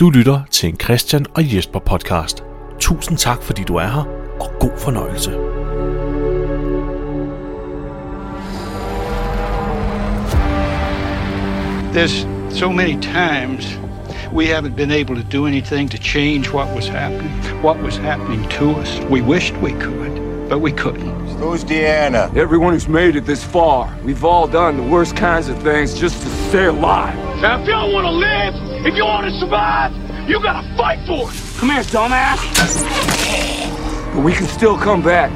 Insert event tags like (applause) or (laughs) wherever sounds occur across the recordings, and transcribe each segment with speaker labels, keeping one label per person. Speaker 1: Du lytter til en Christian og Jesper podcast. Tusind tak, fordi du er her, og god fornøjelse.
Speaker 2: There's so many times we haven't been able to do anything to change what was happening, what was happening to us. We wished we could, but we couldn't.
Speaker 3: Who's Deanna?
Speaker 4: Everyone who's made it this far, we've all done the worst kinds of things just to stay alive.
Speaker 5: Now, if y'all want to live, if you want to survive, you gotta fight for it. Come here, dumbass.
Speaker 4: But we can still come back.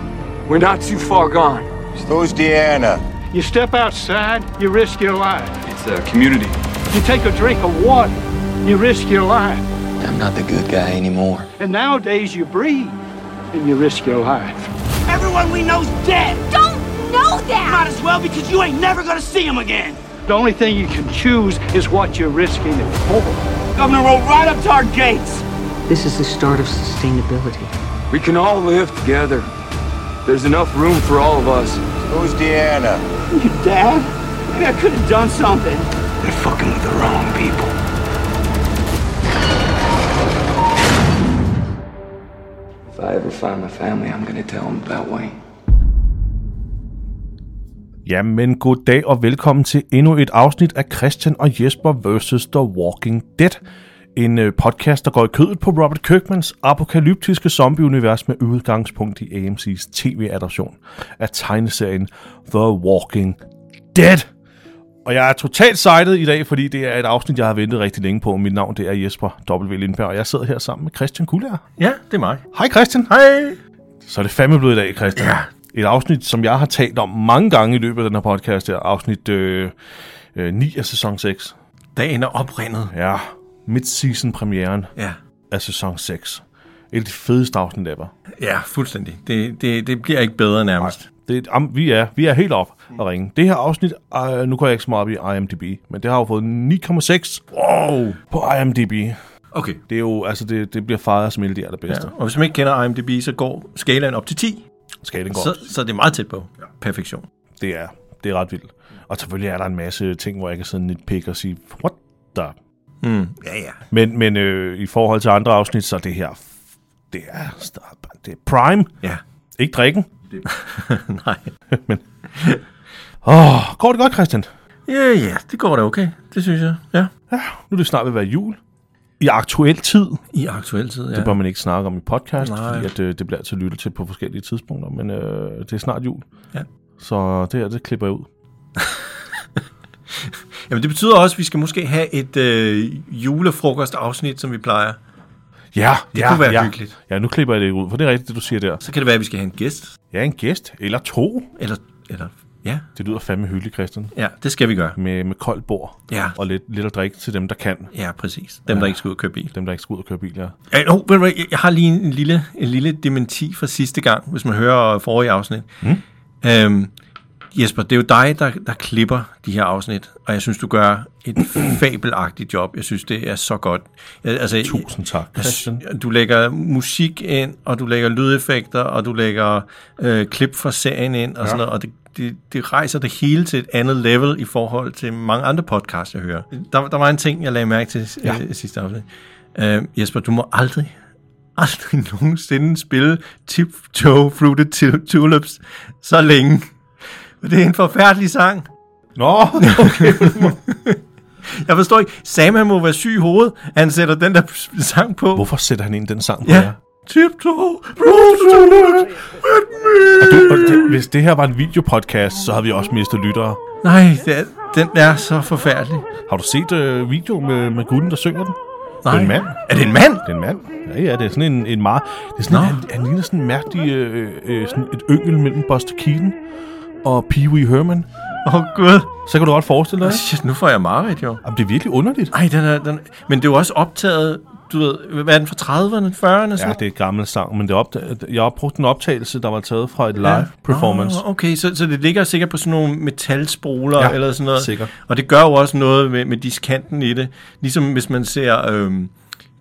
Speaker 4: We're not too far gone.
Speaker 3: Who's Deanna?
Speaker 2: You step outside, you risk your life.
Speaker 4: It's a community.
Speaker 2: You take a drink of water, you risk your life.
Speaker 6: I'm not the good guy anymore.
Speaker 2: And nowadays you breathe and you risk your life.
Speaker 5: Everyone we know's dead.
Speaker 7: don't know that!
Speaker 5: Might as well because you ain't never gonna see him again.
Speaker 2: The only thing you can choose is what you're risking it for.
Speaker 5: Governor rolled right up to our gates.
Speaker 8: This is the start of sustainability.
Speaker 4: We can all live together. There's enough room for all of us.
Speaker 3: Who's Deanna?
Speaker 5: Your dad? Maybe I could have done something.
Speaker 2: They're fucking with the wrong people.
Speaker 4: If I ever find my family, I'm gonna tell them about Wayne.
Speaker 1: Jamen, god dag og velkommen til endnu et afsnit af Christian og Jesper vs. The Walking Dead. En øh, podcast, der går i kødet på Robert Kirkmans apokalyptiske zombieunivers med udgangspunkt i AMC's tv-adaption af tegneserien The Walking Dead. Og jeg er totalt sejtet i dag, fordi det er et afsnit, jeg har ventet rigtig længe på. Mit navn det er Jesper W. Lindberg, og jeg sidder her sammen med Christian Kuller.
Speaker 9: Ja, det er mig.
Speaker 1: Hej Christian. Hej. Så er det fandme blevet i dag, Christian. Ja. Et afsnit, som jeg har talt om mange gange i løbet af den her podcast her. Afsnit øh, øh, 9 af sæson 6.
Speaker 9: Dagen er oprindet.
Speaker 1: Ja, mid-season premieren
Speaker 9: Ja.
Speaker 1: af sæson 6. Et af de fedeste afsnit ever.
Speaker 9: Ja, fuldstændig. Det, det, det bliver ikke bedre nærmest.
Speaker 1: Altså, Det, er et- am, vi, er, vi er helt op at ringe. Det her afsnit, øh, nu går jeg ikke så meget op i IMDb, men det har jo fået 9,6
Speaker 9: Wow!
Speaker 1: på IMDb.
Speaker 9: Okay.
Speaker 1: Det er jo, altså det, det bliver fejret som et af det
Speaker 9: Ja.
Speaker 1: bedste. Ja.
Speaker 9: Og hvis man ikke kender IMDb, så går skalaen op til 10.
Speaker 1: Skal den gå op?
Speaker 9: Så, så det er meget tæt på perfektion.
Speaker 1: Det er, det er ret vildt. Og selvfølgelig er der en masse ting, hvor jeg kan sidde nitpick og sige, what the...
Speaker 9: Ja, ja.
Speaker 1: Men, men øh, i forhold til andre afsnit, så er det her, det er, sta- det er prime.
Speaker 9: Ja.
Speaker 1: Ikke drikken.
Speaker 9: (laughs) Nej.
Speaker 1: Åh, går det godt, Christian?
Speaker 9: Ja, ja. Det går da okay. Det synes jeg. Ja.
Speaker 1: Nu er det snart ved at være jul. I aktuel tid.
Speaker 9: I aktuel tid, ja.
Speaker 1: Det bør man ikke snakke om i podcast, Nej.
Speaker 9: Nej.
Speaker 1: fordi at, øh, det bliver altså lyttet til på forskellige tidspunkter, men øh, det er snart jul.
Speaker 9: Ja.
Speaker 1: Så det her, det klipper jeg ud.
Speaker 9: Jamen, det betyder også, at vi skal måske have et øh, julefrokostafsnit, som vi plejer.
Speaker 1: Ja, det ja,
Speaker 9: kunne være
Speaker 1: ja.
Speaker 9: hyggeligt.
Speaker 1: Ja, nu klipper jeg det ikke ud, for det er rigtigt, det du siger der.
Speaker 9: Så kan det være, at vi skal have en gæst.
Speaker 1: Ja, en gæst, eller to.
Speaker 9: Eller, eller ja.
Speaker 1: Det lyder fandme hyggeligt, Christian.
Speaker 9: ja, det skal vi gøre.
Speaker 1: med, med koldt bord
Speaker 9: Ja.
Speaker 1: og lidt, lidt at drikke til dem, der kan.
Speaker 9: Ja, præcis. Dem, ja. der ikke skal ud og køre bil.
Speaker 1: Dem, der ikke skal ud og køre biler.
Speaker 9: Ja, no, ved du hvad, jeg- jeg har lige en lille, en lille dementi fra sidste gang, hvis man hører forrige afsnit. Mm. Øhm, Jesper, det er jo dig, der, der klipper de her afsnit, og jeg synes, du gør et (clears throat) fabelagtigt job. Jeg synes, det er så godt. Jeg, altså,
Speaker 1: Tusind tak, Christian.
Speaker 9: jeg, du lægger musik ind, og du lægger lydeffekter, og du lægger øh, klip fra serien ind, og ja. sådan noget, og det, det, det rejser det hele til et andet level i forhold til mange andre podcasts, jeg hører. Der, der var en ting, jeg lagde mærke til ja. øh, sidste afsnit. Øh, Jesper, du må aldrig aldrig (laughs) nogensinde spille Tiptoe Through the Tu- Tulips så længe. For det er en forfærdelig sang.
Speaker 1: Nå,
Speaker 9: (laughs) Jeg forstår ikke. Sam han må være syg i hovedet. Han sætter den der p- sang på.
Speaker 1: hvorfor sætter han ind den sang på
Speaker 9: Ja.
Speaker 1: jer?
Speaker 9: Tiptoe Through the Tulips with
Speaker 1: Og
Speaker 9: me.
Speaker 1: du, og det, hvis det her var en videopodcast, så havde vi også mistet lyttere.
Speaker 9: Nej, det er, den er så forfærdelig.
Speaker 1: Har du set øh, video med, med gutten, der synger den? Det er en mand.
Speaker 9: Er det en mand?
Speaker 1: Det er en mand. Ja, ja, det er sådan en, en meget... Det er sådan,
Speaker 9: Nå.
Speaker 1: han, han ligner sådan en mærkelig... Øh, øh, sådan et yngel mellem Buster Keaton og Pee Wee Herman.
Speaker 9: Åh, oh, Gud.
Speaker 1: Så kan du godt forestille dig. det.
Speaker 9: Shit, nu får jeg mareridt, jo.
Speaker 1: Jamen, det er virkelig underligt.
Speaker 9: Ej, den er, den, men det er jo også optaget, du ved, hvad er den fra 30'erne, 40'erne?
Speaker 1: Ja, det er et gammelt sang, men det er opda- jeg har brugt en optagelse, der var taget fra et live performance.
Speaker 9: Oh, okay, så, så det ligger sikkert på sådan nogle metalspoler
Speaker 1: Ja,
Speaker 9: ja, eller sådan noget.
Speaker 1: sikkert.
Speaker 9: Og det gør jo også noget med, med diskanten i det. Ligesom hvis man ser øhm,
Speaker 1: Mhm.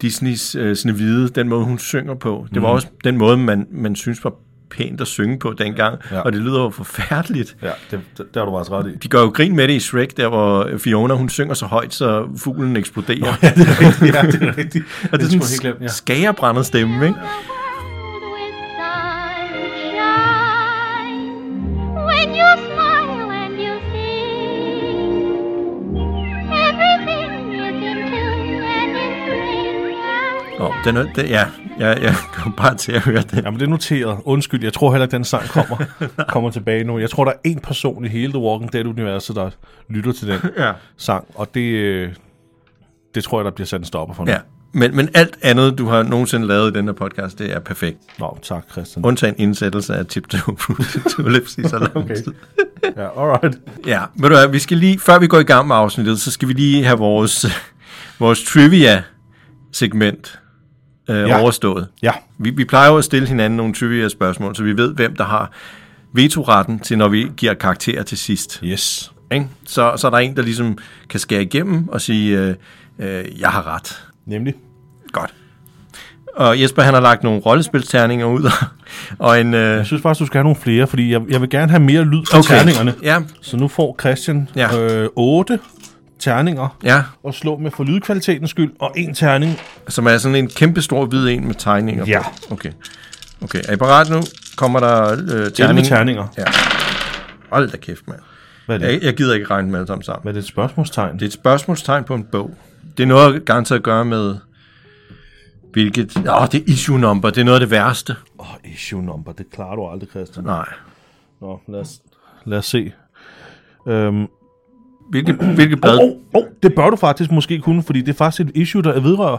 Speaker 9: Disneys øh, Snevide, den måde hun synger på. Det var også den måde, man, man synes var pænt at synge på dengang,
Speaker 1: Ja.
Speaker 9: ja. og det lyder jo forfærdeligt.
Speaker 1: Ja, det, det, det har du faktisk ret i.
Speaker 9: De gør jo grin med det i Shrek, der hvor Fiona hun synger så højt, så fuglen eksploderer. Nå,
Speaker 1: Ja, det er
Speaker 9: (laughs)
Speaker 1: rigtigt. Ja, det er rigtigt.
Speaker 9: og det
Speaker 1: tror
Speaker 9: er
Speaker 1: jeg helt
Speaker 9: sådan
Speaker 1: glemt,
Speaker 9: en
Speaker 1: ja.
Speaker 9: skærebrændet stemme, ikke? Nå, den, er- den, ja, (laughs) jeg, jeg kom bare til at høre det.
Speaker 1: Jamen, det er noteret. Undskyld, jeg tror heller ikke, den sang
Speaker 9: (laughs)
Speaker 1: kommer, kommer tilbage nu. Jeg tror, der er én person i hele The Walking Dead-universet, der lytter til den
Speaker 9: Ja.
Speaker 1: sang, og det, øh, det tror jeg, der bliver sat en stopper for nu.
Speaker 9: Ja, men, men alt andet, du har nogensinde lavet i den her podcast, det er perfekt.
Speaker 1: Nå, tak, Christian.
Speaker 9: Undtagen indsættelse af (laughs) tiptoe tulips i så lang (laughs) okay. tid.
Speaker 1: Ja, alright.
Speaker 9: Ja, ved du hvad, vi skal lige, før vi går i gang med afsnittet, så skal vi lige have vores, (laughs) vores trivia-segment øh,
Speaker 1: Ja.
Speaker 9: ja. overstået.
Speaker 1: Ja,
Speaker 9: Vi, vi plejer jo at stille hinanden nogle trivia-spørgsmål, så vi ved, hvem der har vetoretten til, når vi giver karakterer til sidst.
Speaker 1: yes.
Speaker 9: Ikke? Så, så er der en, der ligesom kan skære igennem og sige, øh, øh, jeg har ret.
Speaker 1: Nemlig.
Speaker 9: Godt. Og Jesper, han har lagt nogle rollespilsterninger ud, og en... Øh,
Speaker 1: Jeg synes faktisk, du skal have nogle flere, fordi jeg, jeg vil gerne have mere lyd til okay. terningerne.
Speaker 9: Ja,
Speaker 1: Så nu får Christian
Speaker 9: Ja.
Speaker 1: øh, 8 terninger
Speaker 9: ja,
Speaker 1: og slå med for lydkvalitetens skyld, og en terning.
Speaker 9: som er sådan en kæmpe stor hvid en med tegninger
Speaker 1: Ja.
Speaker 9: på. Okay. Okay, er I parat nu? Kommer der øh,
Speaker 1: Terning.
Speaker 9: terninger?
Speaker 1: terninger.
Speaker 9: Ja. Hold da kæft, mand.
Speaker 1: Hvad er det?
Speaker 9: Jeg, jeg gider ikke regne med alle sammen sammen.
Speaker 1: Hvad er det et spørgsmålstegn?
Speaker 9: Det er et spørgsmålstegn på en bog. Det er noget garanteret at gøre med, hvilket... Åh, oh, det er issue number. Det er noget af det værste.
Speaker 1: Åh, oh, issue number. Det klarer du aldrig, Christian.
Speaker 9: Nej.
Speaker 1: Nå, lad os, lad os se. Øhm,
Speaker 9: Hvilket, hvilket blad...
Speaker 1: oh, oh, oh, det bør du faktisk måske kunne, fordi det er faktisk et issue, der vedrører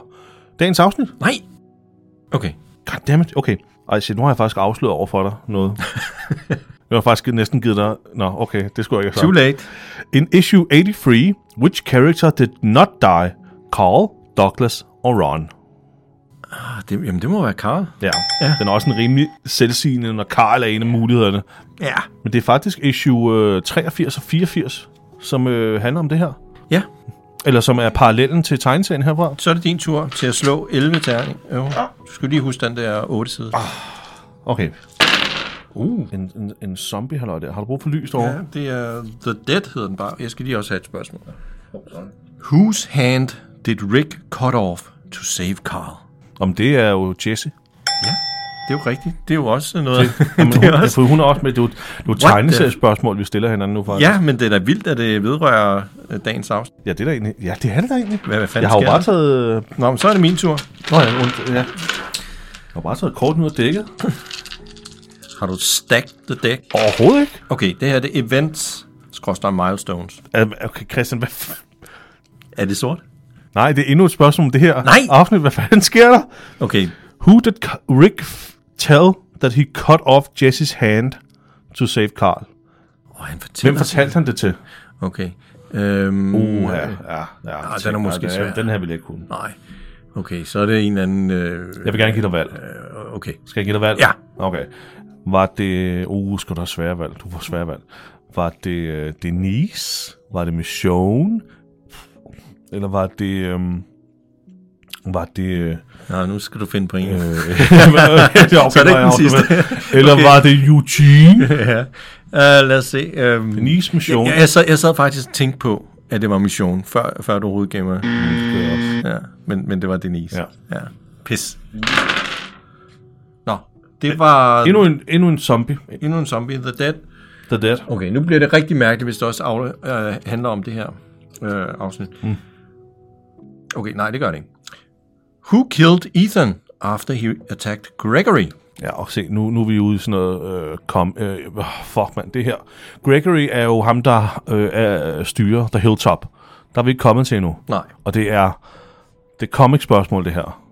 Speaker 1: dagens afsnit.
Speaker 9: Nej! Okay.
Speaker 1: Goddammit, okay. Ej, shit, nu har jeg faktisk afsløret over for dig noget. jeg har faktisk næsten givet dig... Nå, okay, det skulle jeg ikke
Speaker 9: Too
Speaker 1: have sagt.
Speaker 9: late.
Speaker 1: In issue 83, which character did not die? Carl, Douglas og Ron.
Speaker 9: Ah, det, jamen, det må være Karl.
Speaker 1: Ja, ja. den er også en rimelig selvsigende, når Carl er en af mulighederne.
Speaker 9: Ja.
Speaker 1: Men det er faktisk issue øh, 83 og 84, som øh, handler om det her.
Speaker 9: Ja,
Speaker 1: Eller som er parallellen til tegneserien herfra.
Speaker 9: så er det din tur til at slå 11 terning. Jo. Du skal lige huske den der 8 side.
Speaker 1: Okay. Uh. En, en, en zombie halløj der. Har du brug for lys derovre?
Speaker 9: Ja, det er The Dead hedder den bare. Jeg skal lige også have et spørgsmål. Whose hand did Rick cut off to save Carl?
Speaker 1: Om (laughs) det er jo Jesse.
Speaker 9: Det er jo rigtigt. Det er jo også noget.
Speaker 1: Jamen,
Speaker 9: det (laughs)
Speaker 1: hun,
Speaker 9: er også,
Speaker 1: for hun er også med. Det er jo- det er jo
Speaker 9: the-
Speaker 1: tegneseriespørgsmål, vi stiller hinanden nu faktisk.
Speaker 9: ja, men det er da vildt, at det vedrører øh, dagens afsnit.
Speaker 1: ja det er der egentlig. Ja, det er det der egentlig.
Speaker 9: Hvad, hvad fanden
Speaker 1: Jeg har jo
Speaker 9: sker
Speaker 1: bare
Speaker 9: der?
Speaker 1: taget... øh,
Speaker 9: Nå, men så er det min tur.
Speaker 1: Nå ja, und, ja. Jeg har bare taget korten ud af dækket.
Speaker 9: Har du stacked the deck?
Speaker 1: Overhovedet ikke.
Speaker 9: Okay, det her det er events, skråstrej milestones.
Speaker 1: Øh, Okay, Christian, hvad f-
Speaker 9: Er det sort?
Speaker 1: Nej, det er endnu et spørgsmål om det her
Speaker 9: Nej!
Speaker 1: afsnit. Hvad fanden sker der?
Speaker 9: Okay,
Speaker 1: Who did Ca- Rick f- tell that he cut off Jesses hand to save Carl?
Speaker 9: Åh, han fortæller.
Speaker 1: Hvem fortalte han det til?
Speaker 9: Okay. Øhm,
Speaker 1: Uha, ja. ja
Speaker 9: Ah,
Speaker 1: tænk,
Speaker 9: den er måske
Speaker 1: nej,
Speaker 9: svær.
Speaker 1: Den her vil jeg ikke kunne.
Speaker 9: Nej. Okay, så er det en anden... Øh,
Speaker 1: Jeg vil gerne give dig valg.
Speaker 9: okay.
Speaker 1: Skal jeg give dig valg?
Speaker 9: Ja.
Speaker 1: Okay. Var det... Uh, skal du have svære valg? Du får svære valg. Var det øh, Denise? Var det Michonne? Eller var det... øhm, var det...
Speaker 9: (laughs)
Speaker 1: Øh,
Speaker 9: Nå, nu skal du finde på en.
Speaker 1: øh, (laughs)
Speaker 9: Øh.
Speaker 1: så
Speaker 9: Så er det ikke den sidste.
Speaker 1: Eller okay. var det Eugene?
Speaker 9: (laughs) ja. Uh, lad os se. Øhm,
Speaker 1: Denise Michonne.
Speaker 9: jeg, jeg, sad, jeg sad faktisk og tænkte på, at det var Mission, før, før du overhovedet gav mig. Ja, men, men det var Denise.
Speaker 1: Ja.
Speaker 9: ja. Pis. Nå, det var
Speaker 1: Endnu en, endnu en zombie.
Speaker 9: endnu en zombie in the dead.
Speaker 1: The Dead.
Speaker 9: Okay, nu bliver det rigtig mærkeligt, hvis det også af, øh, handler om det her øh, afsnit. Mm. Okay, nej, det gør det ikke. Who killed Ethan after he attacked Gregory?
Speaker 1: Ja, og se, nu, nu er vi ude i sådan noget... Øh, kom, øh, fuck, mand, det her. Gregory er jo ham, der øh, er, styrer The Hilltop. Der er vi ikke kommet til endnu.
Speaker 9: Nej.
Speaker 1: Og det er det er comic-spørgsmål, det her.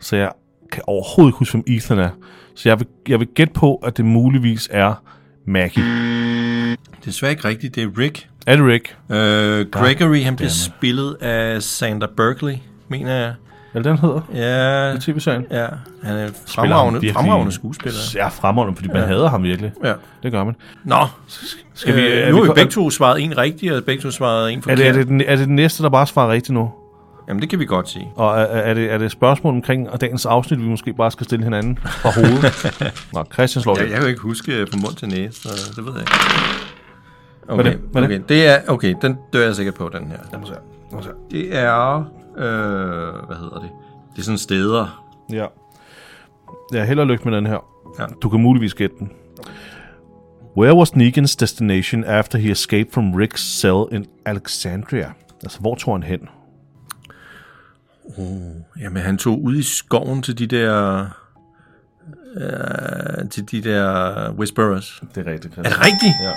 Speaker 1: Så jeg kan overhovedet ikke huske, hvem Ethan er. Så jeg vil, jeg vil gætte på, at det muligvis er Maggie.
Speaker 9: Desværre ikke rigtigt, det er Rick.
Speaker 1: Er det Rick?
Speaker 9: Øh, Gregory, han bliver spillet af Sandra Berkeley, mener jeg.
Speaker 1: Eller den hedder?
Speaker 9: Ja,
Speaker 1: I tv-serien?
Speaker 9: ja. han er
Speaker 1: Spiller ham
Speaker 9: fremragende,
Speaker 1: virkelig-
Speaker 9: fremragende skuespiller.
Speaker 1: Ja, fremragende, fordi man hader ham virkelig.
Speaker 9: Ja.
Speaker 1: Det gør man.
Speaker 9: Nå,
Speaker 1: Skal vi,
Speaker 9: øh,
Speaker 1: er
Speaker 9: nu
Speaker 1: vi
Speaker 9: har
Speaker 1: ko-
Speaker 9: vi begge to svaret en rigtig, og begge to svaret en
Speaker 1: Er
Speaker 9: forkert.
Speaker 1: det, er, det den, er det den næste, der bare svarer rigtigt nu?
Speaker 9: Jamen, det kan vi godt sige.
Speaker 1: Og er, er, det, er det spørgsmål omkring dagens afsnit, vi måske bare skal stille hinanden fra (laughs) hovedet? Nå, Christian slår
Speaker 9: Jeg,
Speaker 1: det.
Speaker 9: jeg kan jo ikke huske øh, fra mund til næse, så det ved jeg ikke. Okay,
Speaker 1: det? Hvad er
Speaker 9: okay.
Speaker 1: det?
Speaker 9: det er, okay, den dør jeg sikkert på, den her. Lad mig se. Lad mig se. Det er, øh, hvad hedder det? Det er sådan steder.
Speaker 1: Ja. Jeg er held og lykke med den her.
Speaker 9: Ja.
Speaker 1: Du kan muligvis gætte den. Where was Negan's destination after he escaped from Rick's cell in Alexandria? Altså, hvor tog han hen?
Speaker 9: Jamen, han tog ud i skoven til de der... Øh, til de der whisperers.
Speaker 1: Det er rigtigt,
Speaker 9: Er det rigtigt?
Speaker 1: Ja.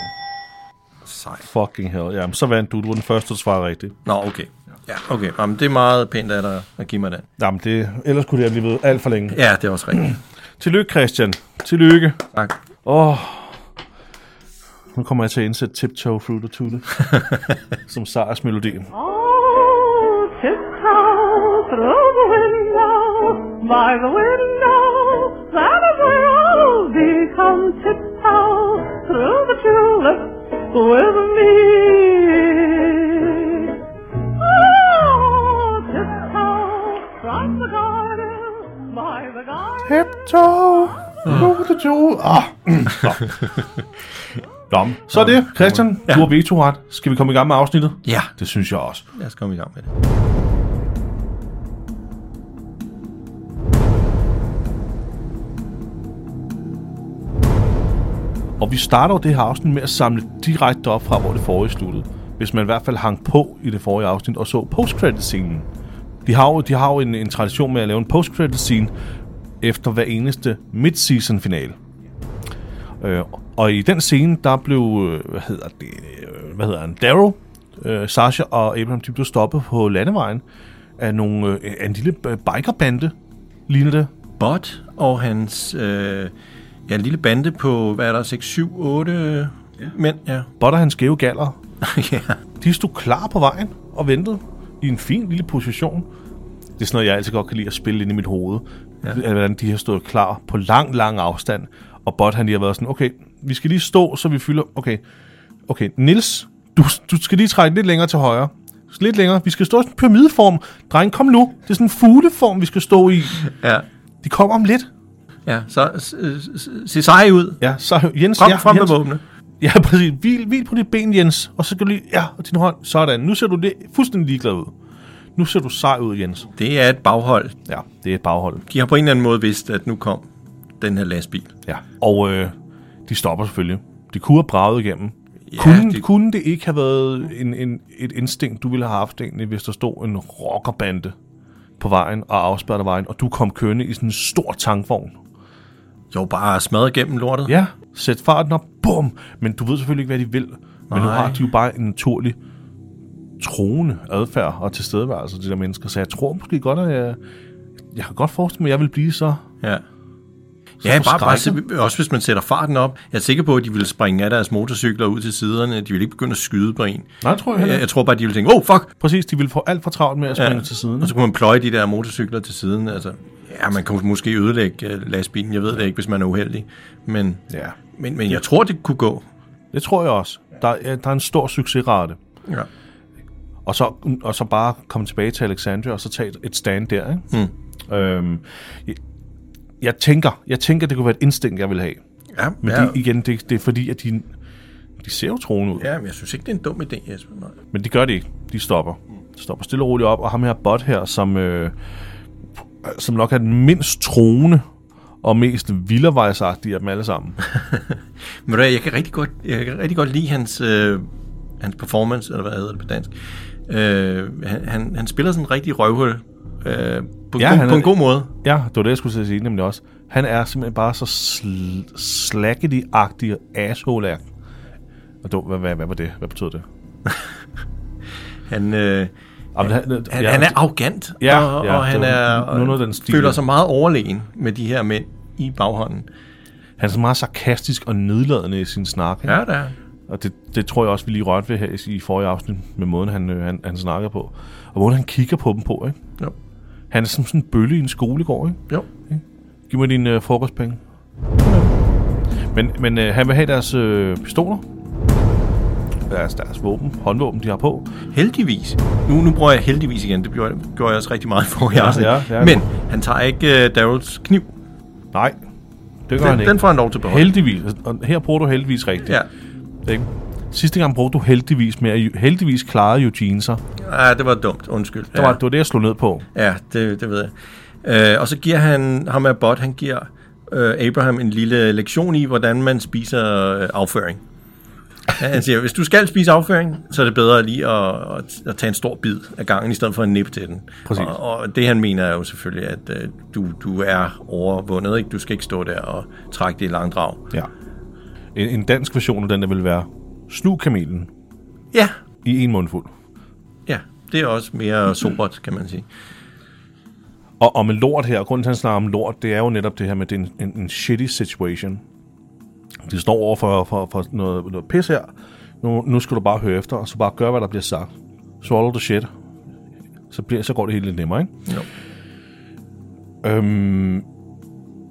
Speaker 9: Sejt.
Speaker 1: Fucking hell. Jamen, så vandt du. Du var den første, der svarede rigtigt.
Speaker 9: Nå, okay. Ja, okay. Jamen, det er meget pænt af dig at give mig den.
Speaker 1: Jamen, det, ellers kunne det have blevet alt for længe.
Speaker 9: Ja, det er også rigtigt.
Speaker 1: Tillykke, Christian. Tillykke.
Speaker 9: Tak.
Speaker 1: Åh. Oh. Nu kommer jeg til at indsætte Tiptoe Through the (laughs) Tule. som Sars melodi.
Speaker 7: Oh, tiptoe through the window, by the window, that is where I'll be. Come tiptoe through the tulips with me. Oh, tiptoe from the garden, by the garden.
Speaker 1: Tiptoe Through the Tule. Ah. Nå. Nå. Så er det, Christian. Du har veto-ret. Skal vi komme i gang med afsnittet?
Speaker 9: Ja,
Speaker 1: Det synes jeg også.
Speaker 9: lad os komme i gang med det.
Speaker 1: Og vi starter jo det her afsnit med at samle direkte op fra, hvor det forrige sluttede. Hvis man i hvert fald hang på i det forrige afsnit og så post-credit-scenen. De har jo, de har jo en, en tradition med at lave en post-credit-scene efter hver eneste mid-season-finale. Øh, og i den scene, der blev, øh, hvad hedder det, øh, hvad hedder han, Darrow, øh, Sasha og Abraham, de blev stoppet på landevejen af, nogle, øh, af en lille øh, bikerbande, ligner det.
Speaker 9: Bot og hans øh, ja, en lille bande på, hvad er der, 6, 7, 8 ja. mænd, ja. (laughs)
Speaker 1: Botter hans skæve galler,
Speaker 9: ja.
Speaker 1: De stod klar på vejen og ventede i en fin lille position. Det er sådan noget, jeg altid godt kan lide at spille ind i mit hoved. Ja. Hvordan de har stået klar på lang, lang afstand. Og Bot han lige har været sådan, okay, vi skal lige stå, så vi fylder... Okay, okay Nils, du, du skal lige trække lidt længere til højre. Lidt længere. Vi skal stå i sådan en pyramideform. Dreng, kom nu. Det er sådan en fugleform, vi skal stå i.
Speaker 9: ja.
Speaker 1: De kommer om lidt.
Speaker 9: Ja, så s- s- s- se sej ud.
Speaker 1: Ja, så Jens...
Speaker 9: Kom
Speaker 1: ja,
Speaker 9: frem med
Speaker 1: Jens,
Speaker 9: våbne.
Speaker 1: Ja, (laughs) præcis. Hvil, hvil på dit ben, Jens. Og så skal du lige... Ja, og din hånd. Sådan. Nu ser du det fuldstændig ligeglad ud. Nu ser du sej ud, Jens.
Speaker 9: Det er et baghold.
Speaker 1: Ja, det er et baghold.
Speaker 9: De har på en eller anden måde vidst, at nu kom den her lastbil.
Speaker 1: Ja. Og øh, de stopper selvfølgelig. De kunne have braget igennem. Ja,
Speaker 9: Ja,
Speaker 1: kunne, det...
Speaker 9: det-
Speaker 1: kunne det ikke have været en, en, et instinkt, du ville have haft egentlig, hvis der stod en rockerbande på vejen og afspærrede vejen, og du kom kørende i sådan en stor tankvogn?
Speaker 9: Jo, bare smadret gennem
Speaker 1: (laughs)
Speaker 9: lortet.
Speaker 1: Ja, sæt farten op, bum! Men du ved selvfølgelig ikke, hvad de vil. Men nu
Speaker 9: Nej.
Speaker 1: har de jo bare en naturlig troende adfærd og tilstedeværelse, de der mennesker. Så jeg tror måske godt, at jeg, jeg kan godt forestille mig, at jeg vil blive så...
Speaker 9: Ja. Ja, bare, bare,
Speaker 1: forskrækket.
Speaker 9: se- også hvis man sætter farten op. Jeg er sikker på, at de ville springe af deres motorcykler ud til siderne. De ville ikke begynde at skyde på en.
Speaker 1: Nej, tror
Speaker 9: Jeg, jeg tror bare, de ville tænke, oh fuck!
Speaker 1: Præcis, de vil få alt for travlt med at springe ja. til siden.
Speaker 9: Og så kunne man pløje de der motorcykler til siden. Altså, ja, man kunne måske ødelægge øh, lastbilen. Jeg ved det ikke, hvis man er uheldig. Men,
Speaker 1: Ja.
Speaker 9: men, men jeg tror, det kunne gå.
Speaker 1: Det tror jeg også. Der, er- der er en stor succesrate.
Speaker 9: Ja.
Speaker 1: Og så, og så bare komme tilbage til Alexandria, og så tage et- et stand der. Ikke?
Speaker 9: Hmm.
Speaker 1: Mm. Øhm, jeg, jeg, tænker, jeg tænker, det kunne være et instinkt, jeg vil have.
Speaker 9: Ja,
Speaker 1: Men
Speaker 9: ja,
Speaker 1: ja. det, igen, det, det er fordi, at de, de ser jo troende ud.
Speaker 9: ja, men jeg synes ikke, det er en dum idé, Jesper. Nej.
Speaker 1: Men det gør de ikke. De stopper. De stopper stille og roligt op, og ham her bot her, som, øh, som nok er den mindst troende og mest vildervejsagtige af dem alle
Speaker 9: (laughs)
Speaker 1: sammen.
Speaker 9: Men ved du hvad, jeg kan rigtig godt, jeg kan rigtig godt lide hans, øh, hans performance, eller hvad hedder det på dansk. Øh, han, han, han spiller sådan en rigtig røvhul. Øh, på,
Speaker 1: Ja,
Speaker 9: ja, god,
Speaker 1: han
Speaker 9: på
Speaker 1: er-
Speaker 9: en god måde.
Speaker 1: Ja, det var det, jeg skulle til at sige nemlig også. Han er simpelthen bare så sl- slaggedy-agtig og asshole Og du, hvad, hvad, hvad var det? Hvad betød det?
Speaker 9: Han, øh,
Speaker 1: Jamen, han,
Speaker 9: han, ja, han er arrogant,
Speaker 1: Ja,
Speaker 9: og,
Speaker 1: ja,
Speaker 9: og han
Speaker 1: det var
Speaker 9: er,
Speaker 1: noget af den stil.
Speaker 9: føler sig meget overlegen med de her mænd i baghånden.
Speaker 1: han er så meget sarkastisk og nedladende i sin snak. ikke?
Speaker 9: Ja, der.
Speaker 1: Og det, det tror jeg også, vi lige rørte ved her i, i forrige afsnit, med måden, han, øh, han, han snakker på. Og måden, han kigger på dem på. Ikke?
Speaker 9: Jo.
Speaker 1: Han er som sådan en bølle i en skolegård. Ikke?
Speaker 9: jo.
Speaker 1: Giv mig dine øh, frokostpenge. Men, men øh, han vil have deres øh, pistoler. altså deres våben, håndvåben, de har på.
Speaker 9: Heldigvis. Nu, nu bruger jeg heldigvis igen. Det gjorde, gjorde jeg også rigtig meget for i
Speaker 1: Ja,
Speaker 9: afsnit.
Speaker 1: ja, ja.
Speaker 9: Men han tager ikke uh, Daryls kniv.
Speaker 1: Nej, det gør han
Speaker 9: Den,
Speaker 1: ikke.
Speaker 9: den får han lov til at beholde.
Speaker 1: Heldigvis. Og her bruger du heldigvis rigtigt.
Speaker 9: Ja.
Speaker 1: Ikke? Sidste gang brugte du heldigvis mere. Heldigvis klarede Eugene sig. Det
Speaker 9: Ah, det var dumt. Undskyld.
Speaker 1: var,
Speaker 9: ja.
Speaker 1: det var det, jeg slog ned på.
Speaker 9: Ja, det, det ved jeg. Øh, og så giver han, ham af bot, han giver øh, Abraham en lille lektion i, hvordan man spiser øh, afføring. Han siger, hvis du skal spise afføring, så er det bedre lige at, at, at tage en stor bid af gangen, i stedet for at nippe til den.
Speaker 1: Præcis.
Speaker 9: Og, og det han mener er jo selvfølgelig, at øh, du, du er overvundet, ikke? du skal ikke stå der og trække det i langdrag.
Speaker 1: Ja. En, en dansk version af den, der vil være snug kamelen
Speaker 9: Ja,
Speaker 1: i en mundfuld.
Speaker 9: ja, det er også mere sobert, kan man sige.
Speaker 1: Og, og med lort her, og grunden til, at han snakker om lort, det er jo netop det her med, at det er en, en, en shitty situation. De står over for, for, for noget, noget pis her. Nu, nu skal du bare høre efter, og så bare gøre, hvad der bliver sagt. Swallow the shit. Så, bliver, så går det hele lidt nemmere, ikke?
Speaker 9: Jo.
Speaker 1: Øhm,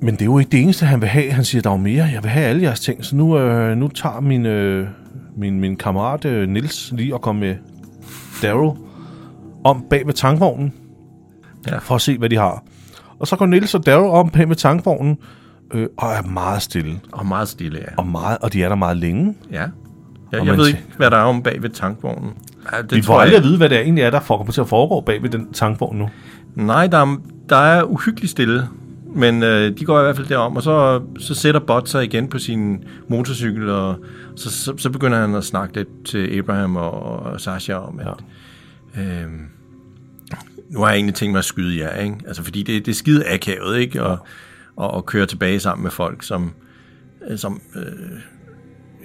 Speaker 1: men det er jo ikke det eneste, han vil have. Han siger, der er jo mere. Jeg vil have alle jeres ting. Så nu, øh, nu tager min, øh, min, min kammerat øh, Nils lige og kommer med Daryl om bag ved tankvognen.
Speaker 9: Ja.
Speaker 1: Ja. For at se, hvad de har. Og så går Nils og Daryl om bag ved tankvognen øh, og er meget stille.
Speaker 9: Og meget stille, ja.
Speaker 1: Og, meget, og de er der meget længe.
Speaker 9: ja. Jeg,
Speaker 1: Og
Speaker 9: jeg
Speaker 1: man
Speaker 9: ved
Speaker 1: ser-
Speaker 9: ikke, hvad der er om bag ved tankvognen. Ja, det
Speaker 1: Vi får
Speaker 9: tror jeg
Speaker 1: aldrig
Speaker 9: ikke.
Speaker 1: at vide, hvad det er, egentlig er, der kommer til at foregå bag ved den tankvogn nu.
Speaker 9: Nej, der er, der er uhyggeligt stille, men øh, de går i hvert fald derom, og så, så sætter Bot sig igen på sin motorcykel, og så, så, så begynder han at snakke lidt til Abraham og, og Sasha om, at ja. øh, nu har jeg egentlig tænkt mig at skyde jer, ikke? Altså, fordi det, det er skide akavet, ikke? Og, og, og køre tilbage sammen med folk, som, øh, som, øh,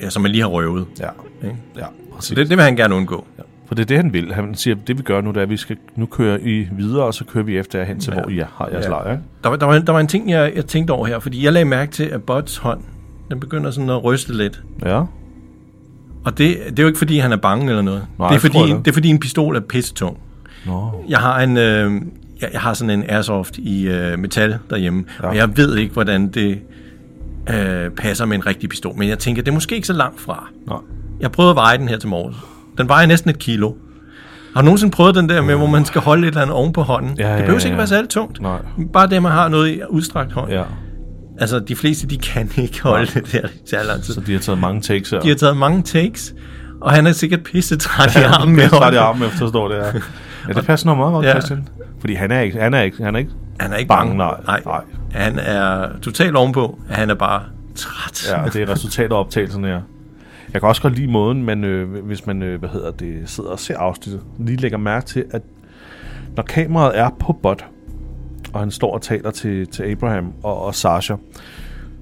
Speaker 9: ja, som man lige har røvet.
Speaker 1: Ja,
Speaker 9: Ikke?
Speaker 1: ja
Speaker 9: Så
Speaker 1: præcis.
Speaker 9: det, det vil han gerne undgå.
Speaker 1: For det er det, han vil. Han siger, det vi gør nu, det er, at vi skal nu køre I videre, og så kører vi efter jer hen til, ja. hvor I har jeres ja. lejr. ikke?
Speaker 9: Der var, der, var, der var en ting, jeg, jeg tænkte over her, fordi jeg lagde mærke til, at Bots hånd, den begynder sådan at ryste lidt.
Speaker 1: Ja.
Speaker 9: Og det, det er jo ikke, fordi han er bange eller noget.
Speaker 1: Nej,
Speaker 9: det, er
Speaker 1: det tror
Speaker 9: fordi,
Speaker 1: jeg da.
Speaker 9: det er, fordi en pistol er pissetung.
Speaker 1: Nå.
Speaker 9: Jeg har en... Øh, jeg, jeg har sådan en airsoft i øh, metal derhjemme, ja. og jeg ved ikke, hvordan det øh, passer med en rigtig pistol, men jeg tænker, det er måske ikke så langt fra.
Speaker 1: Nå.
Speaker 9: Jeg prøvede at veje den her til morgen. Den vejer næsten et kilo. Har du nogensinde prøvet den der med, hvor man skal holde et eller andet oven på hånden?
Speaker 1: Ja,
Speaker 9: det
Speaker 1: ja,
Speaker 9: behøver
Speaker 1: ja,
Speaker 9: ikke
Speaker 1: ja.
Speaker 9: være særlig tungt.
Speaker 1: Nej.
Speaker 9: Bare det, man har noget i udstrakt hånd.
Speaker 1: Ja.
Speaker 9: Altså, de fleste, de kan (laughs) ikke holde det der i særlig lang tid.
Speaker 1: Så de har taget mange takes her.
Speaker 9: De har taget mange takes, og han er sikkert pisse træt i armen med
Speaker 1: med hånden.
Speaker 9: hånden.
Speaker 1: i armen, jeg forstår
Speaker 9: (laughs)
Speaker 1: det her. Ja, det passer nok meget godt,
Speaker 9: Ja.
Speaker 1: ja. Christian. Fordi han er ikke, han er ikke, han er ikke.
Speaker 9: Han er ikke
Speaker 1: Bange,
Speaker 9: bange.
Speaker 1: nej.
Speaker 9: nej. Han er totalt ovenpå. Han er bare træt.
Speaker 1: Ja, det er resultatet af optagelsen her. Jeg kan også godt lide måden, man, øh, hvis man øh, hvad hedder det, sidder og ser afsnittet, lige lægger mærke til, at når kameraet er på bot, og han står og taler til, til Abraham og, og Sasha,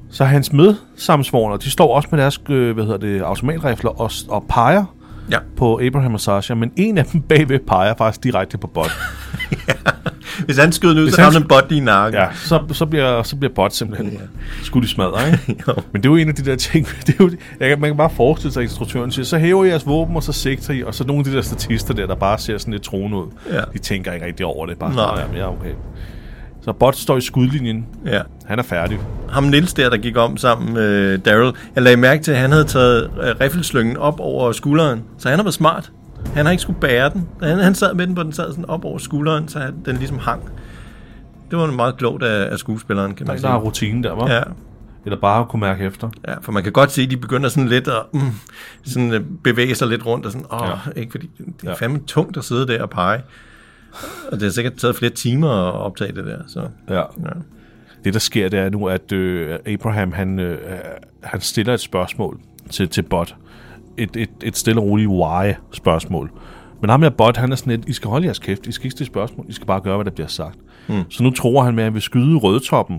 Speaker 1: så hans medsamsvorene, de står også med deres øh, hvad hedder det, automatrifler og, og peger
Speaker 9: ja.
Speaker 1: på Abraham og Sasha, men en af dem bagved peger faktisk direkte på bot.
Speaker 9: Hvis han skød nu,
Speaker 1: Hvis
Speaker 9: så
Speaker 1: han
Speaker 9: rammer han bot i nakken.
Speaker 1: Ja, så, så, bliver, så bliver bot simpelthen skudt i smadret, ikke?
Speaker 9: (laughs) Jo.
Speaker 1: Men det er jo en af de der ting, (laughs) det er jo, jeg kan, man kan bare forestille sig, at instruktøren siger, så hæver I jeres våben, og så sigter I, og så nogle af de der statister der, der bare ser sådan lidt troende ud,
Speaker 9: Ja.
Speaker 1: de tænker ikke rigtig over det, bare
Speaker 9: Nej.
Speaker 1: sådan, "Jamen, ja, okay. Så bot står i skudlinjen,
Speaker 9: ja.
Speaker 1: han er færdig.
Speaker 9: Ham Nils der, der gik om sammen med Daryl, jeg lagde mærke til, at han havde taget øh, riffelslyngen op over skulderen. Så han har været smart. Han har ikke skulle bære den. Han, han sad med den, hvor den sad sådan op over skulderen, så han- den ligesom hang. Det var meget klogt af, af skuespilleren, kan man
Speaker 1: Der er
Speaker 9: sige.
Speaker 1: rutinen der, var.
Speaker 9: Ja,
Speaker 1: Eller bare at kunne mærke efter.
Speaker 9: Ja, for man kan godt se, at de begynder sådan lidt at mm, sådan øh, bevæge sig lidt rundt, og sådan, åh, ja. ikke, fordi det er
Speaker 1: Ja.
Speaker 9: fandme tungt at sidde der og pege. Og det har sikkert taget flere timer at optage det der, så
Speaker 1: Ja.
Speaker 9: ja.
Speaker 1: Det, der sker, det er nu, at øh, Abraham, han, øh, han stiller et spørgsmål til, til Bot. Et, et, et stille og roligt why-spørgsmål. Men ham her Bot, han er sådan et, I skal holde jeres kæft, I skal ikke stille spørgsmål, I skal bare gøre, hvad der bliver sagt. Mm. Så nu tror han med, at han vil skyde rødtoppen,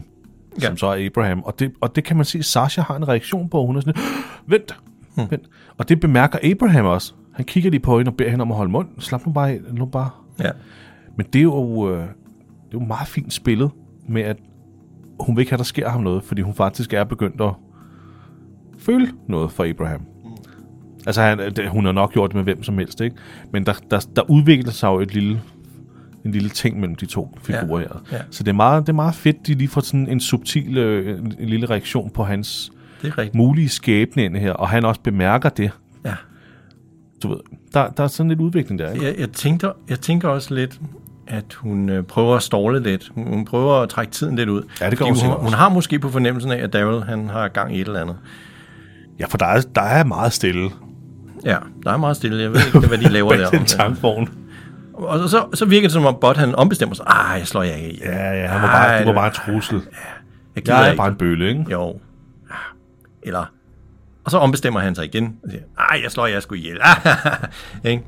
Speaker 1: ja.
Speaker 9: Ja.
Speaker 1: som så er Abraham. Og det, og det kan man se, at Sasha har en reaktion på. Hun er sådan, vent, mm. vent. Og det bemærker Abraham også. Han kigger lige på hende og beder hende om at holde mund. Slap nu bare, af, nu bare
Speaker 9: ja.
Speaker 1: men det er jo, øh, det er jo meget fint spillet med, at hun vil ikke have, der sker ham noget, fordi hun faktisk er begyndt at føle noget for Abraham.
Speaker 9: Mm.
Speaker 1: Altså, han, det- hun har nok gjort det med hvem som helst, ikke? Men der, der, der udvikler sig jo et lille, en lille ting mellem de to figurer
Speaker 9: Ja,
Speaker 1: her.
Speaker 9: ja.
Speaker 1: Så det er, meget, det er meget fedt, de lige får sådan en subtil øh, en, en lille reaktion på hans
Speaker 9: det er rigtigt.
Speaker 1: mulige skæbne ind her, og han også bemærker det.
Speaker 9: Ja.
Speaker 1: du ved, der, der er sådan lidt udvikling der, ikke?
Speaker 9: Jeg, jeg, tænker, jeg tænker også lidt, at hun øh, prøver at ståle lidt. Hun, hun prøver at trække tiden lidt ud.
Speaker 1: Ja, det gør hun
Speaker 9: Fordi
Speaker 1: sikkert
Speaker 9: hun,
Speaker 1: også.
Speaker 9: hun har måske på fornemmelsen af, at Daryl han har gang i et eller andet.
Speaker 1: Ja, for der er, der er meget stille
Speaker 9: Ja, der er meget stille. Jeg ved ikke, hvad de laver
Speaker 1: (laughs) bag den
Speaker 9: der.
Speaker 1: tankvogn.
Speaker 9: Og så- så, så virker det som om, Bot han ombestemmer sig. Ah, jeg slår jer ikke. i.
Speaker 1: Ja, ja, han var bare,
Speaker 9: Ej,
Speaker 1: du var
Speaker 9: det-
Speaker 1: bare en trussel.
Speaker 9: Jeg, gider
Speaker 1: Jeg er
Speaker 9: ikke.
Speaker 1: bare en bølle, ikke?
Speaker 9: Jo. Ah, Eller... Og så ombestemmer han sig igen. Og siger, Ej, jeg slår jer sgu ihjel. (laughs) Ah, ikke?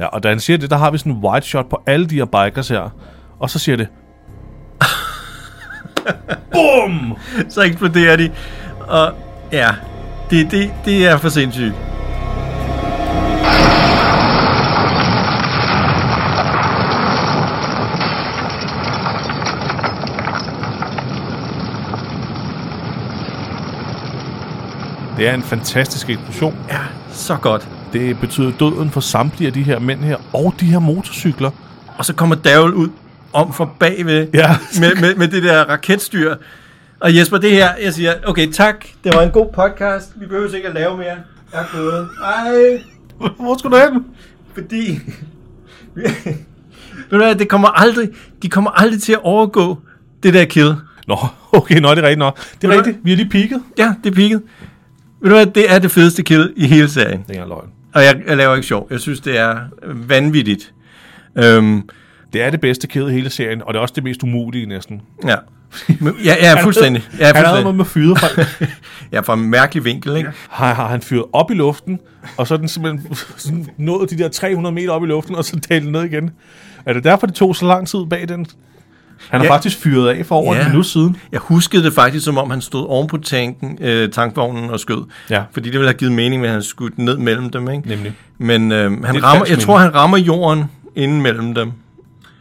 Speaker 1: Ja, og da han siger det, der har vi sådan en wide shot på alle de her bikers her. Og så siger
Speaker 9: (laughs)
Speaker 1: det... BOOM!
Speaker 9: så eksploderer de. Og ja, det, det, det er for sindssygt.
Speaker 1: Det er en fantastisk eksplosion.
Speaker 9: Ja, så godt.
Speaker 1: Det betyder døden for samtlige af de her mænd her, og de her motorcykler.
Speaker 9: Og så kommer Daryl ud om for bagved
Speaker 1: Ja.
Speaker 9: (laughs) med, med, med det der raketstyr. Og Jesper, det her, jeg siger, okay, tak. Det var en god podcast. Vi behøver ikke at lave mere. Jeg er gået. Ej,
Speaker 1: Hvor skulle du hen?
Speaker 9: fordi... (laughs) Ved du hvad, det kommer aldrig, de kommer aldrig til at overgå det der kill.
Speaker 1: (laughs) Nå, okay, nå, det er rigtigt nok. Det er
Speaker 9: du
Speaker 1: rigtigt, vi er lige peaked.
Speaker 9: Ja, det er peaked. Ved du hvad, det er det fedeste kill i hele serien.
Speaker 1: Det er løgn.
Speaker 9: Og jeg, jeg laver ikke sjov. Jeg synes, det er vanvittigt. Øhm,
Speaker 1: Det er det bedste kæde i hele serien, og det er også det mest umulige næsten. (laughs)
Speaker 9: ja. Men- ja, ja, fuldstændig. Ja,
Speaker 1: Han havde noget
Speaker 9: fuldstændig.
Speaker 1: med fyret fra...
Speaker 9: Ja, fra en mærkelig vinkel, ikke?
Speaker 1: har, har han fyret op i luften, og så er den simpelthen sådan nået de der 300 meter op i luften, og så dalet ned igen. Er det derfor, det tog så lang tid bag den? Han har
Speaker 9: Ja.
Speaker 1: faktisk fyret af for over
Speaker 9: Ja.
Speaker 1: en minut siden.
Speaker 9: Jeg huskede det faktisk, som om han stod oven på tanken, øh, tankvognen og skød.
Speaker 1: Ja.
Speaker 9: Fordi det ville have givet mening, at han skudt ned mellem dem, ikke?
Speaker 1: Nemlig.
Speaker 9: Men øh,
Speaker 1: et
Speaker 9: han rammer,
Speaker 1: falsk
Speaker 9: jeg
Speaker 1: minde.
Speaker 9: tror, han rammer jorden inden mellem dem.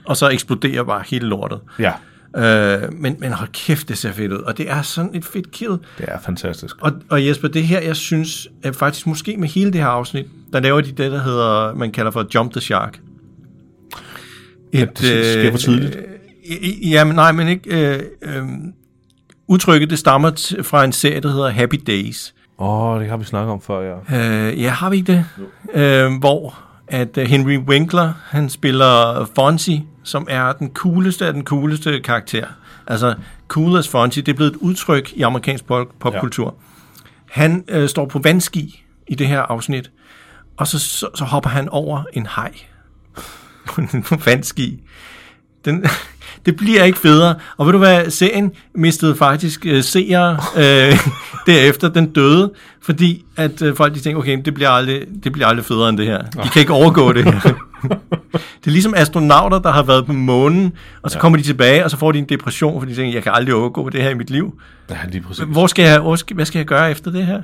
Speaker 9: Og så eksploderer bare hele lortet.
Speaker 1: Ja,
Speaker 9: Øh, men, men hold kæft, det ser fedt ud. Og det er sådan et fedt kill.
Speaker 1: det er fantastisk.
Speaker 9: Og, og Jesper, det her, jeg synes, at faktisk måske med hele det her afsnit, der laver de det, der hedder, man kalder for Jump the Shark. Et,
Speaker 1: det sker for tidligt.
Speaker 9: Øh, ja, men nej, men ikke... Øh, øh, udtrykket, det stammer t- fra en serie, der hedder Happy Days.
Speaker 1: Åh, oh, det har vi snakket om før, ja.
Speaker 9: Øh, ja, har vi ikke det? Øh, hvor at øh, Henry Winkler, han spiller Fonzie, som er den cooleste af den cooleste karakter. Altså, cool as Fonzie, det er blevet et udtryk i amerikansk pop- popkultur. Han øh, står på vandski i det her afsnit, og så, så, så hopper han over en hej (laughs) på en vandski. Den, (laughs) det bliver ikke federe. Og ved du hvad, serien mistede faktisk øh, seere øh, (laughs) derefter. Den døde, fordi at øh, folk de tænkte, okay, men det bliver, aldrig, det bliver aldrig federe end det her. De kan ikke overgå det
Speaker 1: (laughs)
Speaker 9: her. det er ligesom astronauter, der har været på månen, og så ja. kommer de tilbage, og så får de en depression, fordi de tænker, jeg kan aldrig overgå det her i mit liv.
Speaker 1: Ja, lige præcis.
Speaker 9: Hvor skal jeg, hvor skal, hvad skal jeg gøre efter det her?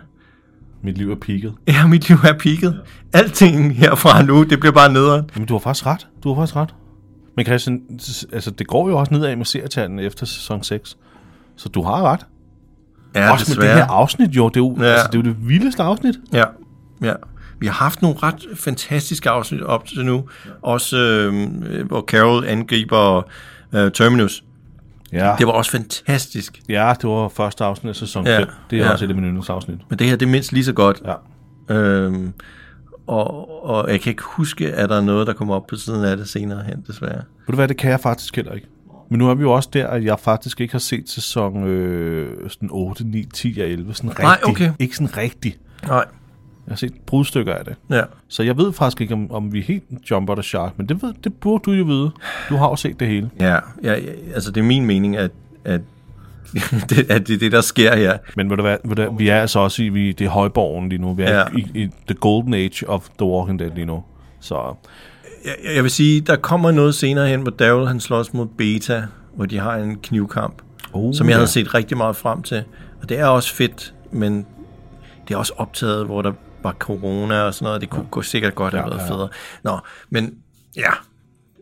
Speaker 1: Mit liv er peaked.
Speaker 9: Ja, mit liv er peaked. Alting herfra nu, det bliver bare nederen.
Speaker 1: Jamen, du har faktisk ret. Du har faktisk ret. Men Christian, s- altså, det går jo også nedad med serietallene efter sæson 6. Så du har ret.
Speaker 9: Ja,
Speaker 1: også med det her afsnit, jo. Det er jo, ja.
Speaker 9: Ja.
Speaker 1: altså, det, er jo det vildeste afsnit.
Speaker 9: Ja, ja. Vi har haft nogle ret fantastiske afsnit op til nu. Også øh, hvor Carol angriber øh, Terminus.
Speaker 1: Ja.
Speaker 9: Det var også fantastisk.
Speaker 1: ja, det var første afsnit af sæson 5.
Speaker 9: Ja.
Speaker 1: Det er
Speaker 9: Ja.
Speaker 1: også et af mine yndlingsafsnit.
Speaker 9: Men det her, det er mindst lige så godt.
Speaker 1: Ja.
Speaker 9: Øhm, og, og jeg kan ikke huske, at der er noget, der kommer op på siden af det senere hen, desværre.
Speaker 1: Ved du hvad, det kan jeg faktisk heller ikke. Men nu er vi jo også der, at jeg faktisk ikke har set sæson øh, sådan 8, 9, 10 og 11 sådan rigtig.
Speaker 9: Nej, okay.
Speaker 1: Ikke sådan rigtig.
Speaker 9: Nej.
Speaker 1: Jeg har set brudstykker af det.
Speaker 9: Ja.
Speaker 1: Så jeg ved faktisk ikke, om, om vi helt jumper the shark, men det, ved, det burde du jo vide. Du har jo set det hele.
Speaker 9: Ja, ja, ja, altså det er min mening, at, at, (laughs) det, at det er det, der sker her.
Speaker 1: Men ved du hvad, ved du, hvad, vi er altså også i vi, det er højborgen lige nu. Vi er
Speaker 9: Ja.
Speaker 1: ja. i, i the golden age of The Walking Dead lige nu. Så
Speaker 9: Jeg, jeg vil sige, der kommer noget senere hen, hvor Daryl han slås mod Beta, hvor de har en knivkamp,
Speaker 1: Oh,
Speaker 9: som jeg
Speaker 1: ja.
Speaker 9: havde set rigtig meget frem til. Og det er også fedt, men det er også optaget, hvor der var corona og sådan noget, og det kunne ja. sikkert godt have ja, været ja. federe. Nå, men ja,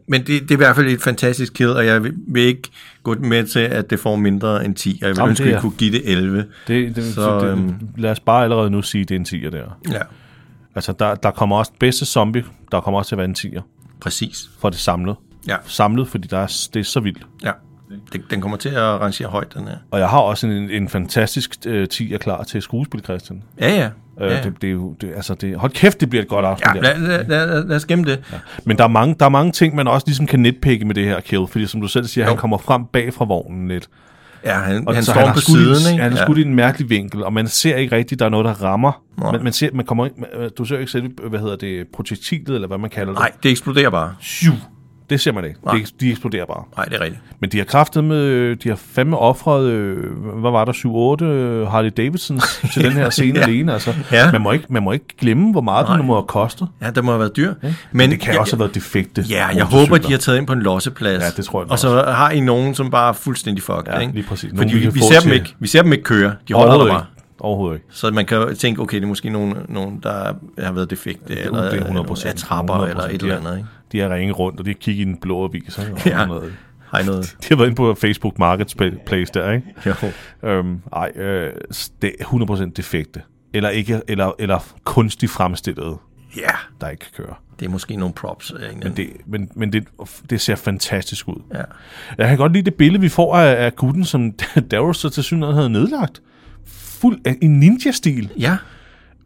Speaker 9: men det, det er i hvert fald et fantastisk kæde, og jeg vil, vil ikke gå med til, at det får mindre end 10, og jeg vil
Speaker 1: Jamen,
Speaker 9: ønske,
Speaker 1: det
Speaker 9: at jeg
Speaker 1: er-
Speaker 9: kunne give det 11.
Speaker 1: det, det,
Speaker 9: Så,
Speaker 1: så, det,
Speaker 9: øhm.
Speaker 1: det lad os bare allerede nu sige, det er en 10'er der.
Speaker 9: Ja,
Speaker 1: Altså, der, der kommer også bedste zombie, der kommer også til at være en 10'er
Speaker 9: præcis.
Speaker 1: for det samlede.
Speaker 9: Ja,
Speaker 1: samlet, fordi der er, det er så vildt.
Speaker 9: ja. Det, den kommer til at rangere højt, den her.
Speaker 1: Og jeg har også en, en fantastisk øh, 10 er klar til skuespil, Christian.
Speaker 9: Ja, ja.
Speaker 1: Øh,
Speaker 9: Ja.
Speaker 1: det, det, er jo, det, altså det, hold kæft, det bliver et godt afsnit.
Speaker 9: Ja,
Speaker 1: der.
Speaker 9: lad, lad, lad, lad os gemme det. Ja.
Speaker 1: Men der er, mange, der er mange ting, man også ligesom kan netpikke med det her Kill, fordi som du selv siger, jo. han kommer frem bag fra vognen lidt.
Speaker 9: Ja, han,
Speaker 1: Og
Speaker 9: han
Speaker 1: så
Speaker 9: står
Speaker 1: har
Speaker 9: på
Speaker 1: skudt i en-
Speaker 9: siden, ikke?
Speaker 1: Han har skudt i en mærkelig vinkel, og man ser ikke rigtigt, der er noget, der rammer.
Speaker 9: Nej.
Speaker 1: Man, man, ser, man kommer ikke, man- du ser ikke selv, hvad hedder det, projektilet, eller hvad man kalder det.
Speaker 9: Nej, det eksploderer bare.
Speaker 1: Shoo! Det ser man ikke.
Speaker 9: Nej.
Speaker 1: De, de eksploderer bare.
Speaker 9: Nej, det er rigtigt.
Speaker 1: Men de har kraftet med, øh, de har fandme offret, øh, hvad var der, 7-8 øh, Harley
Speaker 9: (laughs)
Speaker 1: Davidsons til den her scene
Speaker 9: Ja.
Speaker 1: alene. Altså.
Speaker 9: Ja.
Speaker 1: Man, må ikke, man må ikke glemme, hvor meget den må have kostet.
Speaker 9: Ja, der må have været dyr. Men,
Speaker 1: Det kan
Speaker 9: jeg,
Speaker 1: også have været defekte.
Speaker 9: Ja, jeg
Speaker 1: motorcykler.
Speaker 9: håber, de har taget ind på en losseplads.
Speaker 1: Ja, det tror jeg
Speaker 9: Og så har I nogen, som bare er fuldstændig fucked.
Speaker 1: Ja,
Speaker 9: ikke?
Speaker 1: lige præcis. Nogen,
Speaker 9: Fordi
Speaker 1: vi
Speaker 9: vi,
Speaker 1: kan
Speaker 9: vi,
Speaker 1: få
Speaker 9: ser dem
Speaker 1: til-
Speaker 9: ikke, vi ser dem ikke køre. De holder der
Speaker 1: Overhovedet
Speaker 9: bare.
Speaker 1: ikke. Overhovedet ikke.
Speaker 9: Så man kan tænke, okay, det er måske nogen, nogen der har været defekte,
Speaker 1: er-
Speaker 9: eller
Speaker 1: det er 100%,
Speaker 9: er trapper,
Speaker 1: 100%,
Speaker 9: eller et
Speaker 1: ja.
Speaker 9: eller andet. Ikke?
Speaker 1: De har ringet rundt, og de har kigget i en blå avis.
Speaker 9: (laughs)
Speaker 1: Ikke?
Speaker 9: Ja.
Speaker 1: Og noget.
Speaker 9: Har I noget?
Speaker 1: De har været inde på Facebook Marketplace der, ikke?
Speaker 9: Jo.
Speaker 1: Øhm, ej, øh, det er 100% defekte. Eller, ikke, eller, eller kunstigt fremstillet,
Speaker 9: Ja,
Speaker 1: der ikke kan køre.
Speaker 9: det er måske nogle props. af en eller anden.
Speaker 1: Men, det, men, men det, det ser fantastisk ud.
Speaker 9: Ja.
Speaker 1: Jeg kan godt lide det billede, vi får af, af gutten, som (laughs) Daryl så til synligheden havde nedlagt. Fuld af, i ninja-stil.
Speaker 9: ja,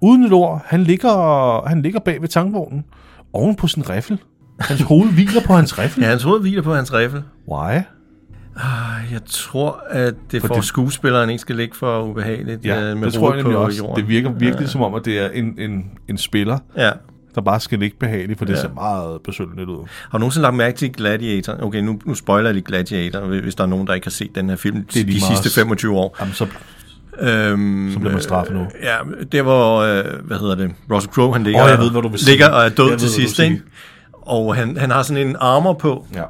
Speaker 1: Uden et ord. Han ligger, han ligger bag ved tankvognen. Oven på sin riffel. Hans hoved hviler på hans riffel.
Speaker 9: ja, hans hoved hviler på hans riffel.
Speaker 1: Why?
Speaker 9: Ej, Jeg tror, at det for, for
Speaker 1: det-
Speaker 9: skuespilleren ikke skal ligge for ubehageligt
Speaker 1: Ja,
Speaker 9: øh,
Speaker 1: det
Speaker 9: med
Speaker 1: tror jeg
Speaker 9: hovedet
Speaker 1: nemlig
Speaker 9: på
Speaker 1: også.
Speaker 9: jorden.
Speaker 1: Det virker virkelig som om, at det er en, en, en spiller,
Speaker 9: Ja.
Speaker 1: der bare skal ligge behageligt, for det
Speaker 9: Ja.
Speaker 1: ser meget besynderligt ud.
Speaker 9: Har du nogensinde lagt mærke til Gladiator? Okay, nu, nu spoiler jeg lige Gladiator, hvis hvis der er nogen, der ikke har set den her film
Speaker 1: er
Speaker 9: de
Speaker 1: lige meget.
Speaker 9: sidste 25 år.
Speaker 1: Jamen, så,
Speaker 9: Øhm,
Speaker 1: så bliver man straffet nu.
Speaker 9: Ja, det var, øh, hvad hedder det, Russell Crowe, han ligger,
Speaker 1: Åh, jeg ved, hvad du vil sige.
Speaker 9: ligger og er død
Speaker 1: Jeg ved, hvad
Speaker 9: til
Speaker 1: du vil
Speaker 9: sidst,
Speaker 1: sige.
Speaker 9: ikke? Og han, han har sådan en armor på,
Speaker 1: Ja.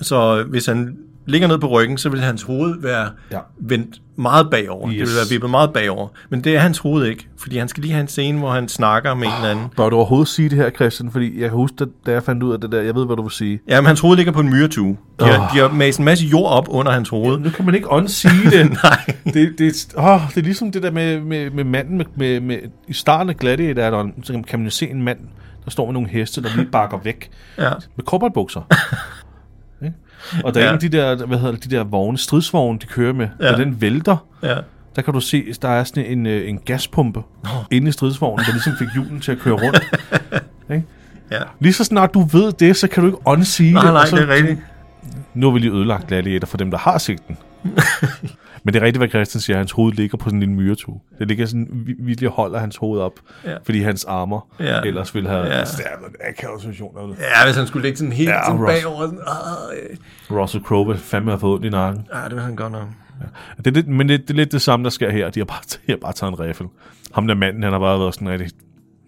Speaker 9: så hvis han ligger ned på ryggen, så vil hans hoved være
Speaker 1: Ja.
Speaker 9: ja. vendt meget bagover. Yes. Det
Speaker 1: Yes.
Speaker 9: vil være vippet meget bagover. Men det er hans hoved ikke, fordi han skal lige have en scene, hvor han snakker med en eller anden.
Speaker 1: Bør du overhovedet sige det her, Christian? Fordi jeg kan huske, da, da jeg fandt ud af det der, jeg ved, hvad du vil sige.
Speaker 9: Ja, men hans hoved ligger på en myretue. De har,
Speaker 1: Åh.
Speaker 9: de har maset en masse jord op under hans hoved.
Speaker 1: Nu kan man ikke åndsige det.
Speaker 9: (laughs) Nej.
Speaker 1: Det, det, åh, det er ligesom det der med, med, med manden med, med, med, i starten af Gladiator, så kan- kan man jo se en mand, der står med nogle heste, der lige bakker væk
Speaker 9: Ja.
Speaker 1: med
Speaker 9: (laughs)
Speaker 1: korporatbukser. Ikke? Og der er
Speaker 9: Ja.
Speaker 1: en af de der, hvad hedder det, de der vogne, stridsvogne, de kører med, ja.
Speaker 9: Ja.
Speaker 1: og den vælter.
Speaker 9: Ja.
Speaker 1: Der kan du se, der er sådan en, øh, en gaspumpe inde i stridsvognen, der ligesom fik hjulen til at køre
Speaker 9: (laughs)
Speaker 1: rundt. Ikke?
Speaker 9: Ja.
Speaker 1: Lige så snart du ved det, så kan du ikke åndsige
Speaker 9: Nej, nej,
Speaker 1: og så,
Speaker 9: det er rigtigt.
Speaker 1: nu har vi lige ødelagt Gladiator for dem, der har set
Speaker 9: (laughs)
Speaker 1: den. Men det er rigtigt, hvad Christian siger. Hans hoved ligger på sådan en lille myretue. Det ligger sådan, vi- virkelig holder hans hoved op, ja.
Speaker 9: Ja.
Speaker 1: fordi hans armer ja.
Speaker 9: Ja.
Speaker 1: ellers ville have... Ja.
Speaker 9: Ja.
Speaker 1: Altså, det er en akavet situation. eller?
Speaker 9: Ja, hvis han skulle ligge sådan helt
Speaker 1: Ja,
Speaker 9: ja, sådan
Speaker 1: Ross.
Speaker 9: bagover. Sådan, "Åh, øh."
Speaker 1: Russell Crowe vil fandme har fået ondt i nakken.
Speaker 9: ja, det var han godt nok.
Speaker 1: Det er lidt, men det, det er lidt det samme, der sker her. De har bare, de har bare taget en riffel. Ham der manden, han har bare været sådan rigtig...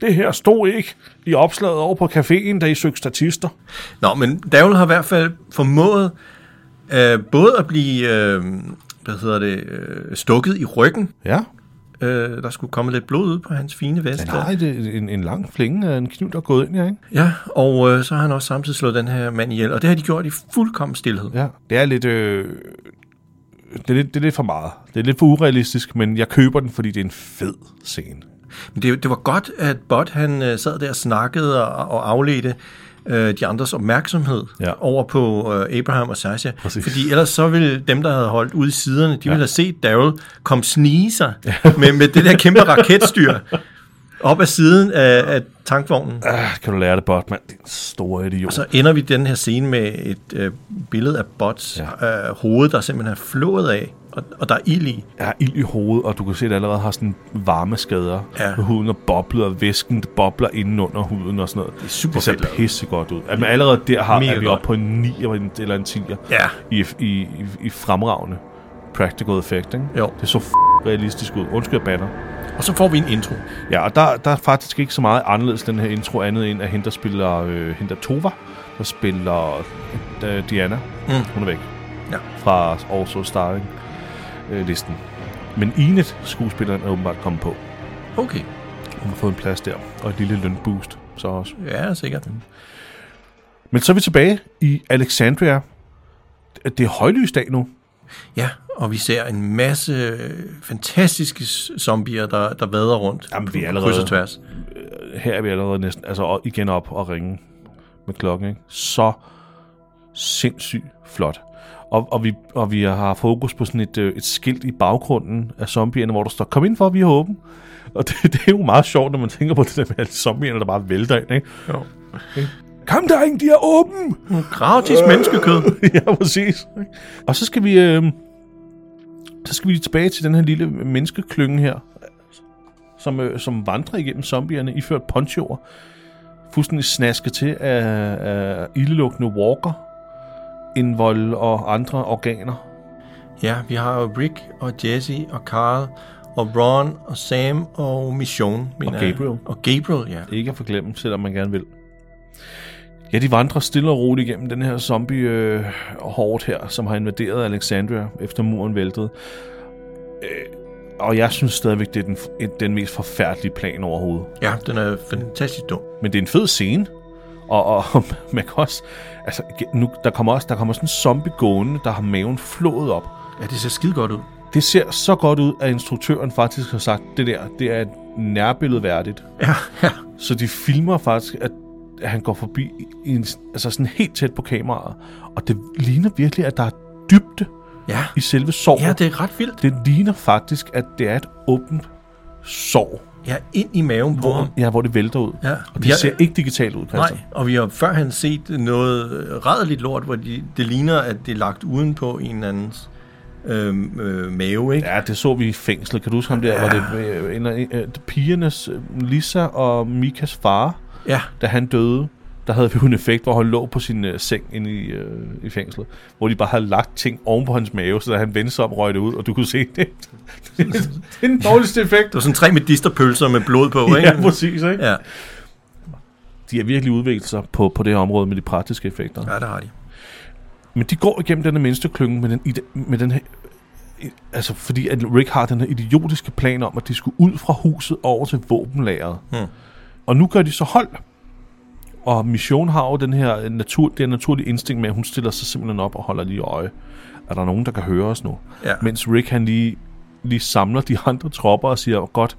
Speaker 1: Det her stod ikke i opslaget over på caféen, da I søgte statister.
Speaker 9: Nå, men Davl har i hvert fald formået øh, både at blive, øh, hvad hedder det, øh, stukket i ryggen.
Speaker 1: Ja,
Speaker 9: Øh, der skulle komme lidt blod ud på hans fine vest.
Speaker 1: han
Speaker 9: der.
Speaker 1: har et, en, en lang flænge af en kniv, der er gået ind her, ikke?
Speaker 9: Ja, og øh, så har han også samtidig slået den her mand ihjel. Og det har de gjort i fuldkommen stillhed.
Speaker 1: Ja, det er lidt... Øh, det, er lidt, det er lidt for meget. Det er lidt for urealistisk, men jeg køber den, fordi det er en fed scene.
Speaker 9: Men det, det var godt, at Bot han øh, sad der og snakkede og, og afledte øh, de andres opmærksomhed
Speaker 1: Ja.
Speaker 9: over på øh, Abraham og Sasha.
Speaker 1: Præcis.
Speaker 9: Fordi ellers så ville dem, der havde holdt ude i siderne, de ville have set Daryl komme snige sig med, med det der kæmpe
Speaker 1: (laughs)
Speaker 9: raketstyr op ad siden af, af tankvognen.
Speaker 1: Ah, kan du lære det, bot, mand? Det er en stor idiot.
Speaker 9: Så ender vi den her scene med et øh, billede af Bots ja. øh, hoved, der simpelthen er flået af, og, og der er ild i.
Speaker 1: Jeg har ild i hovedet, og du kan se, at det allerede har sådan varme skader
Speaker 9: Ja.
Speaker 1: på huden og boblet, og væsken det bobler indenunder huden og sådan noget. Det, er
Speaker 9: super
Speaker 1: det ser
Speaker 9: fedt lavet.
Speaker 1: pissegodt ud. Jamen, allerede der har,
Speaker 9: Mega
Speaker 1: er vi
Speaker 9: godt.
Speaker 1: oppe på en 9 eller en- eller en 10'er
Speaker 9: Ja.
Speaker 1: i, i, i, i fremragende practical effect, ikke?
Speaker 9: Jo.
Speaker 1: Det så f- realistisk ud. Undskyld, jeg batter.
Speaker 9: Og så får vi en intro.
Speaker 1: Ja, og der, der er faktisk ikke så meget anderledes den her intro, andet end at hende, der spiller øh, hende, der Tova, der spiller øh, Diana. Mm. Hun er væk
Speaker 9: Ja.
Speaker 1: fra Also Starring øh, listen. Men Inet, skuespilleren, er åbenbart kommet på.
Speaker 9: Okay.
Speaker 1: Hun har fået en plads der, og et lille lønboost så også.
Speaker 9: Ja, sikkert.
Speaker 1: Men så er vi tilbage i Alexandria. Det er højlysdag nu.
Speaker 9: Ja, og vi ser en masse øh, fantastiske s- zombier, der, der vader rundt.
Speaker 1: Jamen, vi er
Speaker 9: på
Speaker 1: allerede-
Speaker 9: Kryds og tværs.
Speaker 1: Her er vi allerede næsten, altså og igen op og ringe med klokken. Ikke? Så sindssygt flot. Og, og, vi, og vi har fokus på sådan et, øh, et skilt i baggrunden af zombierne, hvor der står, kom ind for, vi har åben. Og det, det er jo meget sjovt, når man tænker på det der med alle zombierne, der bare vælter ind, ikke?
Speaker 9: Jo.
Speaker 1: Kom derind, de er åben!
Speaker 9: Gratis menneskekød.
Speaker 1: (laughs) ja, præcis. Og så skal vi... Øh, så skal vi lige tilbage til den her lille menneskeklynge her, som, øh, som vandrer igennem zombierne, iført ponchoer, fuldstændig snasket til af, af ildelugtende walker, indvold og andre organer.
Speaker 9: Ja, vi har jo Rick og Jesse og Carl og Ron og Sam og Mission, mener
Speaker 1: Og
Speaker 9: jeg.
Speaker 1: Gabriel.
Speaker 9: Og Gabriel, ja.
Speaker 1: Ikke at forglemme, selvom man gerne vil. Ja, de vandrer stille og roligt igennem den her zombie øh, hårdt her, som har invaderet Alexandria, efter muren væltede. Øh, og jeg synes stadigvæk, det er den, et- den mest forfærdelige plan overhovedet.
Speaker 9: Ja, den er fantastisk dum.
Speaker 1: Men det er en fed scene. Og, og (laughs) man kan også... Altså, igen, nu, der, kommer også, der kommer sådan en zombie gående, der har maven flået op.
Speaker 9: Ja, det ser skide godt ud.
Speaker 1: Det ser så godt ud, at instruktøren faktisk har sagt, det der, det er et nærbillede værdigt.
Speaker 9: Ja, (laughs) ja.
Speaker 1: Så de filmer faktisk, at at han går forbi, i en, altså sådan helt tæt på kameraet. Og det ligner virkelig, at der er dybde
Speaker 9: Ja,
Speaker 1: i selve såret.
Speaker 9: ja det er ret vildt.
Speaker 1: det ligner faktisk, at det er et åbent sår,
Speaker 9: Ja, ind i maven på ham.
Speaker 1: ja, hvor det vælter ud.
Speaker 9: Ja.
Speaker 1: Og det
Speaker 9: Ja.
Speaker 1: ser ikke digitalt ud, Christian.
Speaker 9: Nej, og vi har førhen set noget øh, rædeligt lort, hvor de, det ligner, at det er lagt udenpå en eller andens øhm, øh, mave, ikke?
Speaker 1: Ja, det så vi i fængslet. Kan du huske ham der? Ja. Var det øh, en, af- øh, pigernes, øh, Lisa og Mikas far,
Speaker 9: Ja,
Speaker 1: da han døde, der havde vi jo en effekt, hvor han lå på sin øh, seng inde i, øh, i fængslet, hvor de bare havde lagt ting oven på hans mave, så da han vendte sig om, røg det ud, og du kunne se det. (laughs) det er den dårligste
Speaker 9: det
Speaker 1: effekt.
Speaker 9: var sådan tre medisterpølser med blod på, ikke?
Speaker 1: (laughs) Ja, præcis. Ikke?
Speaker 9: ja.
Speaker 1: De har virkelig udviklet sig på, på det her område med de praktiske effekter.
Speaker 9: ja, det har de.
Speaker 1: Men de går igennem den her mindste klynge med den, ide- med den her... i- Altså, fordi at Rick har den her idiotiske plan om, at de skulle ud fra huset over til våbenlageret. Hmm. Og nu gør de så hold. Og Mission har jo den her natur, det her naturlige instinkt med, at hun stiller sig simpelthen op og holder lige øje. Er der nogen, der kan høre os nu?
Speaker 9: Ja.
Speaker 1: Mens Rick han lige, lige samler de andre tropper og siger, godt,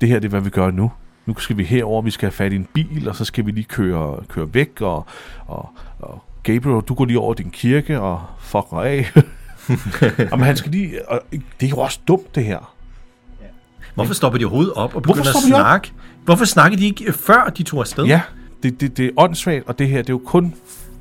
Speaker 1: det her det er, hvad vi gør nu. Nu skal vi herover, vi skal have fat i en bil, og så skal vi lige køre, køre væk, og, og, og Gabriel, du går lige over din kirke og fucker af. Jamen, han skal lige, og det er jo også dumt, det her.
Speaker 9: Hvorfor stopper de overhovedet op og begynder at
Speaker 1: stopper de op?
Speaker 9: snakke? Hvorfor snakkede de ikke øh, før de tog afsted?
Speaker 1: Ja, det, det, det er åndssvagt, og det her, det er jo kun...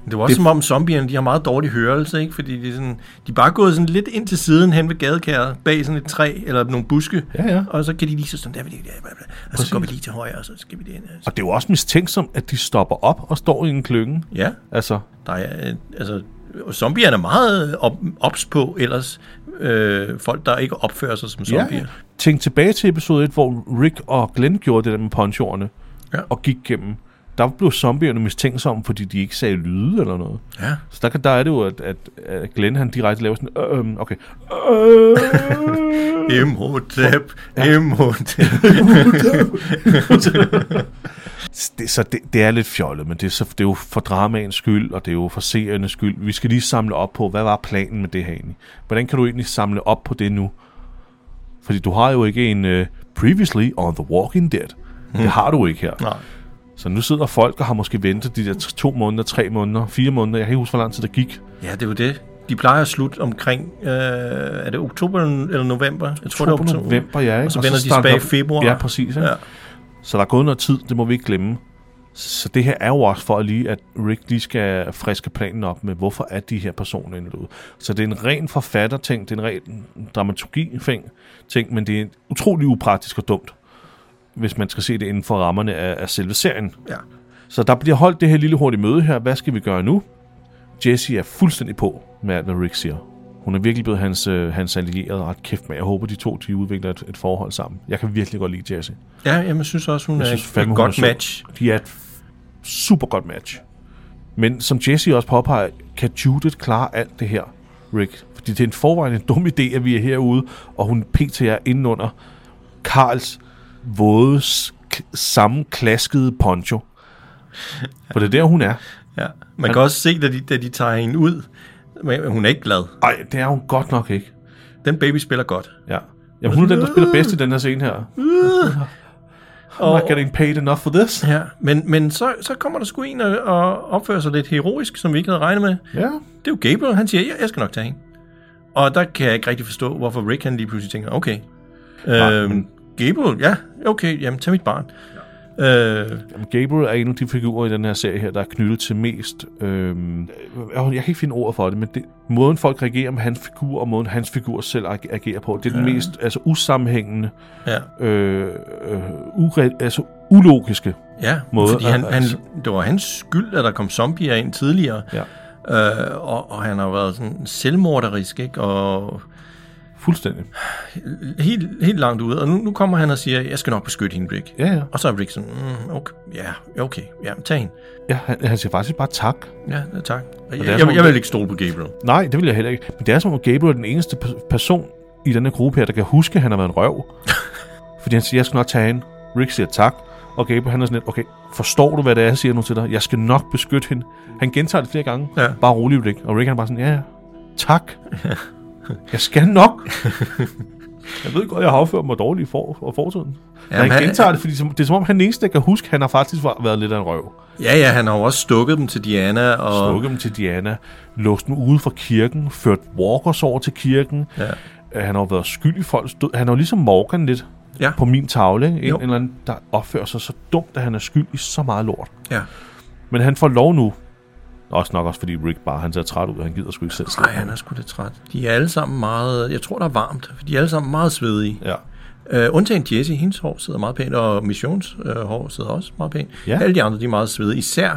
Speaker 9: Det var også det... som om zombierne, de har meget dårlig hørelse, ikke? Fordi de, er sådan, de er bare gået sådan lidt ind til siden hen ved gadekæret, bag sådan et træ eller nogle buske.
Speaker 1: Ja, ja.
Speaker 9: Og så kan de lige så sådan der, vi lige der, bla, bla. og så går vi lige til højre, og så skal vi det ind.
Speaker 1: Og det er jo også mistænksomt, at de stopper op og står i en klynge.
Speaker 9: Ja,
Speaker 1: Altså,
Speaker 9: der er, øh, altså, og zombierne er meget øh, op, ops på ellers. Øh, folk, der ikke opfører sig som zombier.
Speaker 1: Tænk tilbage til episode 1, hvor Rick og Glenn gjorde det der med ponchoerne
Speaker 9: Ja.
Speaker 1: og gik gennem. Der blev zombierne mistænksomme, fordi de ikke sagde lyde eller noget.
Speaker 9: Ja. ja.
Speaker 1: Så der, kan, der er det jo, at, at, at Glenn han direkte laver sådan, øh, øhm,
Speaker 9: (laughs)
Speaker 1: okay, øh,
Speaker 9: Imhotep,
Speaker 1: (laughs)
Speaker 9: Imhotep.
Speaker 1: det, så det, det er lidt fjollet, men det er, så, det er jo for dramaens skyld, og det er jo for seernes skyld. Vi skal lige samle op på, hvad var planen med det her egentlig? Hvordan kan du egentlig samle op på det nu? Fordi du har jo ikke en uh, previously on The Walking Dead. Det har du ikke her.
Speaker 9: Hmm. Nej.
Speaker 1: Så nu sidder folk og har måske ventet de der t- to måneder, tre måneder, fire måneder. Jeg kan ikke huske, hvor lang tid der gik.
Speaker 9: Ja, det er jo det. De plejer at slutte omkring, øh, er det oktober eller november? Jeg tror,
Speaker 1: Oktober,
Speaker 9: det er oktober.
Speaker 1: november, ja. Ikke?
Speaker 9: Og så vender de
Speaker 1: starter
Speaker 9: tilbage i
Speaker 1: der-
Speaker 9: februar.
Speaker 1: Ja, præcis. Ikke?
Speaker 9: Ja.
Speaker 1: Ja. Så der er gået noget tid, det må vi ikke glemme. Så det her er jo også for at lige, at Rick lige skal friske planen op med, hvorfor er de her personer inde derude. Så det er en ren forfatterting, det er en ren dramaturgi-ting, ting, men det er utrolig upraktisk og dumt, hvis man skal se det inden for rammerne af, af selve serien.
Speaker 9: Ja.
Speaker 1: Så der bliver holdt det her lille hurtige møde her. Hvad skal vi gøre nu? Jesse er fuldstændig på med alt, hvad Rick siger. Hun er virkelig blevet hans, øh, hans allierede ret kæft med. Jeg håber, de to de udvikler et, et forhold sammen. Jeg kan virkelig godt lide Jesse.
Speaker 9: Ja, jamen, jeg synes også, hun
Speaker 1: Jeg
Speaker 9: er
Speaker 1: synes
Speaker 9: et-
Speaker 1: fandme, hun
Speaker 9: et
Speaker 1: er
Speaker 9: godt
Speaker 1: sød.
Speaker 9: match.
Speaker 1: De er et f- super godt match. Men som Jesse også påpeger, kan Judith klare alt det her, Rick? Fordi det er en forvejen en dum idé, at vi er herude, og hun pt. er inde under Karls våde, sk- sammenklaskede poncho. For det er der, hun er.
Speaker 9: Ja. Man kan også se, da de, da de tager hende ud, men hun er ikke glad.
Speaker 1: Ej, det er hun godt nok ikke.
Speaker 9: Den baby spiller godt.
Speaker 1: Ja. Jamen, hun er den, der spiller bedst i den her scene her. I'm not getting paid enough for this.
Speaker 9: Ja, men, men så, så kommer der sgu en og, og opfører sig lidt heroisk, som vi ikke havde regnet med.
Speaker 1: Ja.
Speaker 9: Det er jo Gabriel, han siger, jeg, jeg skal nok tage hende. Og der kan jeg ikke rigtig forstå, hvorfor Rick han lige pludselig tænker, okay. Øhm, Gabriel, ja, okay, jamen tag mit barn. Ja. Øh,
Speaker 1: Jamen, Gabriel er en af de figurer i den her serie her, der er knyttet til mest... Øhm, jeg, jeg kan ikke finde ord for det, men det, måden folk reagerer med hans figur, og måden hans figur selv ag- agerer på, det er den mest altså, usammenhængende,
Speaker 9: ja,
Speaker 1: øh, øh, ure, altså ulogiske.
Speaker 9: ja
Speaker 1: Måde
Speaker 9: måde, fordi han,
Speaker 1: at-
Speaker 9: han,
Speaker 1: altså-
Speaker 9: det var hans skyld, at der kom zombier ind tidligere.
Speaker 1: Ja.
Speaker 9: Øh, og, og han har været sådan selvmorderisk, ikke? Og
Speaker 1: Fuldstændig.
Speaker 9: helt, helt langt ude. Og nu, nu kommer han og siger, jeg skal nok beskytte hende, Rick.
Speaker 1: Ja, ja.
Speaker 9: Og så er Rick sådan, mm, okay, ja, okay, ja, tag hende.
Speaker 1: ja han, han siger faktisk bare tak.
Speaker 9: Ja, ja, tak. Jeg,
Speaker 1: er
Speaker 9: jeg,
Speaker 1: som om-
Speaker 9: jeg, vil ikke stole på Gabriel.
Speaker 1: Nej, det vil jeg heller ikke. Men det er som om Gabriel er den eneste pe- person i denne gruppe her, der kan huske, at han har været en
Speaker 9: (laughs)
Speaker 1: røv. Fordi han siger, jeg skal nok tage hende. Rick siger tak. Og Gabriel han er sådan lidt, okay, forstår du, hvad det er, jeg siger nu til dig? Jeg skal nok beskytte hende. Han gentager det flere gange.
Speaker 9: Ja.
Speaker 1: Bare rolig, Rick. Og Rick han er bare sådan, ja, ja,
Speaker 9: (laughs)
Speaker 1: tak. jeg skal nok. jeg ved godt, jeg har opført mig dårligt i for, og fortiden. Ja,
Speaker 9: Jamen,
Speaker 1: men han
Speaker 9: han-
Speaker 1: gentager det, fordi som- det er som om, han er den eneste, der kan huske, at han har faktisk var- været lidt af en røv.
Speaker 9: Ja, ja, han har jo også stukket dem til Diana, og
Speaker 1: Stukket dem til Diana, låst dem ude fra kirken, ført walkers over til kirken.
Speaker 9: Ja.
Speaker 1: Øh, Han har jo været skyld i folks død. Han er jo ligesom Morgan lidt
Speaker 9: Ja.
Speaker 1: på min tavle. ikke?
Speaker 9: Jo.
Speaker 1: En eller anden, der opfører sig så dumt, at han er skyld i så meget lort.
Speaker 9: ja.
Speaker 1: Men han får lov nu. Også nok også, fordi Rick bare han ser træt ud. Han gider sgu ikke selv
Speaker 9: Nej,
Speaker 1: slippe.
Speaker 9: han er sgu da træt. De er alle sammen meget, jeg tror, der er varmt, for de er alle sammen meget svedige.
Speaker 1: Ja.
Speaker 9: Øh, undtagen Jesse, hendes hår sidder meget pænt, og Missions øh, hår sidder også meget pænt.
Speaker 1: Ja.
Speaker 9: Ja. Alle de andre, de er meget svedige, især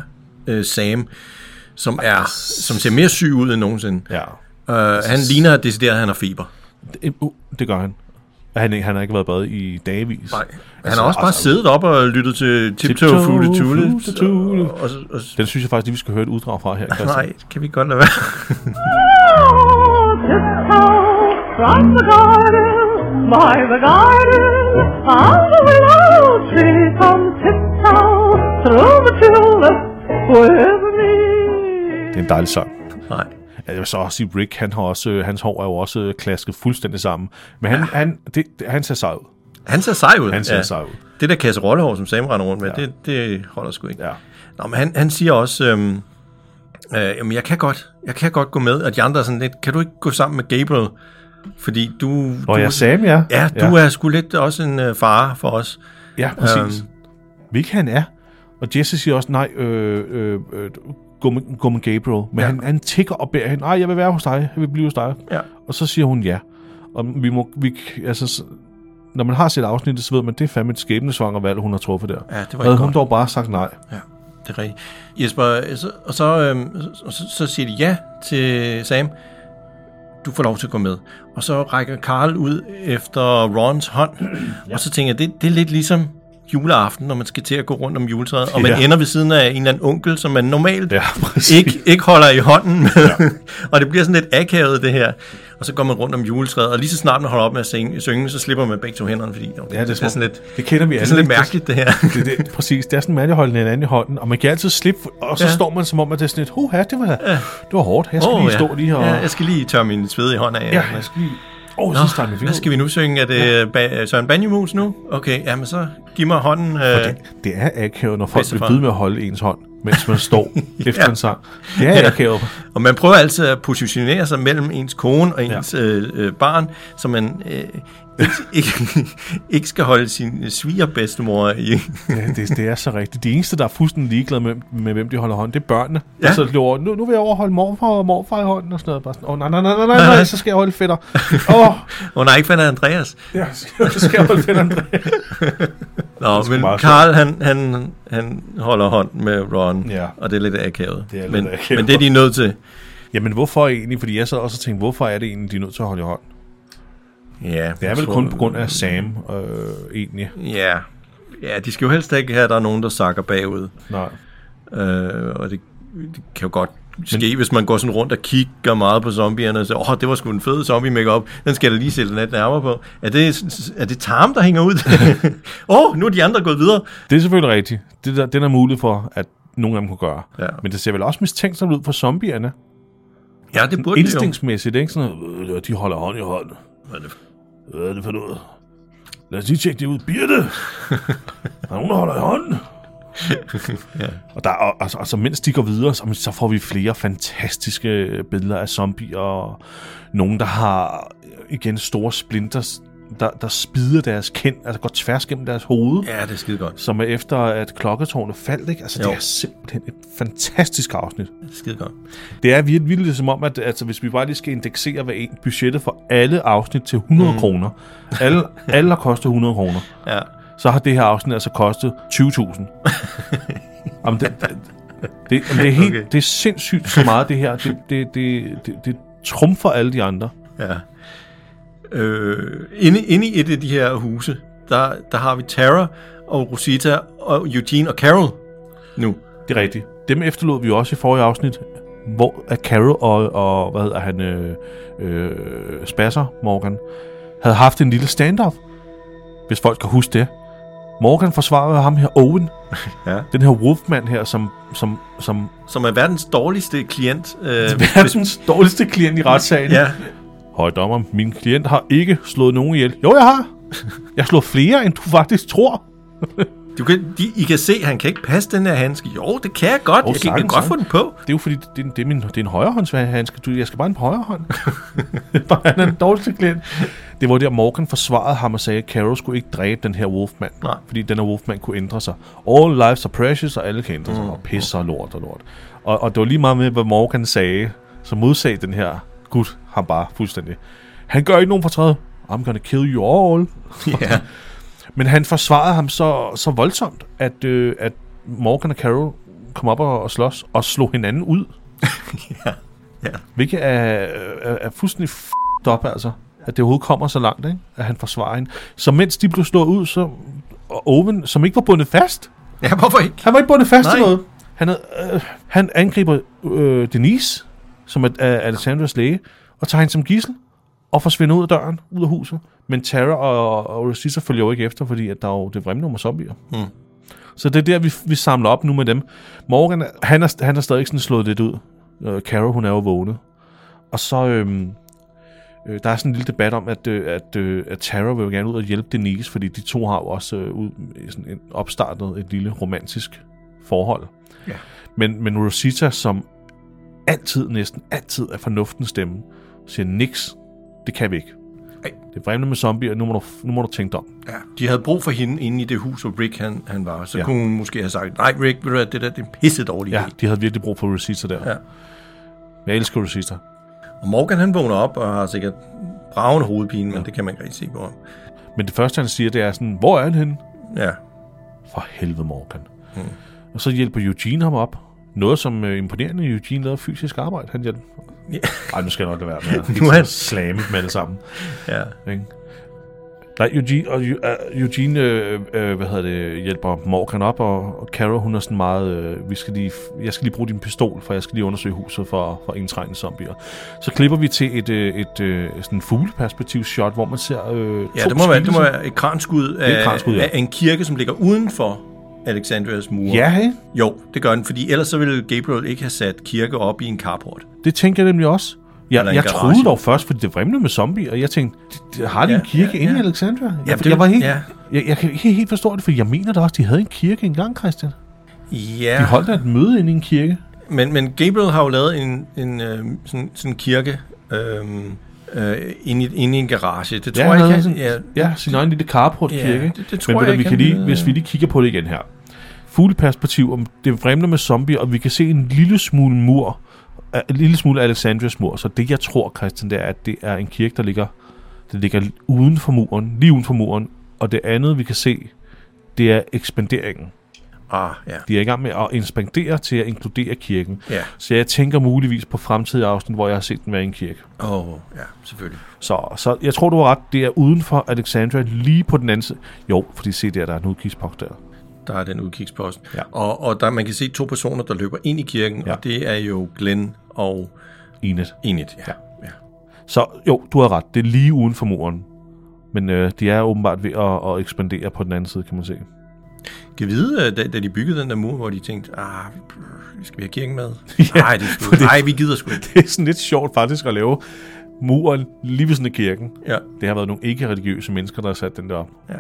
Speaker 9: øh, Sam, som, er, som ser mere syg ud end nogensinde.
Speaker 1: ja.
Speaker 9: Øh, han ligner decideret, at han har feber.
Speaker 1: Det, uh, det gør han. Han, ikke- han har ikke været badet i dagevis.
Speaker 9: Nej. Han har også bare siddet op og lyttet til Tiptoe
Speaker 1: Altså, Tiptoe
Speaker 9: Through the
Speaker 1: Through the
Speaker 9: Tulips.
Speaker 1: Tulips.
Speaker 9: og- og- og-
Speaker 1: Den synes jeg faktisk, lige, vi skal høre et uddrag fra her, Christian.
Speaker 9: Nej, kan vi godt lade være. (laughs)
Speaker 7: Oh, tiptoe from the garden, by the garden, on the willow tree, come tiptoe through the tulip with me.
Speaker 1: Det er en dejlig sang.
Speaker 9: Nej.
Speaker 1: Altså, Jeg vil så også sige, Rick, han har også, øh, hans hår er jo også øh, klasket fuldstændig sammen. Men han, ja. han, det, det, han ser sej ud.
Speaker 9: Han ser sej ud.
Speaker 1: Han ser sej ud.
Speaker 9: Det der kasserollehår, som Sam render rundt med, ja. det, det holder sgu ikke.
Speaker 1: Ja.
Speaker 9: Nå, men han, han siger også, øhm, øh, jamen, jeg kan godt, jeg kan godt gå med, og de andre er sådan lidt, kan du ikke gå sammen med Gabriel? Fordi du...
Speaker 1: Og
Speaker 9: du
Speaker 1: jeg Sam, ja.
Speaker 9: Ja, du ja. er sgu lidt også en øh, fare for os.
Speaker 1: Ja, præcis. Øhm. Hvilket han er. Og Jesse siger også, nej, øh, øh, øh, gå, med, gå med Gabriel. Men ja.
Speaker 9: Ja.
Speaker 1: han, han tigger og beder hende, nej, jeg vil være hos dig, jeg vil blive hos dig.
Speaker 9: Ja.
Speaker 1: Og så siger hun ja. Og vi må, vi, altså, s- når man har set afsnittet, så ved man, det er fandme et skæbnesvanger valg, hun har truffet der.
Speaker 9: Ja, det var
Speaker 1: Havde
Speaker 9: ikke
Speaker 1: hun
Speaker 9: godt.
Speaker 1: dog bare sagt nej.
Speaker 9: Ja, det er rigtigt. Jesper, øh, så, og så, øhm, så, så, så siger de ja til Sam. Du får lov til at gå med. Og så rækker Karl ud efter Rons hånd. ja. Og så tænker jeg, det, det er lidt ligesom juleaften, når man skal til at gå rundt om juletræet, og man
Speaker 1: Ja.
Speaker 9: ender ved siden af en eller anden onkel, som man normalt
Speaker 1: Ja, præcis.
Speaker 9: ikke, ikke holder i hånden med. Ja. (laughs) og det bliver sådan lidt akavet, det her. Og så går man rundt om juletræet, og lige så snart man holder op med at synge, synge så slipper man begge to hænderne, fordi jo,
Speaker 1: Ja, det er,
Speaker 9: sådan lidt,
Speaker 1: Det kender vi
Speaker 9: det er
Speaker 1: alle.
Speaker 9: sådan lidt
Speaker 1: ikke? (laughs)
Speaker 9: mærkeligt, det her.
Speaker 1: Det, det, præcis, det er sådan, at man holder hinanden i hånden, og man kan altid slippe, og så ja.
Speaker 9: Ja.
Speaker 1: står man som om, at det er sådan et, huha, det var, det var hårdt, jeg skal
Speaker 9: Åh,
Speaker 1: oh, lige stå ja. lige her.
Speaker 9: Ja, jeg skal lige tørre min svedige hånd af.
Speaker 1: ja, jeg skal lige... Åh, oh,
Speaker 9: Nå,
Speaker 1: så starter min
Speaker 9: hvad skal vi nu synge? Er det øh, ba- Søren Banjemus nu? Okay, jamen så giv mig hånden. Øh,
Speaker 1: Det, det er akavet, når folk bliver
Speaker 9: Bedstefar.
Speaker 1: ved med at holde ens hånd, mens man står efter
Speaker 9: (laughs) Ja.
Speaker 1: en sang. Det er
Speaker 9: Ja.
Speaker 1: akavet.
Speaker 9: og man prøver altid at positionere sig mellem ens kone og
Speaker 1: Ja.
Speaker 9: ens øh, øh, barn, så man øh, ikke, (laughs) ikke, ikke skal holde sin svigerbedstemor i.
Speaker 1: Ja, det, det er så rigtigt. De eneste, der er fuldstændig ligeglade med, med hvem de holder hånd, det er børnene. Ja.
Speaker 9: Ja.
Speaker 1: Og så løber, nu, nu vil jeg overholde morfar og morfar i hånden og sådan noget. Bare sådan, åh, oh, nej, nej, nej, nej, nej, nej, så skal jeg holde fætter. Åh, oh,
Speaker 9: Og nej, ikke fandt Andreas.
Speaker 1: ja, så skal jeg holde fætter,
Speaker 9: (laughs)
Speaker 1: Andrea.
Speaker 9: Nå,
Speaker 1: sgu
Speaker 9: men
Speaker 1: meget
Speaker 9: Karl, han, han, han holder hånd med Ron,
Speaker 1: Ja.
Speaker 9: og det er lidt akavet.
Speaker 1: Det er lidt
Speaker 9: men,
Speaker 1: akavet.
Speaker 9: men det er de nødt til.
Speaker 1: Jamen, hvorfor egentlig? Fordi jeg sad også og tænkte, hvorfor er det egentlig, de er nødt til at holde i hånd?
Speaker 9: Ja,
Speaker 1: Det er
Speaker 9: jeg
Speaker 1: vel
Speaker 9: tror-
Speaker 1: kun på grund af Sam, øh, egentlig.
Speaker 9: Ja. Ja, de skal jo helst ikke have, at der er nogen, der sakker bagud.
Speaker 1: Nej.
Speaker 9: Øh, og det, det kan jo godt ske, Men, hvis man går sådan rundt og kigger meget på zombierne, og så, åh, det var sgu en fed zombie makeup den skal jeg da lige sætte lidt nærmere på. Er det, er det tarm, der hænger ud? (laughs) åh, oh, nu er de andre gået videre.
Speaker 1: Det er selvfølgelig rigtigt. Det der, den er muligt for, at nogle af dem kunne gøre.
Speaker 9: Ja.
Speaker 1: Men det ser vel også mistænksomt ud for zombierne.
Speaker 9: Ja, det burde det jo.
Speaker 1: Instinktsmæssigt, ikke? Sådan, øh, de holder hånd i hånd.
Speaker 9: Hvad er det for-
Speaker 1: Hvad er det for noget? Lad os lige tjekke det ud. Birte! Der er nogen, der holder i hånden. og, der, og, og, og, så mens de går videre, så, så får vi flere fantastiske billeder af zombier, og nogen, der har øh, igen store splinter, der, der spider deres kind, altså går tværs gennem deres hoved,
Speaker 9: Ja, det er skide godt.
Speaker 1: som er efter, at klokketårnet faldt, ikke? Altså, jo.
Speaker 9: Jo.
Speaker 1: det er simpelthen et fantastisk afsnit.
Speaker 9: Skide godt.
Speaker 1: Det er virkelig, virkelig som om, at altså, hvis vi bare lige skal indeksere hvad en budgettet for alle afsnit til 100 mm. kroner, alle, alle har kostet 100 kroner,
Speaker 9: Ja.
Speaker 1: så har det her afsnit altså kostet 20.000. Jamen, det, det, det, jamen, det, er helt,
Speaker 9: Okay.
Speaker 1: okay. det er sindssygt så meget, det her. Det, det, det, det, det trumfer alle de andre.
Speaker 9: Ja. Øh, inde, inde i et af de her huse, der, der har vi Tara og Rosita og Eugene og Carol nu.
Speaker 1: Det er rigtigt. Dem efterlod vi jo også i forrige afsnit, hvor at Carol og, og hvad hedder han, øh, øh, Spasser, Morgan, havde haft en lille standoff, hvis folk kan huske det. Morgan forsvarede ham her, Owen,
Speaker 9: (laughs) Ja.
Speaker 1: den her wolfman her, som, som, som
Speaker 9: Som er verdens dårligste klient. Øh,
Speaker 1: (laughs) verdens dårligste klient i retssagen.
Speaker 9: Ja,
Speaker 1: Høj dommer, min klient har ikke slået nogen ihjel. Jo, jeg har. Jeg har slået flere, end du faktisk tror.
Speaker 9: du kan, de, I kan se, han kan ikke passe den her handske. Jo, det kan jeg godt.
Speaker 1: Jo,
Speaker 9: jeg kan jeg kan
Speaker 1: sagtens,
Speaker 9: godt få den på.
Speaker 1: Det er jo fordi, det, det, er- det, er, min, det er en højrehåndshandske. Du, jeg skal bare have den på højre hånd. (laughs) Bare han er den dårligste klient. Det var der, Morgan forsvarede ham og sagde, at Carol skulle ikke dræbe den her Wolfman.
Speaker 9: Nej.
Speaker 1: Fordi den her Wolfman kunne ændre sig. All lives are precious, og alle kan ændre sig. Og pisser og lort og lort. Og, og det var lige meget med, hvad Morgan sagde, så modsagde den her gut ham bare fuldstændig. Han gør ikke nogen fortræd. I'm gonna kill you all.
Speaker 9: Ja.
Speaker 1: Men han forsvarede ham så, så voldsomt, at, øh, at Morgan og Carol kom op og, og slås og slog hinanden ud.
Speaker 9: (laughs) ja.
Speaker 1: Hvilket er, er, er fuldstændig f***ed op, altså. At det overhovedet kommer så langt, ikke? at han forsvarer hende. Så mens de blev slået ud, så og Owen, som ikke var bundet fast,
Speaker 9: ja, hvorfor ikke?
Speaker 1: han var ikke bundet fast til
Speaker 9: Nej.
Speaker 1: noget. Han, havde, øh, han angriber øh, Denise, som er, er Alessandras læge, og tager hende som gissel og forsvinder ud af døren, ud af huset. Men Tara og, og Rosita følger jo ikke efter, fordi at der er jo det vrimler med zombier. Mm. Så det er der, vi, vi samler op nu med dem. Morgan, er- han er, han er stadig sådan slået lidt ud. Øh, Carol, hun er jo vågnet. Og så, øhm, øh, der er sådan en lille debat om, at, øh, at, øh, at Tara vil jo gerne ud og hjælpe Denise, fordi de to har jo også øh, ud, sådan en, opstartet et lille romantisk forhold.
Speaker 9: Ja.
Speaker 1: Men, men Rosita, som altid, næsten altid er fornuftens stemme, siger niks, det kan vi ikke.
Speaker 9: Ej.
Speaker 1: Det er vrimlet med zombier, nu må, du, nu må du tænke dig om.
Speaker 9: Ja. De havde brug for hende inde i det hus, hvor Rick han, han var. Så
Speaker 1: Ja.
Speaker 9: ja. kunne hun måske have sagt, nej Rick, ved du hvad, det der det er en pisse dårlig
Speaker 1: Ja,
Speaker 9: idé.
Speaker 1: de havde virkelig brug for Rosita der.
Speaker 9: Ja.
Speaker 1: Jeg elsker Rosita.
Speaker 9: Og Morgan han vågner op og har sikkert bravende hovedpine, ja. men det kan man ikke rigtig se på ham.
Speaker 1: Men det første, han siger, det er sådan, hvor er han henne?
Speaker 9: Ja,
Speaker 1: For helvede, Morgan. Mm. Og så hjælper Eugene ham op. Noget, som øh, imponerende Eugene lavede fysisk arbejde. Han hjælper.
Speaker 9: Ja.
Speaker 1: (laughs) Ej, nu skal jeg nok lade være med
Speaker 9: (laughs) Nu er
Speaker 1: at
Speaker 9: han-
Speaker 1: slamme dem alle sammen.
Speaker 9: ja.
Speaker 1: Ikke? Nej, Eugene, og, Eu- øh, Eugene øh, øh, hvad hedder det, hjælper Morgan op, og, og Carol, hun er sådan meget, øh, vi skal lige, jeg skal lige bruge din pistol, for jeg skal lige undersøge huset for, for indtrængende zombier. Så klipper vi til et, øh, et øh, sådan fugleperspektiv-shot, hvor man ser øh,
Speaker 9: ja
Speaker 1: to
Speaker 9: det, må være, det må
Speaker 1: skikkelser.
Speaker 9: være et kranskud,
Speaker 1: er et
Speaker 9: af,
Speaker 1: kranskud, ja.
Speaker 9: af en kirke, som ligger uden for Alexandrias mure.
Speaker 1: Ja, hey.
Speaker 9: Jo, det gør den, fordi ellers så ville Gabriel ikke have sat kirke op i en carport.
Speaker 1: Det tænkte jeg nemlig også. Jeg,
Speaker 9: Eller en
Speaker 1: jeg
Speaker 9: garage.
Speaker 1: troede dog først, fordi det vrimlede med zombier, og jeg tænkte, "Det- det- har de ja, en
Speaker 9: Ja,
Speaker 1: kirke
Speaker 9: ja,
Speaker 1: inde i
Speaker 9: ja.
Speaker 1: Alexandria? Ja, jeg,
Speaker 9: det-
Speaker 1: jeg, var helt, ja.
Speaker 9: ja.
Speaker 1: jeg, jeg kan ikke helt forstå det, for jeg mener da også, de havde en kirke engang, Christian.
Speaker 9: Ja,
Speaker 1: De holdt da et møde inde i en kirke.
Speaker 9: men, men Gabriel har jo lavet en, en øh, sådan, sådan en kirke øh, øh, inde, i, inde i en garage. Det tror
Speaker 1: han
Speaker 9: jeg
Speaker 1: havde
Speaker 9: ikke, han,
Speaker 1: sådan-
Speaker 9: ja,
Speaker 1: Ja, sin egen lille carport-kirke.
Speaker 9: Ja,
Speaker 1: ikke?
Speaker 9: det- det tror
Speaker 1: Men ved
Speaker 9: jeg
Speaker 1: du, vi
Speaker 9: ikke,
Speaker 1: kan
Speaker 9: han
Speaker 1: lige,
Speaker 9: havde.
Speaker 1: hvis vi lige kigger på det igen her. Fugleperspektiv, om det vrimler med zombier, og vi kan se en lille smule mur, en lille smule Alexandrias mur. Så det, jeg tror, Christian, det er, at det er en kirke, der ligger, der ligger uden for muren, lige uden for muren. Og det andet, vi kan se, det er ekspanderingen.
Speaker 9: Ah, ja.
Speaker 1: De er i gang med at ekspandere til at inkludere kirken.
Speaker 9: Ja.
Speaker 1: Så jeg tænker muligvis på fremtidige afsnit, hvor jeg har set den være i en kirke.
Speaker 9: Åh, oh, ja, selvfølgelig.
Speaker 1: Så, så jeg tror, du har ret. Det er uden for Alexandria, lige på den anden side. Jo, fordi se der, der er en udkigspost der.
Speaker 9: Der er den udkigspost.
Speaker 1: Ja.
Speaker 9: Og, og der man kan se to personer, der løber ind i kirken,
Speaker 1: Ja.
Speaker 9: ja. og det er jo Glenn og
Speaker 1: Enet.
Speaker 9: Enid. Ja. ja.
Speaker 1: Så jo, du har ret. Det er lige uden for muren. Men øh, de er åbenbart ved at, at ekspandere på den anden side, kan man se. (laughs)
Speaker 9: Kan vide, øh, da, da de byggede den der mur, hvor de tænkte, ah,
Speaker 1: (laughs)
Speaker 9: vi- skal vi have kirken med? Nej, det er sgu- nej, vi gider sgu ikke.
Speaker 1: Det er sådan lidt sjovt faktisk at lave muren lige ved sådan en kirken.
Speaker 9: Ja.
Speaker 1: Det har været nogle ikke-religiøse mennesker, der har sat den der op.
Speaker 9: ja.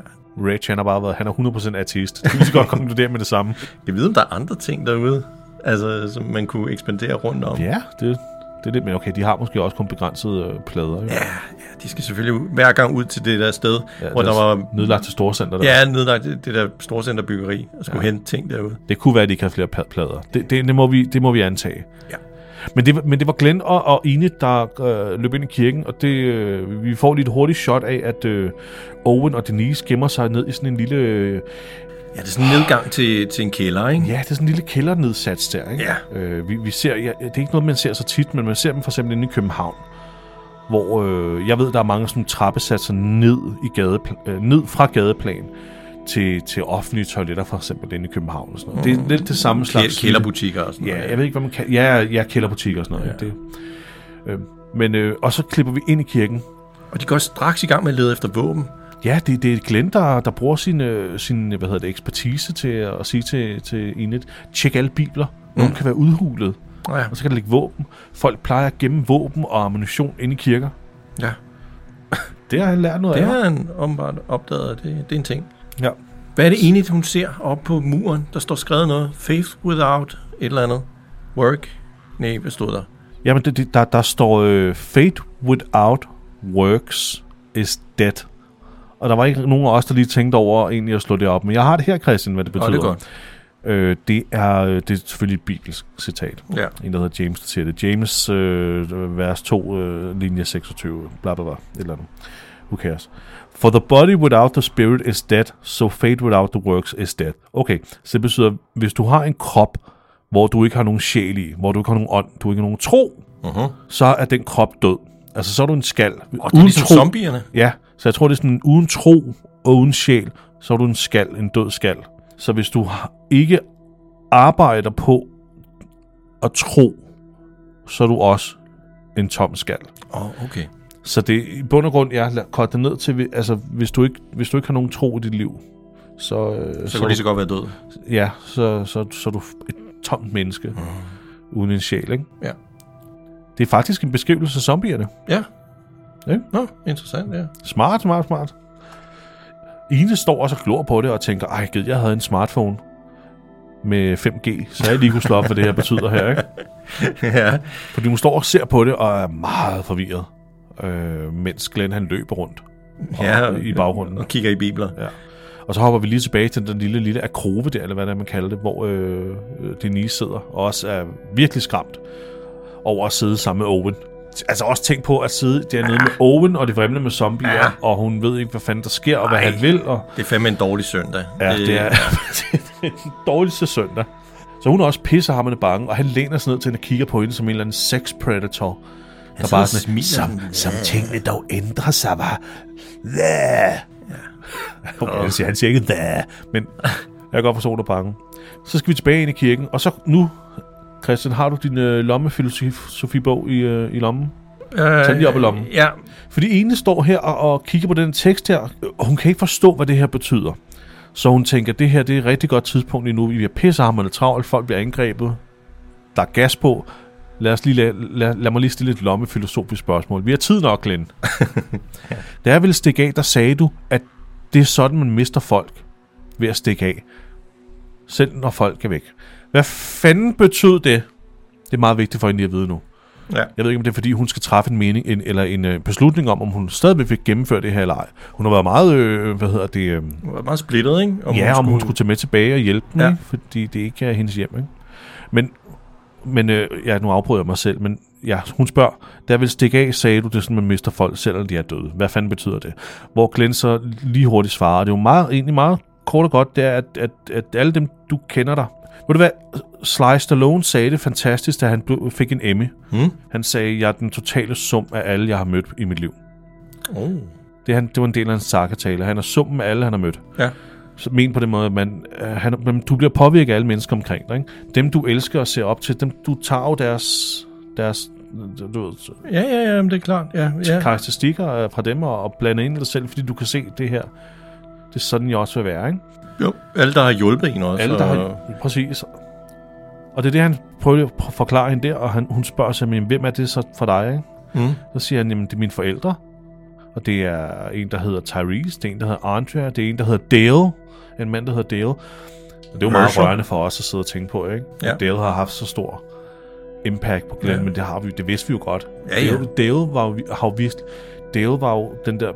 Speaker 1: Rich, han har bare været, han er 100% ateist. Det kan vi så godt konkludere med det
Speaker 9: (laughs)
Speaker 1: samme.
Speaker 9: Jeg ved, om der er andre ting derude, altså, som man kunne ekspandere rundt om.
Speaker 1: Ja, det, det er det. Men okay, de har måske også kun begrænsede øh, plader. Jo. Ja,
Speaker 9: De skal selvfølgelig hver gang ud til det der sted, ja, hvor der var
Speaker 1: Altså, Nedlagt til storcenter. Der.
Speaker 9: ja, nedlagt det det der storcenterbyggeri, og skulle ja. hente ting derude.
Speaker 1: Det kunne være, at de ikke har flere pla- plader. Det, det, det, må, vi, det må vi antage.
Speaker 9: Ja.
Speaker 1: Men det, var- men det var Glenn og, og Ine, der øh, løb ind i kirken, og det, øh, vi får lige et hurtigt shot af, at øh, Owen og Denise gemmer sig ned i sådan en lille... Øh,
Speaker 9: Ja, det er sådan en nedgang til, til en kælder, ikke?
Speaker 1: ja, det er sådan en lille kældernedsats der, ikke?
Speaker 9: Ja.
Speaker 1: Øh, vi, vi ser, ja, det er ikke noget, man ser så tit, men man ser dem for eksempel inde i København, hvor øh, jeg ved, der er mange sådan trappesatser ned, i gadepl- øh, ned fra gadeplan til, til offentlige toiletter, for eksempel inde i København og sådan noget. Det er lidt det samme slags...
Speaker 9: Kæ- kælderbutikker og sådan
Speaker 1: Ja,
Speaker 9: noget.
Speaker 1: jeg ved ikke, hvad man kan. Ja, ja kælderbutik og sådan noget. Ja. Det. Øh, men, øh, og så klipper vi ind i kirken.
Speaker 9: Og de går straks i gang med at lede efter våben.
Speaker 1: Ja, det, det er Glenn, der, der bruger sin, øh, sin hvad hedder det, ekspertise til at, at sige til, til Inet, tjek alle bibler. Nogle
Speaker 9: Mm.
Speaker 1: kan være udhulet,
Speaker 9: Nå Ja,
Speaker 1: og så kan der ligge våben. Folk plejer at gemme våben og ammunition inde i kirker.
Speaker 9: ja.
Speaker 1: Det har han lært noget
Speaker 9: det
Speaker 1: af.
Speaker 9: har han åbenbart opdaget, og det, det er en ting.
Speaker 1: Ja.
Speaker 9: Hvad er det egentlig, hun ser oppe på muren? Der står skrevet noget. Faith without et eller andet. Work. Nej, hvad stod der?
Speaker 1: Jamen, det, det, der, der står, øh, fate without works is dead. Og der var ikke nogen af os, der lige tænkte over egentlig at slå det op. Men jeg har det her, Christian, hvad det betyder.
Speaker 9: Åh, det er godt.
Speaker 1: Øh, det, er, øh, det er selvfølgelig et bibelsk citat.
Speaker 9: Ja.
Speaker 1: En, der hedder James, der siger det. James, øh, vers 2, øh, linje 26, bla bla bla, et eller andet. Who cares? For the body without the spirit is dead, so faith without the works is dead. Okay, så det betyder, hvis du har en krop, hvor du ikke har nogen sjæl i, hvor du ikke har nogen ånd, du ikke har nogen tro, uh-huh. så er den krop død. Altså, så er du en skal.
Speaker 9: Mhm. Og det er ligesom zombierne.
Speaker 1: Ja, så jeg tror, det er sådan, uden tro og uden sjæl, så er du en skal, en død skal. Så hvis du har- ikke arbejder på at tro, så er du også en tom skal.
Speaker 9: Åh, oh, okay.
Speaker 1: Så det er i bund og grund, jeg har kort det ned til, vi- altså, hvis du, ikke, hvis du ikke har nogen tro i dit liv, så, øh,
Speaker 9: Så kunne de så godt være død.
Speaker 1: ja, så, så, så er du et tomt menneske mm. uden en sjæl. Ikke?
Speaker 9: Ja.
Speaker 1: Det er faktisk en beskrivelse af zombierne.
Speaker 9: Ja.
Speaker 1: Ja.
Speaker 9: Nå,
Speaker 1: (laughs)
Speaker 9: interessant, ja.
Speaker 1: Smart, smart, smart. Ine står også og glor på det og tænker, ej gud, jeg havde en smartphone med 5G, så jeg lige kunne slå op, hvad det her betyder her, ikke?
Speaker 9: ja.
Speaker 1: Fordi hun står og ser på det og er meget forvirret, øh, mens Glenn han løber rundt.
Speaker 9: ja,
Speaker 1: i baggrunden.
Speaker 9: Og kigger i bibler. Ja.
Speaker 1: Ja. Og så hopper vi lige tilbage til den lille, lille akrove der, eller hvad det er, man kalder det, hvor øh, øh, Denise sidder og også er virkelig skræmt over at sidde sammen med Owen. Altså også tænk på at sidde dernede med Owen og det vrimle med zombier,
Speaker 9: Ah. Ja.
Speaker 1: og hun ved ikke, hvad fanden der sker, og hvad
Speaker 9: Ej.
Speaker 1: han vil, og...
Speaker 9: Det er fandme en dårlig søndag.
Speaker 1: Ja, det er
Speaker 9: Øh,
Speaker 1: (laughs) den dårligste søndag. Så hun er også pissehammerende bange, og han læner sig ned til hende og kigger på hende som en eller anden sex predator. Han der
Speaker 9: sidder
Speaker 1: bare
Speaker 9: og
Speaker 1: sådan,
Speaker 9: smiler.
Speaker 1: som, som tingene dog ændrer sig, var. Ja. Okay, han, siger, han siger ikke, "Hva?" men jeg kan godt forstå, at du er bange. Så skal vi tilbage ind i kirken, og så nu, Christian, har du din øh, lommefilosofibog i, øh, i lommen?
Speaker 9: Øh,
Speaker 1: Tag den lige op i lommen.
Speaker 9: Ja,
Speaker 1: Fordi Ene står her og, og kigger på den tekst her, og hun kan ikke forstå, hvad det her betyder. Så hun tænker, det her det er et rigtig godt tidspunkt lige nu. Vi er pissehammerende travlt, folk bliver angrebet. Der er gas på. Lad, os lige, lad, lad, lad mig lige stille et lommefilosofisk spørgsmål. Vi har tid nok, Glenn. da jeg ville stikke af, der sagde du, at det er sådan, man mister folk ved at stikke af. Selv når folk er væk. Hvad fanden betød det? Det er meget vigtigt for hende lige at vide nu.
Speaker 9: ja.
Speaker 1: Jeg ved ikke, om det er, fordi hun skal træffe en mening en, eller en øh, beslutning om, om hun stadigvæk vil gennemføre det her eller ej. Hun har været meget, øh, hvad hedder det, øh,
Speaker 9: Hun var meget splittet, ikke? Om
Speaker 1: ja, om hun skulle tage med tilbage og hjælpe dem,
Speaker 9: Ja.
Speaker 1: ja. fordi det ikke er hendes hjem. Ikke? Men, men øh, ja, nu afbryder jeg mig selv, men ja, hun spørger, der vil stikke af, sagde du, det er sådan, man mister folk, selvom de er døde. Hvad fanden betyder det? Hvor Glenn så lige hurtigt svarer, og det er jo meget, egentlig meget kort og godt, det er, at, at, at alle dem, du kender dig, ved du hvad, Sly Stallone sagde det fantastisk, da han blev, fik en Emmy.
Speaker 9: Hmm?
Speaker 1: Han sagde, jeg er den totale sum af alle, jeg har mødt i mit liv.
Speaker 9: Oh.
Speaker 1: Det, er han, det var en del af hans sakketale. Han er summen af alle, han har mødt.
Speaker 9: Ja.
Speaker 1: Så men på den måde, at man, øh, han, man, du bliver påvirket af alle mennesker omkring dig. Ikke? Dem, du elsker og ser op til, dem, du tager jo deres, deres øh, du ved,
Speaker 9: ja, ja, ja, men det er klart. Ja, ja.
Speaker 1: karakteristikker øh, fra dem og, og blande ind i dig selv, fordi du kan se det her. Det er sådan, jeg også vil være. Ikke?
Speaker 9: Jo, alle, der har hjulpet en også.
Speaker 1: Alle, der har... Præcis. Og det er det, han prøver at forklare hende der, og han, hun spørger sig, "Men hvem er det så for dig? Ikke? Mm. Så siger han, jamen det er mine forældre. Og det er en, der hedder Tyrese, det er en, der hedder Andrea, det er en, der hedder Dale. En mand, der hedder Dale. Og det er jo meget
Speaker 9: Herschel.
Speaker 1: rørende for os at sidde og tænke på, ikke?
Speaker 9: Ja.
Speaker 1: At Dale har haft så stor impact på Glenn,
Speaker 9: Ja.
Speaker 1: ja. men det, har vi, det vidste vi jo godt.
Speaker 9: Ja, ja.
Speaker 1: Dale, Dale var jo, har jo vist, Dale var jo den der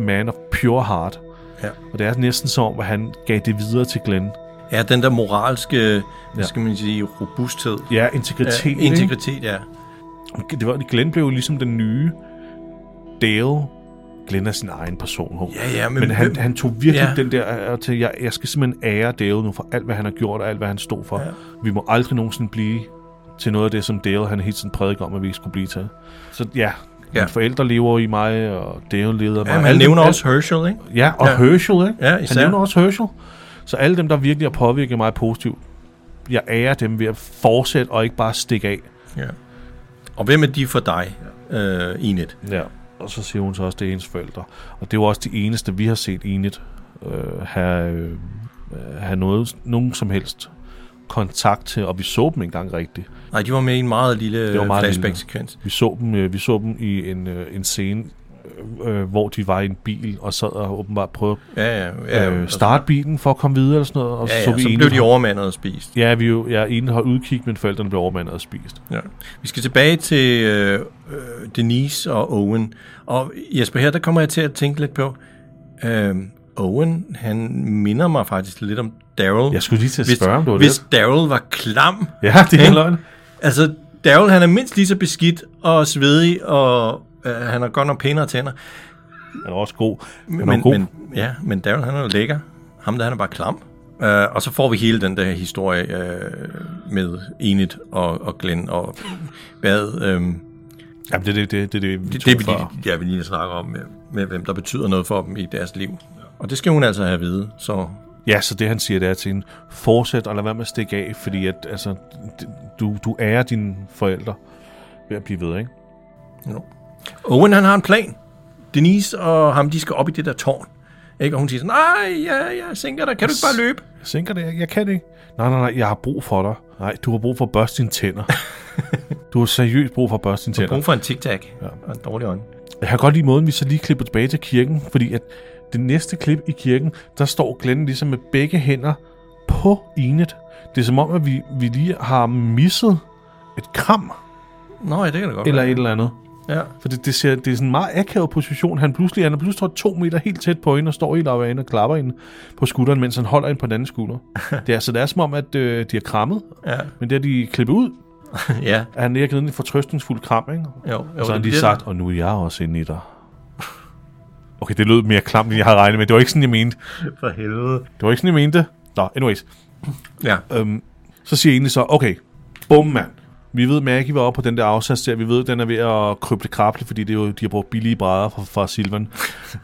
Speaker 1: man of pure heart.
Speaker 9: Ja.
Speaker 1: Og det er næsten som om, at han gav det videre til Glenn.
Speaker 9: Ja, den der moralske, hvad
Speaker 1: Ja.
Speaker 9: skal man sige, robusthed.
Speaker 1: Ja, integritet.
Speaker 9: Ja,
Speaker 1: ikke?
Speaker 9: integritet, ja.
Speaker 1: det var, Glenn blev jo ligesom den nye Dale. Glenn er sin egen person.
Speaker 9: Ja, ja, men
Speaker 1: men han,
Speaker 9: hvem-
Speaker 1: han tog virkelig
Speaker 9: Ja.
Speaker 1: ja. den der øh, til, jeg, jeg skal simpelthen ære Dale nu for alt, hvad han har gjort og alt, hvad han stod for.
Speaker 9: Ja.
Speaker 1: Ja. Vi må aldrig nogensinde blive til noget af det, som Dale han hele tiden prædikede om, at vi ikke skulle blive til. Så ja,
Speaker 9: Ja.
Speaker 1: ja. mine forældre lever i mig, og Dale lever i mig.
Speaker 9: ja men han
Speaker 1: Alle dem-
Speaker 9: nævner
Speaker 1: alle-
Speaker 9: også Herschel, ikke?
Speaker 1: Ja, og
Speaker 9: Ja.
Speaker 1: ja. Herschel, ikke?
Speaker 9: Ja,
Speaker 1: han
Speaker 9: især.
Speaker 1: nævner også Herschel. Så alle dem, der virkelig har påvirket mig positivt, jeg ærer dem ved at fortsætte og ikke bare stikke af.
Speaker 9: Ja. Og hvem er de for dig, øh, Enid?
Speaker 1: Ja, og så siger hun så også, at det er hendes forældre. Og det er jo også det eneste, vi har set enigt øh, have, øh, have noget, nogen som helst kontakt til, og vi så dem engang rigtigt.
Speaker 9: Nej, de var med i en meget lille
Speaker 1: Det var meget lille.
Speaker 9: flashback-sekvens.
Speaker 1: Vi så dem, øh, vi så dem i en, øh, en scene, øh, øh, hvor de var i en bil og sad og åbenbart prøvede
Speaker 9: Ja, ja.
Speaker 1: at
Speaker 9: ja
Speaker 1: øh,
Speaker 9: og så-
Speaker 1: starte bilen for at komme videre eller sådan noget. Og
Speaker 9: Ja, ja,
Speaker 1: så,
Speaker 9: så,
Speaker 1: vi
Speaker 9: blev
Speaker 1: enigt-
Speaker 9: de overmandet og spist.
Speaker 1: Ja, vi jo, ja, ene har udkig, men forældrene blev overmandet og spist.
Speaker 9: Ja. Vi skal tilbage til øh, øh, Denise og Owen. Og Jesper, her der kommer jeg til at tænke lidt på, øh, Owen, han minder mig faktisk lidt om Daryl.
Speaker 1: Jeg skulle lige til at
Speaker 9: Hvis-
Speaker 1: spørge, om det var
Speaker 9: Hvis
Speaker 1: det.
Speaker 9: Daryl var klam,
Speaker 1: Ja, det er
Speaker 9: Ikke?
Speaker 1: løgn.
Speaker 9: Altså, Daryl, han er mindst lige så beskidt og svedig, og øh, han har godt nok pænere tænder.
Speaker 1: Han er også god. Han er
Speaker 9: Men,
Speaker 1: god.
Speaker 9: men, ja, men Daryl, han er jo lækker. Ham der, han er bare klam. Uh, og så får vi hele den der historie uh, med Enid og, og Glenn og hvad... øhm,
Speaker 1: Jamen, det er det, det, det, det, vi
Speaker 9: det,
Speaker 1: tog
Speaker 9: det, vi
Speaker 1: før.
Speaker 9: lige, ja, vi lige snakker om, med, med hvem der betyder noget for dem i deres liv. Og det skal hun altså have at vide, så...
Speaker 1: Ja, så det han siger, det er til hende, fortsæt og lad være med at stikke af, fordi at, altså, d- du, du ærer dine forældre ved at blive ved, ikke?
Speaker 9: No. Owen, han har en plan. Denise og ham, de skal op i det der tårn. Ikke? Og hun siger sådan, nej, jeg, jeg sænker dig, kan du ikke bare løbe?
Speaker 1: Jeg sænker det, jeg, jeg kan ikke. Nej, nej, nej, jeg har brug for dig. Nej, du har brug for at børste dine tænder. du har seriøst brug for at børste dine tænder.
Speaker 9: Brug for en tic-tac ja. og en dårlig ånd.
Speaker 1: Jeg kan godt lide måden, vi så lige klipper tilbage til kirken, fordi at det næste klip i kirken, der står Glenn ligesom med begge hænder på Inet. Det er som om, at vi, vi lige har misset et kram
Speaker 9: Nå ja, det kan det godt
Speaker 1: eller et eller andet.
Speaker 9: være. Ja.
Speaker 1: For det, det, ser, det er sådan en meget akavet position. Han pludselig, han er pludselig står to meter helt tæt på hende og står helt af hende og klapper hende på skulderen, mens han holder hende på den anden
Speaker 9: (laughs)
Speaker 1: skulder. det er altså, det er som om, at øh, de har krammet,
Speaker 9: Ja.
Speaker 1: men det har de klippet ud.
Speaker 9: (laughs) ja,
Speaker 1: at Han lige har givet en fortrøstningsfuld kram, ikke?
Speaker 9: jo. jo
Speaker 1: Og så har han
Speaker 9: det
Speaker 1: lige
Speaker 9: bliver-
Speaker 1: sagt, og nu er jeg også inde i dig. Okay, det lød mere klamt, end jeg havde regnet med. Det var ikke sådan, jeg mente.
Speaker 9: For helvede.
Speaker 1: Det var ikke sådan, jeg mente. det. Nå, anyways.
Speaker 9: Ja,
Speaker 1: Øhm, så siger jeg egentlig så, okay, bum mand. Vi ved, Maggie var oppe på den der afsats der. Vi ved, den er ved at kryble krable, fordi det er jo, de har brugt billige brædder fra, fra Silvan.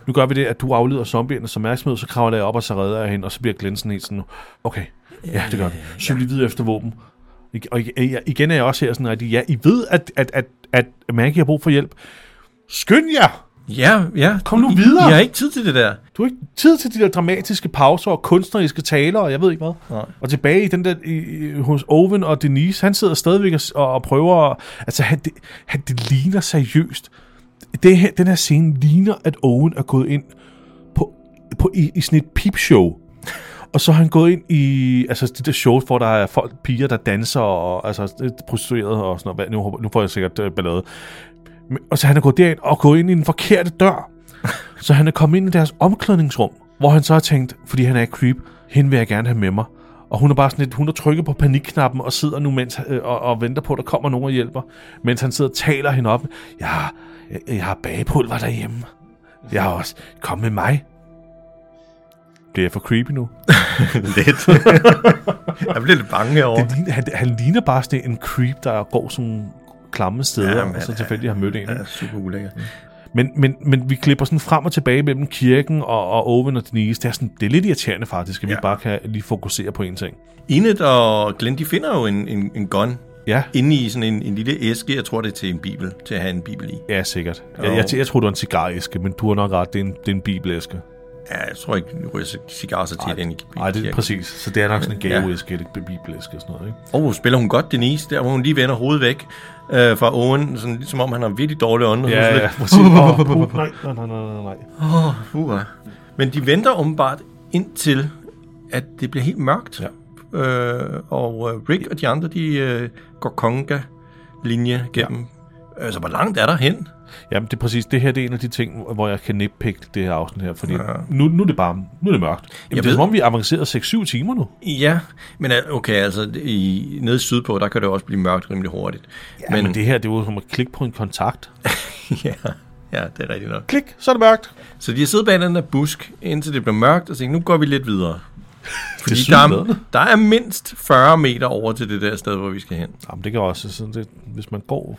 Speaker 1: Nu gør vi det, at du afleder zombiernes opmærksomhed, så kravler jeg op, og så redder jeg hende, og så bliver glænsen helt sådan, okay, ja, det gør vi. Søg lige videre efter våben. I- Og i- i- igen er jeg også her sådan rigtig, ja, I ved, at, at, at, at Maggie har brug for hjælp. Skynd jer!
Speaker 9: ja, ja.
Speaker 1: Kom nu
Speaker 9: I-
Speaker 1: videre!
Speaker 9: I har ikke tid til
Speaker 1: (laughs)
Speaker 9: det der.
Speaker 1: Du har ikke tid til de der dramatiske pauser og kunstneriske taler, og jeg ved ikke hvad.
Speaker 9: Nej.
Speaker 1: Og tilbage i den der, i, i- hos Owen og Denise, han sidder stadigvæk og, s- og, og prøver, at- altså han, det, han, det ligner seriøst. Det her, den her scene ligner, at Owen er gået ind på, på i, i sådan et peepshow. Og så er han gået ind i altså, de der shows, hvor der er folk, piger, der danser og altså, øh, prostituerede og sådan noget. Hvad- Nu, håber- nu får jeg sikkert øh, ballade. Men- Og så han er gået derind og gået ind i den forkerte dør. Så han er kommet ind i deres omklædningsrum, hvor han så har tænkt, fordi han er creep, hende vil jeg gerne have med mig. Og hun er bare sådan lidt, hun har trykket på panikknappen og sidder nu mens, øh, og, og venter på, at der kommer nogen og hjælper. Mens han sidder og taler hende op. Jeg har, jeg, jeg har bagepulver derhjemme. Jeg har også, kom med mig. Bliver jeg for creepy nu?
Speaker 9: lidt. (laughs) jeg bliver lidt bange herovre.
Speaker 1: Det ligner, han, han ligner bare sådan en creep, der går sådan klamme steder,
Speaker 9: Jamen,
Speaker 1: og så
Speaker 9: han-
Speaker 1: tilfældig har mødt en.
Speaker 9: Ja, super ulækkert.
Speaker 1: Men, men, men vi klipper sådan frem og tilbage mellem kirken og, og Owen og Denise. Det er, sådan, det er lidt irriterende faktisk, at ja.
Speaker 9: Ja.
Speaker 1: vi bare kan lige fokusere på én ting.
Speaker 9: Enid og Glenn, de finder jo en, en, en gun
Speaker 1: Ja,
Speaker 9: inde i sådan en, en lille æske. Jeg tror, det er til en bibel, til at have en bibel i.
Speaker 1: ja sikkert.
Speaker 9: Jo.
Speaker 1: Jeg, jeg, jeg tror, du er en cigaræske, men du har nok ret. Det er en, det er en bibelæske.
Speaker 9: Ja, jeg tror ikke, vi ryger cig- cigar så tit ind i
Speaker 1: Nej, det er
Speaker 9: kirken.
Speaker 1: præcis. Så det er nok sådan en
Speaker 9: Ja.
Speaker 1: gaveæske, ja. et bibelæske og sådan noget, ikke?
Speaker 9: Åh, oh, spiller hun godt, Denise, der hvor hun lige vender hovedet væk øh, fra Owen, sådan, ligesom om han har virkelig dårlig ånd.
Speaker 1: Ja, ja, præcis. Åh, puh, nej, nej, nej, nej, nej, nej.
Speaker 9: Uh, men de venter åbenbart indtil, at det bliver helt mørkt.
Speaker 1: Ja.
Speaker 9: Øh, og øh, Rick og de andre, de øh, går konga-linje gennem. Ja. Altså, hvor langt er der hen?
Speaker 1: Jamen, det er præcis. Det her det er en af de ting, hvor jeg kan nippikke det her afsnit her, fordi ja. nu, nu er det bare nu er det mørkt. Jamen, det er
Speaker 9: ved-
Speaker 1: som om, vi er avanceret 6-7 timer nu.
Speaker 9: Ja, men øh, okay, altså, i, nede sydpå, der kan det jo også blive mørkt rimelig hurtigt.
Speaker 1: Ja, men, men det her, det er jo som at klikke på en kontakt.
Speaker 9: (laughs) ja, ja, det er rigtigt nok.
Speaker 1: Klik, så er det mørkt.
Speaker 9: Så de har siddet bag den der busk, indtil det blev mørkt, og tænkte, nu går vi lidt videre. Fordi
Speaker 1: Det
Speaker 9: der,
Speaker 1: er
Speaker 9: er, der er mindst 40 meter over til det der sted, hvor vi skal hen.
Speaker 1: Jamen, det kan også sådan det, Hvis man går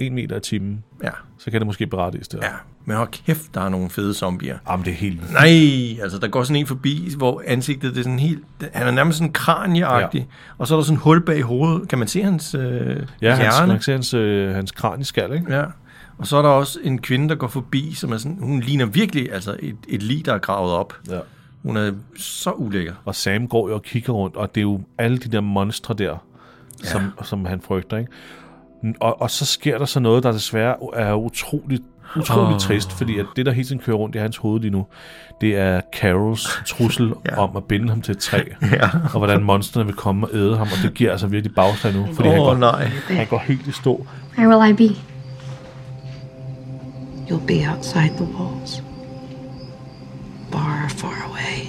Speaker 1: en meter i timen,
Speaker 9: Ja,
Speaker 1: så kan det måske berettiges der.
Speaker 9: ja. Men hold kæft, der er nogle fede zombier.
Speaker 1: Jamen, det er helt...
Speaker 9: Nej, altså der går sådan en forbi, hvor ansigtet det er sådan helt... Han er nærmest sådan kranieagtig, ja. og så er der sådan en hul bag hovedet. Kan man se hans øh,
Speaker 1: Ja, hans,
Speaker 9: hjerne?
Speaker 1: man kan se hans, øh, hans kraniskal, ikke?
Speaker 9: Ja. Og så er der også en kvinde, der går forbi, som er sådan... Hun ligner virkelig altså et, et lig, der er gravet op.
Speaker 1: Ja.
Speaker 9: Hun er så ulækker.
Speaker 1: Og Sam går jo og kigger rundt, og det er jo alle de der monstre der, ja. som, som han frygter, ikke? N- Og, og så sker der så noget, der desværre er utroligt, utroligt oh. trist, fordi at det, der hele tiden kører rundt i hans hoved lige nu, det er Carols trussel (laughs) ja.
Speaker 9: Ja.
Speaker 1: om at binde ham til et træ,
Speaker 9: Ja.
Speaker 1: og hvordan monstrene vil komme og æde ham, og det giver altså virkelig bagslag nu, fordi oh, han,
Speaker 9: Åh, oh,
Speaker 1: går,
Speaker 9: nej.
Speaker 1: han går helt i stå.
Speaker 10: Where will I be?
Speaker 8: You'll be outside the walls. Far, far away.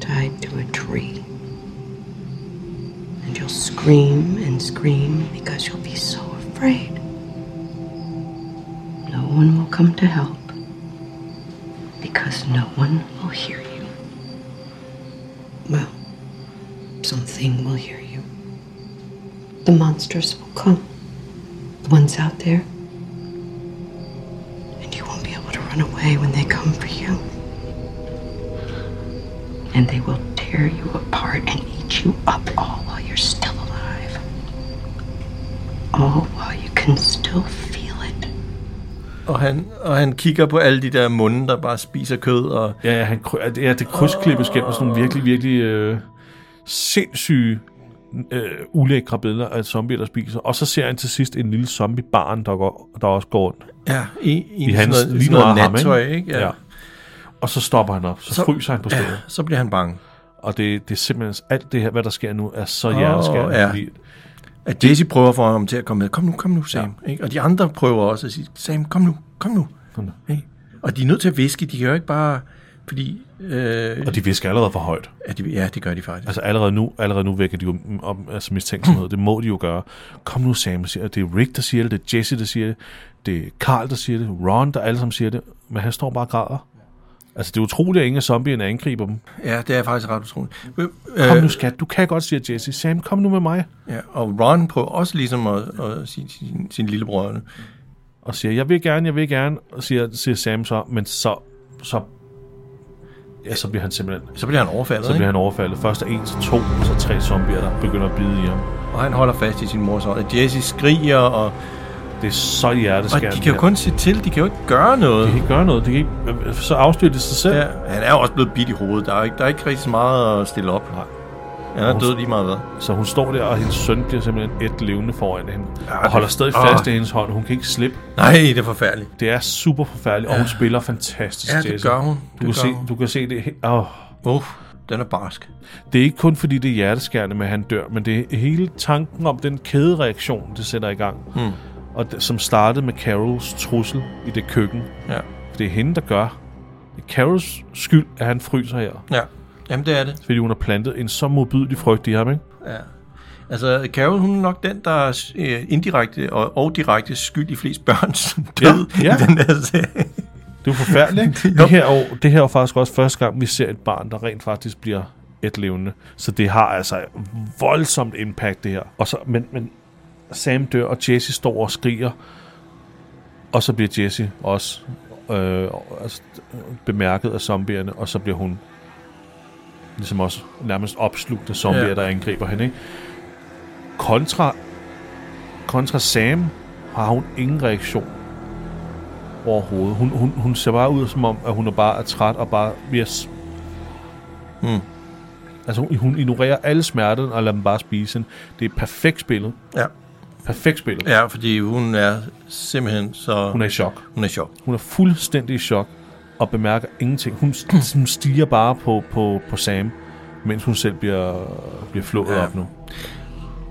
Speaker 8: Tied to a tree. And you'll scream and scream because you'll be so afraid. No one will come to help because no one will hear you. Well, something will hear you. The monsters will come. The ones out there and you won't be able to run away when they come for you. And they will tear you apart and eat you up all while you're still alive. All while you can still feel it.
Speaker 9: Og han, og han kigger på alle de der munde, der bare spiser kød. Og,
Speaker 1: Ja, ja, han, kry- ja det krydsklippes gennem sådan nogle virkelig, virkelig øh, sindssyge, øh, ulækre billeder af zombier, der spiser. Og så ser han til sidst en lille zombie-barn, der, går, der også går rundt.
Speaker 9: ja, i, i,
Speaker 1: I
Speaker 9: sådan
Speaker 1: hans
Speaker 9: noget,
Speaker 1: lige
Speaker 9: sådan
Speaker 1: noget
Speaker 9: noget
Speaker 1: ham,
Speaker 9: nattøj, ikke?
Speaker 1: Ja. ja. Og så stopper han op, så, så
Speaker 9: Så-
Speaker 1: fryser han på stedet.
Speaker 9: ja. Så bliver han bange.
Speaker 1: Og det, det er simpelthen alt det her, hvad der sker nu, er så hjerteskærende.
Speaker 9: ja.
Speaker 1: fordi-
Speaker 9: At Jesse prøver for ham til at komme med. Kom nu, kom nu, Sam. Ja. Ikke? Og de andre prøver også at sige, Sam, kom nu, kom nu. Kom nu. Ikke? Og de er nødt til at viske. De kan jo ikke bare... Fordi... Øh,
Speaker 1: Og de visker allerede for højt.
Speaker 9: at de, ja, det gør de faktisk.
Speaker 1: Altså allerede nu, allerede nu vækker de jo mm, om, altså mistænksomhed. Det må de jo gøre. Kom nu, Sam siger det. Det er Rick, der siger det. Det er Jesse, der siger det. Det er Carl, der siger det. Ron, der alle sammen siger det. Men han står bare og græder. Altså, det er utroligt, at ingen af zombierne angriber dem.
Speaker 9: Ja, det er faktisk ret utroligt. Øh,
Speaker 1: Kom nu, skat. Du kan godt, siger Jesse. Sam, kom nu med mig.
Speaker 9: øh, ja, og Ron prøver også ligesom at, at sige til sin, sin lillebror. nu.
Speaker 1: Og siger, jeg vil gerne, jeg vil gerne. Og siger, siger Sam så, men så, så, ja, så bliver han simpelthen
Speaker 9: Så bliver han overfaldet,
Speaker 1: så
Speaker 9: ikke?
Speaker 1: bliver han overfaldet. Først er en, så to, så tre zombier, der begynder at bide i ham.
Speaker 9: Og han holder fast i sin mors hånd. Og Jesse skriger, og,
Speaker 1: Det er så
Speaker 9: og
Speaker 1: hjerteskærende.
Speaker 9: de kan jo
Speaker 1: her.
Speaker 9: kun se til. De kan jo ikke gøre noget.
Speaker 1: De kan ikke gøre noget. De kan ikke, øh, så afslører de sig selv.
Speaker 9: Ja, han er jo også blevet bidt i hovedet. Der er jo ikke, der er ikke rigtig så meget at stille op.
Speaker 1: Nej.
Speaker 9: Han er død lige meget hvad.
Speaker 1: Så hun står der, og hendes søn bliver simpelthen et levende foran hende. Ja,
Speaker 9: Ja,
Speaker 1: og holder
Speaker 9: det-
Speaker 1: stadig
Speaker 9: Åh.
Speaker 1: fast i hendes hånd. Hun kan ikke slippe.
Speaker 9: Nej, det er forfærdeligt.
Speaker 1: Det er super forfærdeligt, ja. og hun spiller fantastisk,
Speaker 9: Ja, det
Speaker 1: Jesse.
Speaker 9: gør hun.
Speaker 1: Du,
Speaker 9: Det gør
Speaker 1: kan se,
Speaker 9: hun.
Speaker 1: du kan se det. he- Åh.
Speaker 9: Uff, den er barsk.
Speaker 1: Det er ikke kun fordi, det er hjerteskærende med, at han dør, men det er hele tanken om den kædereaktion, det sætter i gang.
Speaker 9: Hmm.
Speaker 1: Mm. Og det, som startede med Carols trussel i det køkken.
Speaker 9: Ja.
Speaker 1: For det er hende, der gør. Det er Carols skyld, at han fryser her.
Speaker 9: ja. Jamen, det er det.
Speaker 1: Fordi hun har plantet en så modbydelig frygt i ham, ikke?
Speaker 9: Ja. Altså, Carol, hun er nok den, der er øh, indirekte og, og direkte skyld i flest børn, (laughs) som døde
Speaker 1: Ja, ja.
Speaker 9: i den der serie.
Speaker 1: Det er jo (laughs) forfærdeligt, ikke?
Speaker 9: Jo.
Speaker 1: det, her år, det her er faktisk også første gang, vi ser et barn, der rent faktisk bliver et levende. Så det har altså voldsomt impact, det her. Og så, men, men Sam dør, og Jesse står og skriger. Og så bliver Jesse også øh, altså, bemærket af zombierne, og så bliver hun ligesom også nærmest opslugt af zombier, ja.
Speaker 9: Ja.
Speaker 1: der angriber hende. Ikke? Kontra, kontra Sam har hun ingen reaktion. overhovedet. Hun, hun, hun ser bare ud som om, at hun er bare er træt og bare... Yes. Mm. Altså, hun, hun ignorerer alle smerten og lader dem bare spise hende. Det er perfekt spillet.
Speaker 9: Ja.
Speaker 1: Perfekt spillet.
Speaker 9: ja, fordi hun er simpelthen så...
Speaker 1: Hun er i chok.
Speaker 9: hun er sjov.
Speaker 1: Hun er fuldstændig i chok og bemærker ingenting. Hun, st- hun stiger bare på, på, på Sam, mens hun selv bliver, bliver flået ja.
Speaker 9: Ja.
Speaker 1: op nu.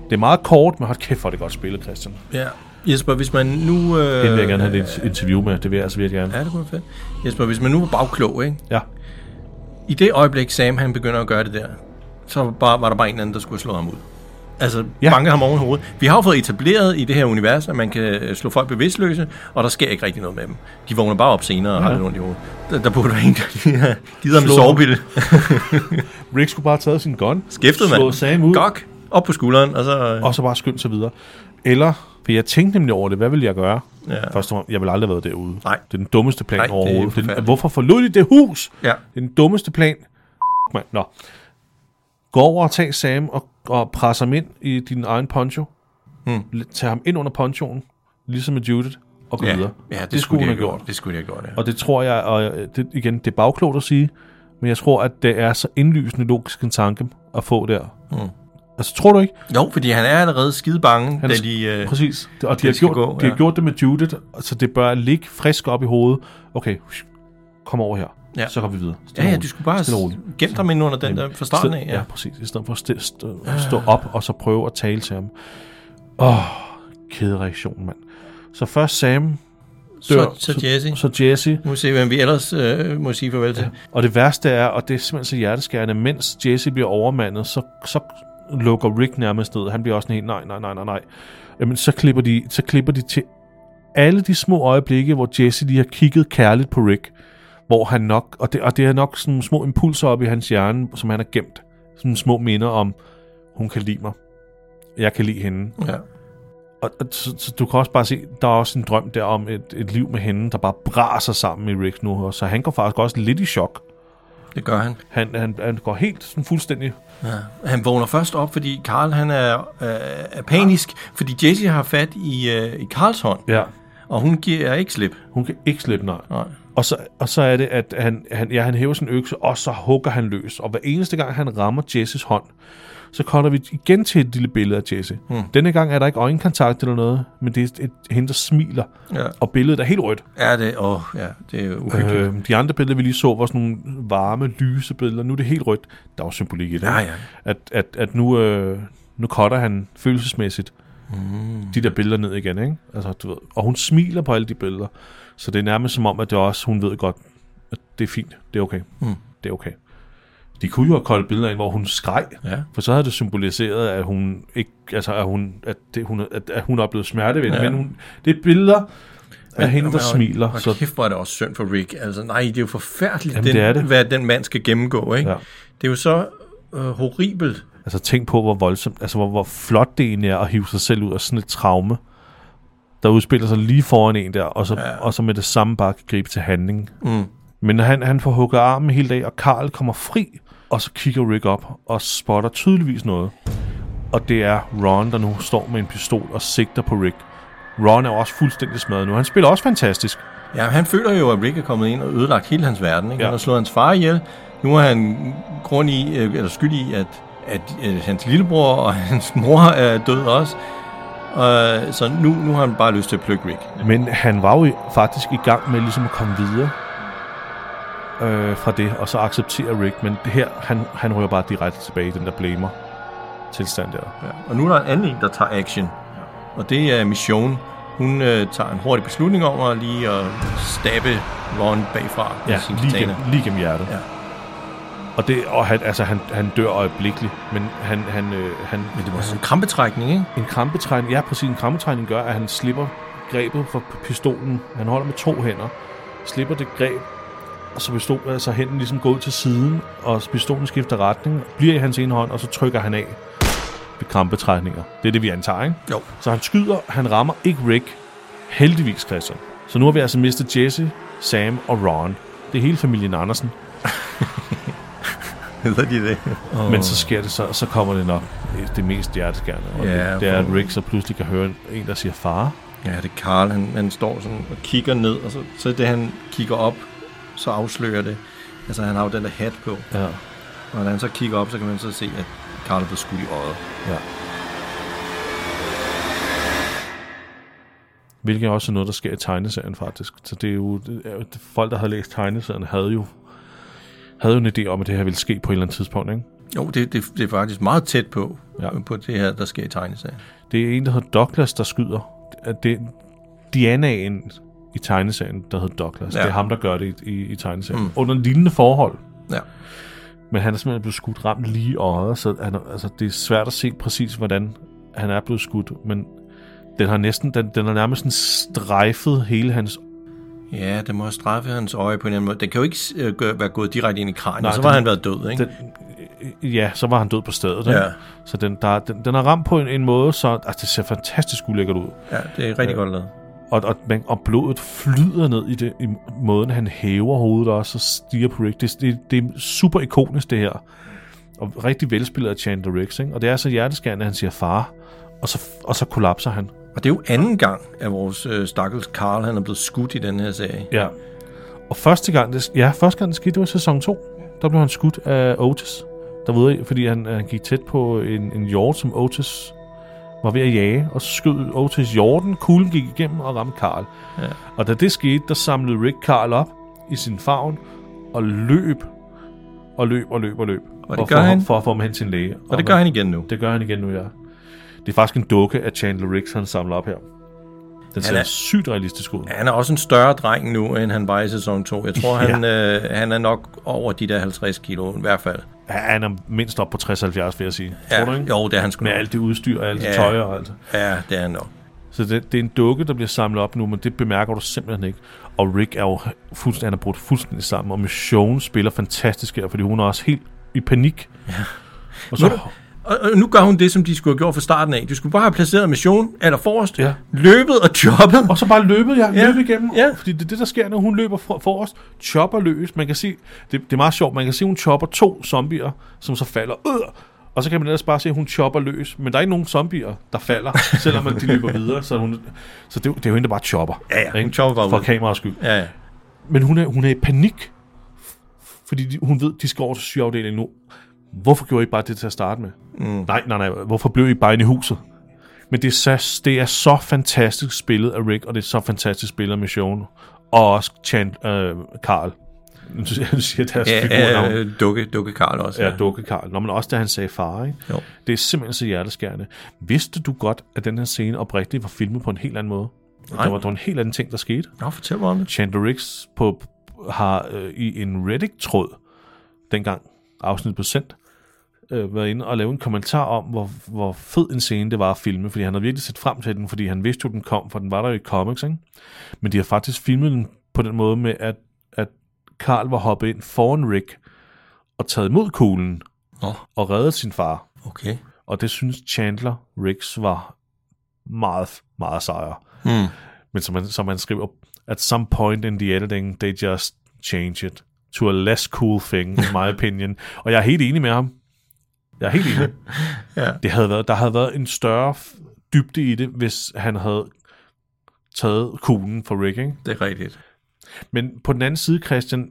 Speaker 1: Det er meget kort, men hold kæft, hvor er det godt spillet, Christian.
Speaker 9: Ja. Jesper, hvis man nu... Øh,
Speaker 1: Det vil jeg gerne have et interview med. Det vil jeg altså virkelig gerne.
Speaker 9: Ja, det kunne være fedt. Jesper, hvis man nu var bagklog, ikke?
Speaker 1: Ja.
Speaker 9: I det øjeblik, Sam han begynder at gøre det der, så var, bare, var der bare en eller anden, der skulle slå ham ud. Altså,
Speaker 1: Ja.
Speaker 9: ja. banke ham oven i hovedet. Vi har jo fået etableret i det her univers, at man kan øh, slå folk bevidstløse, og der sker ikke rigtig noget med dem. De vågner bare op senere og har lidt ondt i hovedet. Der, der burde være en, der lige har givet ham en
Speaker 1: Slå ham.
Speaker 9: sovepille.
Speaker 1: Rick skulle bare have taget sin gun,
Speaker 9: Skæftet, mand.
Speaker 1: slået Sam ud,
Speaker 9: Gok. Op på skulderen, og så... øh,
Speaker 1: og så bare skyndt sig videre. Eller, for jeg tænkte nemlig over det, hvad ville jeg gøre?
Speaker 9: Ja.
Speaker 1: Først og fremmest, jeg ville aldrig have været derude.
Speaker 9: Nej.
Speaker 1: Det er den dummeste plan
Speaker 9: Nej, det er
Speaker 1: overhovedet. Det er den,
Speaker 9: forfærdeligt.
Speaker 1: hvorfor forlod de det hus?
Speaker 9: Ja.
Speaker 1: Det er den dummeste plan. Man, nå. Gå over og tag Sam og, og pres ham ind i din egen poncho. Hmm. Tag ham ind under ponchoen, ligesom med Judith, og gå
Speaker 9: Ja,
Speaker 1: videre.
Speaker 9: ja det,
Speaker 1: det skulle
Speaker 9: de
Speaker 1: hun
Speaker 9: have
Speaker 1: have gjort.
Speaker 9: Det skulle de have gjort, ja.
Speaker 1: Og det tror jeg, og øh, det, igen, det er bagklogt at sige, men jeg tror, at det er så indlysende logisk en tanke at få der. Mm.
Speaker 9: Hmm.
Speaker 1: Altså, tror du ikke?
Speaker 9: Jo, fordi han er allerede skide bange,
Speaker 1: Han
Speaker 9: da
Speaker 1: er-
Speaker 9: de... Øh,
Speaker 1: Præcis. Det- Og de,
Speaker 9: det
Speaker 1: har
Speaker 9: skal
Speaker 1: gjort,
Speaker 9: gå,
Speaker 1: de har
Speaker 9: ja.
Speaker 1: gjort det med Judith, så det bør ligge frisk op i hovedet. Okay, husk, kom over her.
Speaker 9: Ja.
Speaker 1: Så går vi videre. Stille
Speaker 9: ja,
Speaker 1: og
Speaker 9: ja,
Speaker 1: roligt.
Speaker 9: de skulle bare
Speaker 1: Stille og roligt.
Speaker 9: gemme ham ind under den der fra starten af. Ah.
Speaker 1: ja. ja, præcis. I stedet for at stå, stå, stå op og så prøve at tale til ham. Åh, kæde reaktion, mand. Så først Sam dør.
Speaker 9: så, så Jesse.
Speaker 1: Så Jesse.
Speaker 9: Nu må vi se, hvem vi ellers øh, må sige farvel til.
Speaker 1: Og det værste er, og det er simpelthen så hjerteskærende, mens Jesse bliver overmandet, så, så lukker Rick nærmest ned. Han bliver også sådan helt, nej, nej, nej, nej, nej. Jamen, så klipper, de, så klipper de til alle de små øjeblikke, hvor Jesse lige har kigget kærligt på Rick, hvor han nok, og det, og det er nok sådan små impulser op i hans hjerne, som han har gemt. Sådan små minder om, hun kan lide mig. Jeg kan lide hende.
Speaker 9: Ja.
Speaker 1: Og, og så, så du kan også bare se, der er også en drøm der om et, et liv med hende, der bare braser sammen i Rick nu. Og så han går faktisk også lidt i chok.
Speaker 9: Det gør han.
Speaker 1: Han, han, han går helt sådan fuldstændig...
Speaker 9: Ja. Han vågner først op, fordi Karl han er, øh, er panisk, fordi Jesse har fat i, øh, i Karls hånd,
Speaker 1: Ja.
Speaker 9: og hun giver ikke slip.
Speaker 1: Hun kan ikke slippe nej.
Speaker 9: Nej.
Speaker 1: Og så, og så er det, at han, han, ja, han hæver sin økse, og så hugger han løs. Og hver eneste gang, han rammer Jesses hånd, så kommer vi igen til et lille billede af Jesse.
Speaker 9: Hmm.
Speaker 1: Mm. Denne gang er der ikke øjenkontakt eller noget, men det er et, et, hende, der smiler.
Speaker 9: Ja.
Speaker 1: Og billedet er helt rødt.
Speaker 9: Er det? Åh, ja, det er uhyggeligt. Øh.
Speaker 1: Øh, de andre billeder, vi lige så, var sådan nogle varme, lyse billeder. Nu er det helt rødt. Der er jo symbolik i det.
Speaker 9: Ja,
Speaker 1: ikke?
Speaker 9: ja.
Speaker 1: At, at, at nu, øh, nu cutter han følelsesmæssigt mm. de der billeder ned igen. Ikke? Altså, du ved. Og hun smiler på alle de billeder. Så det er nærmest som om, at det også, hun ved godt, at det er fint. Det er okay. Mm. Det er okay. De kunne jo have koldt billeder ind, hvor hun skreg.
Speaker 9: Ja.
Speaker 1: For så havde det symboliseret, at hun ikke, altså at hun, at det, hun, at, at hun oplevede smerte ved det.
Speaker 9: Ja.
Speaker 1: Men hun, det er billeder af hende, der smiler.
Speaker 9: Så
Speaker 1: Så
Speaker 9: kæft, hvor er det også synd for Rick. Altså, nej, det er jo forfærdeligt,
Speaker 1: Jamen,
Speaker 9: den,
Speaker 1: det er det.
Speaker 9: hvad den mand skal gennemgå. Ikke?
Speaker 1: Ja.
Speaker 9: Ja. Det er jo så øh, horribelt.
Speaker 1: Altså tænk på, hvor voldsomt, altså hvor, hvor flot det egentlig er at hive sig selv ud af sådan et traume, der udspiller sig lige foran en der, og så, ja. og så med det samme bare kan gribe til handling. Mm. Men han, han får hugget armen hele dag, og Karl kommer fri, og så kigger Rick op og spotter tydeligvis noget. Og det er Ron, der nu står med en pistol og sigter på Rick. Ron er jo også fuldstændig smadret nu. Han spiller også fantastisk.
Speaker 9: Ja, han føler jo, at Rick er kommet ind og ødelagt hele hans verden.
Speaker 1: Ja.
Speaker 9: Ikke? Ja. Han har slået hans far ihjel. Nu er han grund i, øh, eller skyld i, at, at, øh, hans lillebror og (laughs) hans mor er død også. Og, så nu, nu har han bare lyst til at plukke Rick.
Speaker 1: Men han var jo faktisk i gang med ligesom at komme videre øh, fra det, og så acceptere Rick, men det her, han, han ryger bare direkte tilbage i den der blamer tilstand der.
Speaker 9: Ja. Og nu er der en anden en, der tager action. Og det er Mission. Hun øh, tager en hurtig beslutning om at lige at stabbe Ron bagfra med sin
Speaker 1: lige
Speaker 9: katana.
Speaker 1: gennem, lige gennem hjertet.
Speaker 9: Ja.
Speaker 1: Og, det, og han, altså, han, han dør øjeblikkeligt, men han, han, øh, han,
Speaker 9: Men det var sådan en krampetrækning, ikke?
Speaker 1: en krampetrækning, ja præcis, en krampetrækning gør, at han slipper grebet fra p- pistolen. Han holder med to hænder, slipper det greb, og så pistol, altså hænden ligesom går ud til siden, og pistolen skifter retning, bliver i hans ene hånd, og så trykker han af ved krampetrækninger. Det er det, vi antager, ikke?
Speaker 9: Jo.
Speaker 1: Så han skyder, han rammer ikke Rick. Heldigvis, Christian. Så nu har vi altså mistet Jesse, Sam og Ron. Det er hele familien Andersen.
Speaker 9: (laughs) Hedder de det?
Speaker 1: Oh. Men så sker det, så, så kommer det nok det mest hjerteskærende. Og
Speaker 9: Ja,
Speaker 1: det, det er, at
Speaker 9: for-
Speaker 1: Rick så pludselig kan høre en, der siger far.
Speaker 9: Ja, det er Karl, han, han står sådan og kigger ned, og så, så det han kigger op, så afslører det. Altså, han har jo den der hat på.
Speaker 1: Ja.
Speaker 9: Og når han så kigger op, så kan man så se, at Karl er blevet skudt i øjet.
Speaker 1: ja. Hvilket er også noget, der sker i tegneserien faktisk. Så det er jo, det er jo folk, der havde læst tegneserien, havde jo, havde jo en idé om, at det her ville ske på et eller andet tidspunkt. Ikke?
Speaker 9: Jo, det, det, det er faktisk meget tæt på,
Speaker 1: Ja.
Speaker 9: ja. på det her, der sker i tegneserien.
Speaker 1: Det er en, der hedder Douglas, der skyder. At Det er Dianaen i tegneserien, der hedder Douglas. Ja.
Speaker 9: Ja.
Speaker 1: Det er ham, der gør det i, i, i tegneserien. Mm. Under lignende forhold.
Speaker 9: Ja.
Speaker 1: Men han er simpelthen blevet skudt ramt lige i øjet, så han, er- altså, det er svært at se præcis, hvordan han er blevet skudt. Men den har næsten, den, den har nærmest sådan strejfet hele hans...
Speaker 9: Ja, det må have straffet hans øje på en eller anden måde. Det kan jo ikke øh, gøre- være gået direkte ind i kraniet,
Speaker 1: Nej,
Speaker 9: Nej, så
Speaker 1: den-
Speaker 9: var han været død, ikke?
Speaker 1: Den, øh, ja, så var han død på stedet. ikke?
Speaker 9: Ja.
Speaker 1: Så den, der, er- den, den er ramt på en, en måde, så altså, det ser fantastisk ulækkert ud.
Speaker 9: ja, det er rigtig
Speaker 1: Ja.
Speaker 9: godt lavet.
Speaker 1: Og, og, man- og blodet flyder ned i, det, i måden, han hæver hovedet også og stiger på Rick. Det, det, det er super ikonisk, det her. Og rigtig velspillet af Chandler Riggs. Ikke? Og det er så hjerteskærende, at han siger far, og så, og så kollapser han.
Speaker 9: Og det er jo anden gang, at vores øh, stakkels Karl, han er blevet skudt i den her serie.
Speaker 1: Ja. Og første gang, det, ja, første gang det skete, det var i sæson 2. Der blev han skudt af Otis. Der var ude, i- fordi han, han gik tæt på en, en hjort, som Otis var ved at jage, og så skød Otis hjorten, kuglen gik igennem og ramte Karl. Ja. Og da det skete, der samlede Rick Karl op i sin favn og løb og løb og løb og løb.
Speaker 9: Og det
Speaker 1: for,
Speaker 9: gør han.
Speaker 1: For at få ham hen til en læge.
Speaker 9: Og det gør han igen nu.
Speaker 1: Det gør han igen nu, ja. Det er faktisk en dukke af Chandler Riggs, han samler op her. Den ser
Speaker 9: er-
Speaker 1: sygt realistisk ud.
Speaker 9: Han er også en større dreng nu, end han var i sæson 2. Jeg
Speaker 1: (laughs)
Speaker 9: tror,
Speaker 1: Ja.
Speaker 9: ja. han, øh, han er nok over de der 50 kilo, i hvert fald.
Speaker 1: Ja, han er mindst op på 60-70, vil jeg sige. Tror
Speaker 9: Ja,
Speaker 1: du ikke?
Speaker 9: jo, det er han sgu
Speaker 1: Med
Speaker 9: nok.
Speaker 1: alt det udstyr og alt det
Speaker 9: Ja.
Speaker 1: tøj og alt.
Speaker 9: Ja, det er han nok.
Speaker 1: Så det, det er en dukke, der bliver samlet op nu, men det bemærker du simpelthen ikke. Og Rick er jo fuldstændig, han er brudt fuldstændig sammen, og Michonne spiller fantastisk her, fordi hun er også helt i panik. Ja. Og så,
Speaker 9: Og, og nu gør hun det, som de skulle have gjort fra starten af. De skulle bare have placeret mission, eller forrest,
Speaker 1: Ja.
Speaker 9: ja. løbet og jobbet.
Speaker 1: (laughs) og så bare løbet, jeg ja.
Speaker 9: Ja,
Speaker 1: løbet igennem.
Speaker 9: ja.
Speaker 1: Fordi det er det, der sker, når hun løber for, for os. Chopper løs. Man kan se, det, det er meget sjovt, man kan se, hun chopper to zombier, som så falder. Øh! Og så kan man ellers bare se, at hun chopper løs. Men der er ikke nogen zombier, der falder, (laughs) selvom de løber videre. Så, hun, så det, er jo- det er jo hende, der bare chopper.
Speaker 9: Ja, ja, hun
Speaker 1: Ikke?
Speaker 9: chopper bare
Speaker 1: For
Speaker 9: ud.
Speaker 1: kameraets skyld.
Speaker 9: (laughs) Ja, ja.
Speaker 1: Men hun er, hun er i panik, fordi de, hun ved, de skal over til sygeafdelingen nu. Hvorfor gjorde I ikke bare det til at starte med? Mm. Nej, nej, nej. Hvorfor blev I bare inde i huset? Men det er, så, det er så fantastisk spillet af Rick, og det er så fantastisk spillet af Michonne. Og også Chan, øh, Carl. Nu siger nu siger jeg deres ja,
Speaker 9: Ja,
Speaker 1: figurnavn.
Speaker 9: øh, dukke, dukke Karl også.
Speaker 1: Ja, dukke Karl. Nå, men også da han sagde far, ikke?
Speaker 9: Jo.
Speaker 1: Det er simpelthen så hjerteskærende. Vidste du godt, at den her scene oprindeligt var filmet på en helt anden måde?
Speaker 9: Nej.
Speaker 1: Der var, der var en helt anden ting, der skete.
Speaker 9: Nå, fortæl mig om det.
Speaker 1: Chandler Riggs på, har øh, i en Reddit-tråd, dengang afsnittet blev sendt, øh, været inde og lave en kommentar om, hvor, hvor fed en scene det var at filme, fordi han havde virkelig set frem til den, fordi han vidste jo, den kom, for den var der jo i comics, ikke? Men de har faktisk filmet den på den måde med, at, at Carl var hoppet ind foran Rick og taget imod kuglen
Speaker 9: Nå.
Speaker 1: og reddet sin far.
Speaker 9: Okay.
Speaker 1: Og det synes Chandler Riggs var meget, meget sejere.
Speaker 9: Mm.
Speaker 1: Men som han, som han skriver, at some point in the editing, they just change it to a less cool thing, in my opinion. Og jeg er helt enig med ham. Jeg er helt enig.
Speaker 9: Ja.
Speaker 1: det havde været, der havde været en større f- dybde i det, hvis han havde taget kuglen for Rick. Ikke?
Speaker 9: Det er rigtigt.
Speaker 1: Men på den anden side, Christian,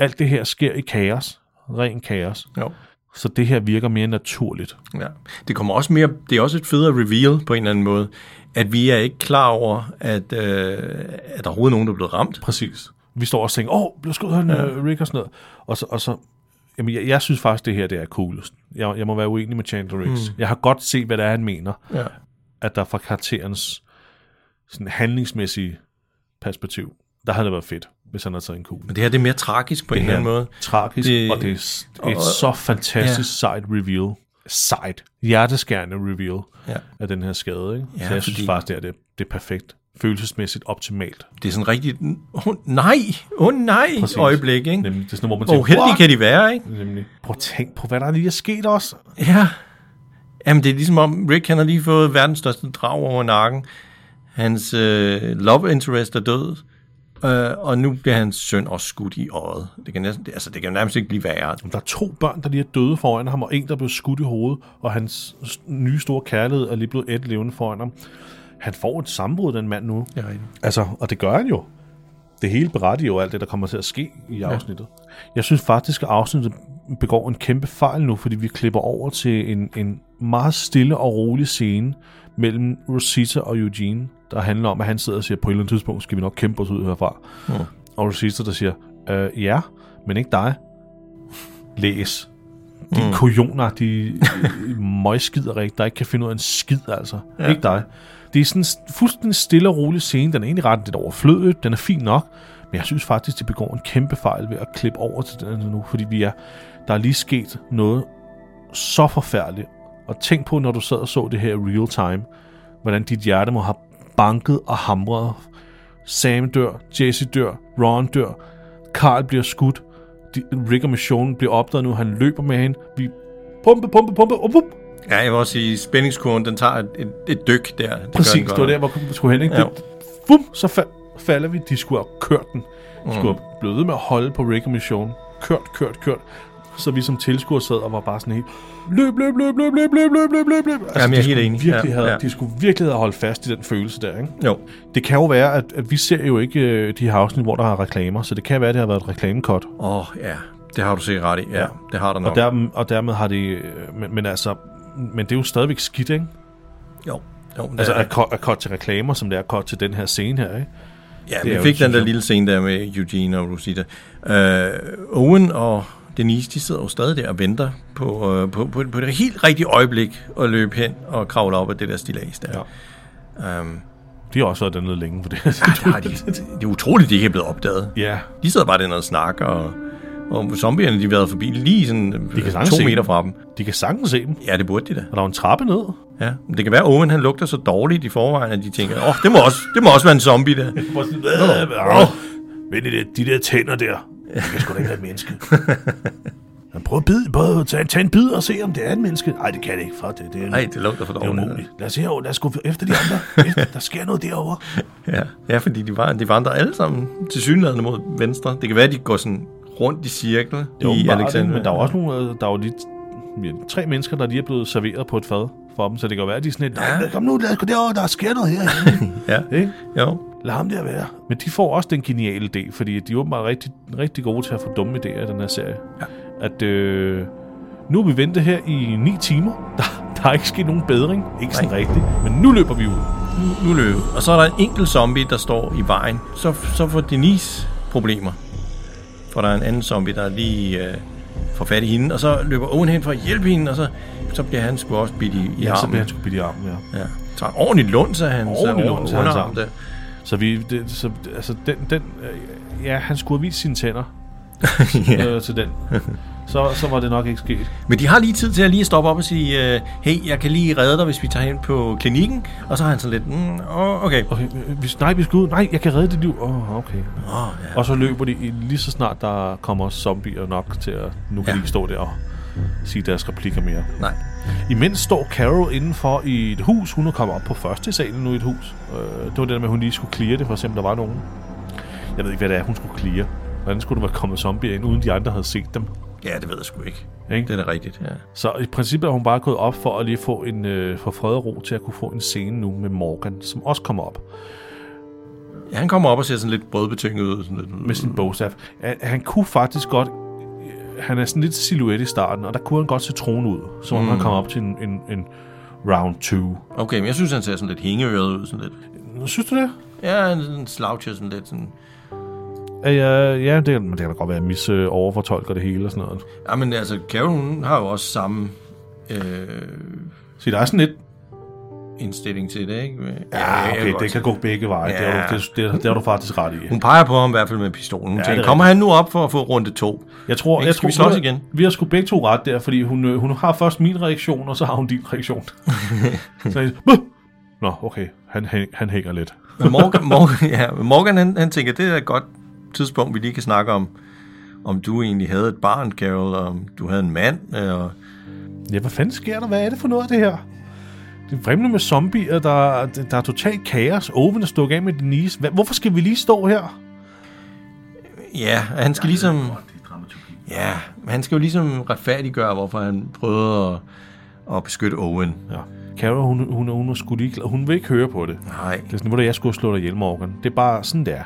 Speaker 1: alt det her sker i kaos. Ren kaos.
Speaker 9: Jo.
Speaker 1: Så det her virker mere naturligt.
Speaker 9: Ja. Det kommer også mere, det er også et federe reveal på en eller anden måde, at vi er ikke klar over, at, øh, at der overhovedet er nogen, der er blevet ramt.
Speaker 1: Præcis. Vi står også og tænker, åh, blev skudt han, ja. Rick og sådan noget. Og så, og så jamen, jeg, jeg synes faktisk, det her det er coolest. Jeg, jeg må være uenig med Chandler Riggs. Mm. Jeg har godt set, hvad det er, han mener.
Speaker 9: Hmm. Ja.
Speaker 1: At der fra karakterens sådan handlingsmæssige perspektiv, der havde det været fedt, hvis han havde taget en kugle.
Speaker 9: Men det her det er mere tragisk på en eller anden måde.
Speaker 1: tragisk, det,
Speaker 9: Det-
Speaker 1: og det er s-
Speaker 9: og-
Speaker 1: et så fantastisk ja. sejt reveal. Sejt. Hjerteskærende reveal
Speaker 9: Ja.
Speaker 1: af den her skade. Ikke?
Speaker 9: Ja,
Speaker 1: så jeg synes
Speaker 9: fordi-
Speaker 1: faktisk, det er, det, det er perfekt. Følelsesmæssigt optimalt.
Speaker 9: Det er sådan rigtig, åh oh, nej, åh oh, nej,
Speaker 1: Præcis.
Speaker 9: Præcis. øjeblik, ikke?
Speaker 1: Nemlig, det er sådan, noget, hvor man
Speaker 9: Hvor
Speaker 1: tænker,
Speaker 9: uheldige
Speaker 1: "What?"
Speaker 9: kan de være, ikke?
Speaker 1: Nemlig. Prøv at tænk på, hvad der lige er sket også.
Speaker 9: Ja. Jamen, det er ligesom om, Rick han har lige fået verdens største drag over nakken. Hans øh, love interest er død. Øh, og nu bliver hans søn også skudt i øjet. Det kan, næsten, det, altså, det kan jo nærmest ikke blive værre.
Speaker 1: Der er to børn, der lige er døde foran ham, og en, der blev skudt i hovedet, og hans s- nye store kærlighed er lige blevet et levende foran ham. han får et sambrud, den mand nu.
Speaker 9: Det er rigtigt.
Speaker 1: Altså, og det gør han jo. Det hele berettiger jo alt det, der kommer til at ske i afsnittet. Ja. Jeg synes faktisk, at afsnittet begår en kæmpe fejl nu, fordi vi klipper over til en, en meget stille og rolig scene mellem Rosita og Eugene, der handler om, at han sidder og siger, på et eller andet tidspunkt skal vi nok kæmpe os ud herfra. Mm. Og Rosita, der siger, øh, ja, men ikke dig. Læs. De mm. kujoner, de øh, møgskider, ikke? der ikke kan finde ud af en skid, altså. Ja. Ikke dig. Det er sådan en st- fuldstændig stille og rolig scene. Den er egentlig ret lidt overflødig. Den er fin nok. Men jeg synes faktisk, det begår en kæmpe fejl ved at klippe over til den her nu. Fordi vi er, der er lige sket noget så forfærdeligt. Og tænk på, når du sad og så det her i real time, hvordan dit hjerte må have banket og hamret. Sam dør, Jesse dør, Ron dør, Carl bliver skudt, de, Rick og Michonne bliver opdaget nu, han løber med hende, vi pumpe, pumpe, pumpe, op, op.
Speaker 9: Ja, jeg vil også sige, spændingskurven, den tager et, et, et dyk der. Det gør
Speaker 1: Præcis,
Speaker 9: den
Speaker 1: det
Speaker 9: godt.
Speaker 1: var der, hvor vi skulle hen. Ikke?
Speaker 9: Ja.
Speaker 1: Det, bum, så fa- falder vi. De skulle have kørt den.
Speaker 9: Mm.
Speaker 1: De skulle have blevet ved med at holde på Rick og Michonne. Kørt, kørt, kørt. Så vi som tilskuere sad og var bare sådan helt... Løb, løb, løb, løb, løb, løb, løb, løb, løb, løb. Altså,
Speaker 9: Jamen,
Speaker 1: de
Speaker 9: jeg er helt
Speaker 1: skulle
Speaker 9: enig.
Speaker 1: Virkelig
Speaker 9: Ja,
Speaker 1: havde,
Speaker 9: ja.
Speaker 1: De skulle virkelig have holdt fast i den følelse der, ikke?
Speaker 9: Jo.
Speaker 1: Det kan jo være, at, at vi ser jo ikke øh, de her afsnit, hvor der er reklamer, så det kan være, at det har været et reklamekort.
Speaker 9: Åh, oh, ja. Det har du set ret i. Ja, det har der nok.
Speaker 1: Og, der, og dermed har det... øh, Men, men altså... Men det er jo stadigvæk skidt, ikke?
Speaker 9: Jo. jo det
Speaker 1: Altså,
Speaker 9: er-
Speaker 1: at cut, at cut til reklamer, som det er cut til den her scene her, ikke?
Speaker 9: Ja,
Speaker 1: er
Speaker 9: vi
Speaker 1: jo,
Speaker 9: fik
Speaker 1: synes
Speaker 9: den der
Speaker 1: jeg.
Speaker 9: lille scene der med Eugene og Rosita. Øh, Owen og Denise, de sidder jo stadig der og venter på, øh, på, på, på det helt rigtige øjeblik at løbe hen og kravle op af det der stillads der. Ja. Øhm,
Speaker 1: De har også været dernede længe for Ah, det.
Speaker 9: der har de, det er utroligt, de ikke er blevet opdaget.
Speaker 1: (laughs) ja,
Speaker 9: De sidder bare dernede og snakker, og, og zombierne, de har været forbi lige sådan de
Speaker 1: kan sagtens
Speaker 9: to
Speaker 1: se
Speaker 9: meter
Speaker 1: dem.
Speaker 9: fra dem.
Speaker 1: de kan sagtens se dem.
Speaker 9: Ja, det burde de da.
Speaker 1: Og der er jo en trappe ned.
Speaker 9: Ja. Men det kan være, at Owen han lugter så dårligt i forvejen, at de tænker, åh, oh, det, må også, det må også være en zombie
Speaker 1: (laughs)
Speaker 9: der.
Speaker 1: Åh, Vent i det, de der tænder (laughs) der. Det kan sgu da ikke være et menneske. Men prøv at bide, prøv at tage, tage en bid og se, om det er et menneske. Nej, det kan det ikke, for det, det er,
Speaker 9: Nej, det lugter for
Speaker 1: det er
Speaker 9: dårligt.
Speaker 1: umuligt. Lad os, herover, lad os gå efter de (laughs) andre. Efter- der sker noget derovre.
Speaker 9: Ja, ja fordi de, var, de vandrer alle sammen til synlædende mod venstre. Det kan være, at de går sådan rundt i cirkel
Speaker 1: Det er
Speaker 9: i
Speaker 1: åbenbart,
Speaker 9: Alexander.
Speaker 1: Men der er jo også nogle, øh, der er jo lige ja, tre mennesker, der lige er blevet serveret på et fad for dem, så det kan jo være, at de er sådan lidt, nej, kom nu, lad os gå derover, der sker noget her.
Speaker 9: Ja,
Speaker 1: Ikke?
Speaker 9: jo.
Speaker 1: Lad ham der være. Men de får også den geniale idé, fordi de er åbenbart rigtig, rigtig gode til at få dumme idéer i den her serie. Ja. At øh, nu har vi ventet her i 9 timer. (laughs) Der, der er ikke sket nogen bedring. Ikke sådan
Speaker 9: Nej.
Speaker 1: rigtigt. Men nu løber vi ud.
Speaker 9: Nu løb. Og så er der en enkelt zombie, der står i vejen. Så, så får Denise problemer. For der er en anden zombie, der lige øh, får fat i hende. Og så løber Owen hen for at hjælpe hende, og så, så bliver han sgu også bidt i, i
Speaker 1: Ja, så
Speaker 9: armen.
Speaker 1: bliver han sgu bidt i armen, ja.
Speaker 9: Ja. Så en ordentlig luns af hans
Speaker 1: Ordentlig
Speaker 9: øh,
Speaker 1: luns af hans
Speaker 9: underarm
Speaker 1: arm.
Speaker 9: der.
Speaker 1: Så, vi, det, så altså, den, den, øh, ja, han skulle have vist sine tænder (laughs)
Speaker 9: ja.
Speaker 1: øh, til den. Så, så var det nok ikke sket.
Speaker 9: Men de har lige tid til at lige stoppe op og sige, øh, hey, jeg kan lige redde dig, hvis vi tager hen på klinikken. Og så har han sådan lidt, mm, åh, okay.
Speaker 1: Okay, øh, vi, nej, vi skal ud. Nej, jeg kan redde dit liv. Åh, oh, okay.
Speaker 9: Åh, ja.
Speaker 1: Og så løber de i- lige så snart, der kommer zombier nok til at... Nu kan ja.
Speaker 9: Ja.
Speaker 1: de ikke stå der og sige deres replikker mere.
Speaker 9: Nej.
Speaker 1: Imens står Carol indenfor i et hus. Hun er kommet op på første salen nu i et hus. Øh, det var det der med, at hun lige skulle clear det, for at se, om der var nogen. Jeg ved ikke, hvad det er, hun skulle clear. Hvordan skulle der være kommet zombier ind, uden de andre havde set dem?
Speaker 9: Ja, det ved jeg sgu ikke.
Speaker 1: Ikke?
Speaker 9: Det er da rigtigt, ja.
Speaker 1: Så i princippet er hun bare gået op for at lige få en øh, for fred og ro til at kunne få en scene nu med Morgan, som også kommer op
Speaker 9: ja. Han kommer op og ser sådan lidt brødbetynget ud. Sådan lidt. "Mm."
Speaker 1: med sin bogstaff. Han, han kunne faktisk godt... øh, Han er sådan lidt silhuet i starten, og der kunne han godt se troen ud, så mm. han kom op til en, en, en round 2.
Speaker 9: Okay, men jeg synes, han ser sådan lidt hængeøret ud. Sådan lidt.
Speaker 1: Synes du det?
Speaker 9: Ja, han sådan sloucher sådan lidt. Sådan.
Speaker 1: Øh, ja, ja, det, men det kan da godt være, at jeg mis øh, overfortolker det hele og sådan noget.
Speaker 9: Ja, men altså, Carol, hun har jo også samme øh,
Speaker 1: Så der er sådan lidt...
Speaker 9: indstilling til det, ikke?
Speaker 1: Ja,
Speaker 9: jeg
Speaker 1: okay,
Speaker 9: godt
Speaker 1: det kan
Speaker 9: se.
Speaker 1: gå begge veje. Ja. Det,
Speaker 9: Ja.
Speaker 1: har du, det, det, det har du faktisk ret i.
Speaker 9: Hun peger på ham i hvert fald med pistolen. Hun
Speaker 1: Ja,
Speaker 9: ja,
Speaker 1: det
Speaker 9: tænker,
Speaker 1: er
Speaker 9: kommer han nu op for at få runde to?
Speaker 1: Jeg tror,
Speaker 9: Ikke?
Speaker 1: jeg
Speaker 9: Skal
Speaker 1: tror
Speaker 9: vi slås
Speaker 1: hun-
Speaker 9: igen?
Speaker 1: Vi har sgu begge to ret der, fordi hun, øh, hun har først min reaktion, og så har hun din
Speaker 9: (laughs)
Speaker 1: reaktion. så jeg, "Buh!" Nå, okay, han, hæ- han hænger lidt.
Speaker 9: Men Morgan, Morgan, ja, men Morgan han, han tænker, det er et godt tidspunkt, vi lige kan snakke om, om du egentlig havde et barn, Carol, og om du havde en mand, øh, og
Speaker 1: Ja, hvad fanden sker der? Hvad er det for noget af det her? Det er vrimler med zombier, der, der er totalt kaos. Oven er stukket af med Denise. Hvad, hvorfor skal vi lige stå her?
Speaker 9: Ja, han skal ligesom... Ja, men han skal jo ligesom retfærdiggøre, hvorfor han prøvede at, at beskytte Owen.
Speaker 1: Ja. Carol, hun, hun, hun er sgu ligeglad. Hun vil ikke høre på det.
Speaker 9: Nej.
Speaker 1: Det er sådan, hvor jeg skulle slå dig ihjel, Morgan. Det er bare sådan, det er.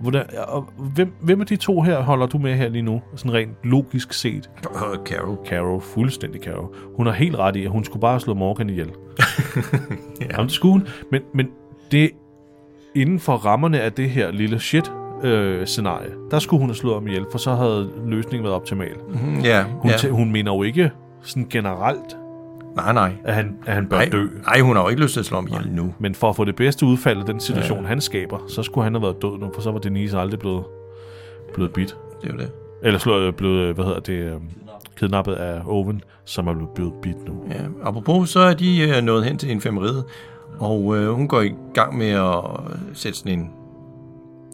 Speaker 1: Hvordan, og hvem, hvem af de to her holder du med her lige nu? Sådan rent logisk set.
Speaker 9: Åh, Carol.
Speaker 1: Caro, fuldstændig Caro. Hun har helt ret i, at hun skulle bare slå Morgan ihjel. ja. Jamen, det skulle hun. Men, men det inden for rammerne af det her lille shit øh, scenarie, der skulle hun have slået ham ihjel, for så havde løsningen været optimal.
Speaker 9: Ja,
Speaker 1: Hun,
Speaker 9: ja.
Speaker 1: ja. hun mener jo ikke sådan generelt,
Speaker 9: Nej, nej.
Speaker 1: at han, at han bør
Speaker 9: Nej,
Speaker 1: dø.
Speaker 9: nej, hun har jo ikke lyst til at slå ham ihjel nu.
Speaker 1: Men for at få det bedste udfald af den situation, ja. han skaber, så skulle han have været død nu, for så var Denise aldrig blevet, blevet bit.
Speaker 9: Det er jo det.
Speaker 1: Eller slået, blevet, hvad hedder det, øh, kidnappet af Owen, som er blevet- blevet bit nu.
Speaker 9: Ja, apropos, så er de øh, nået hen til infirmeriet, og øh, hun går i gang med at øh, sætte sådan en...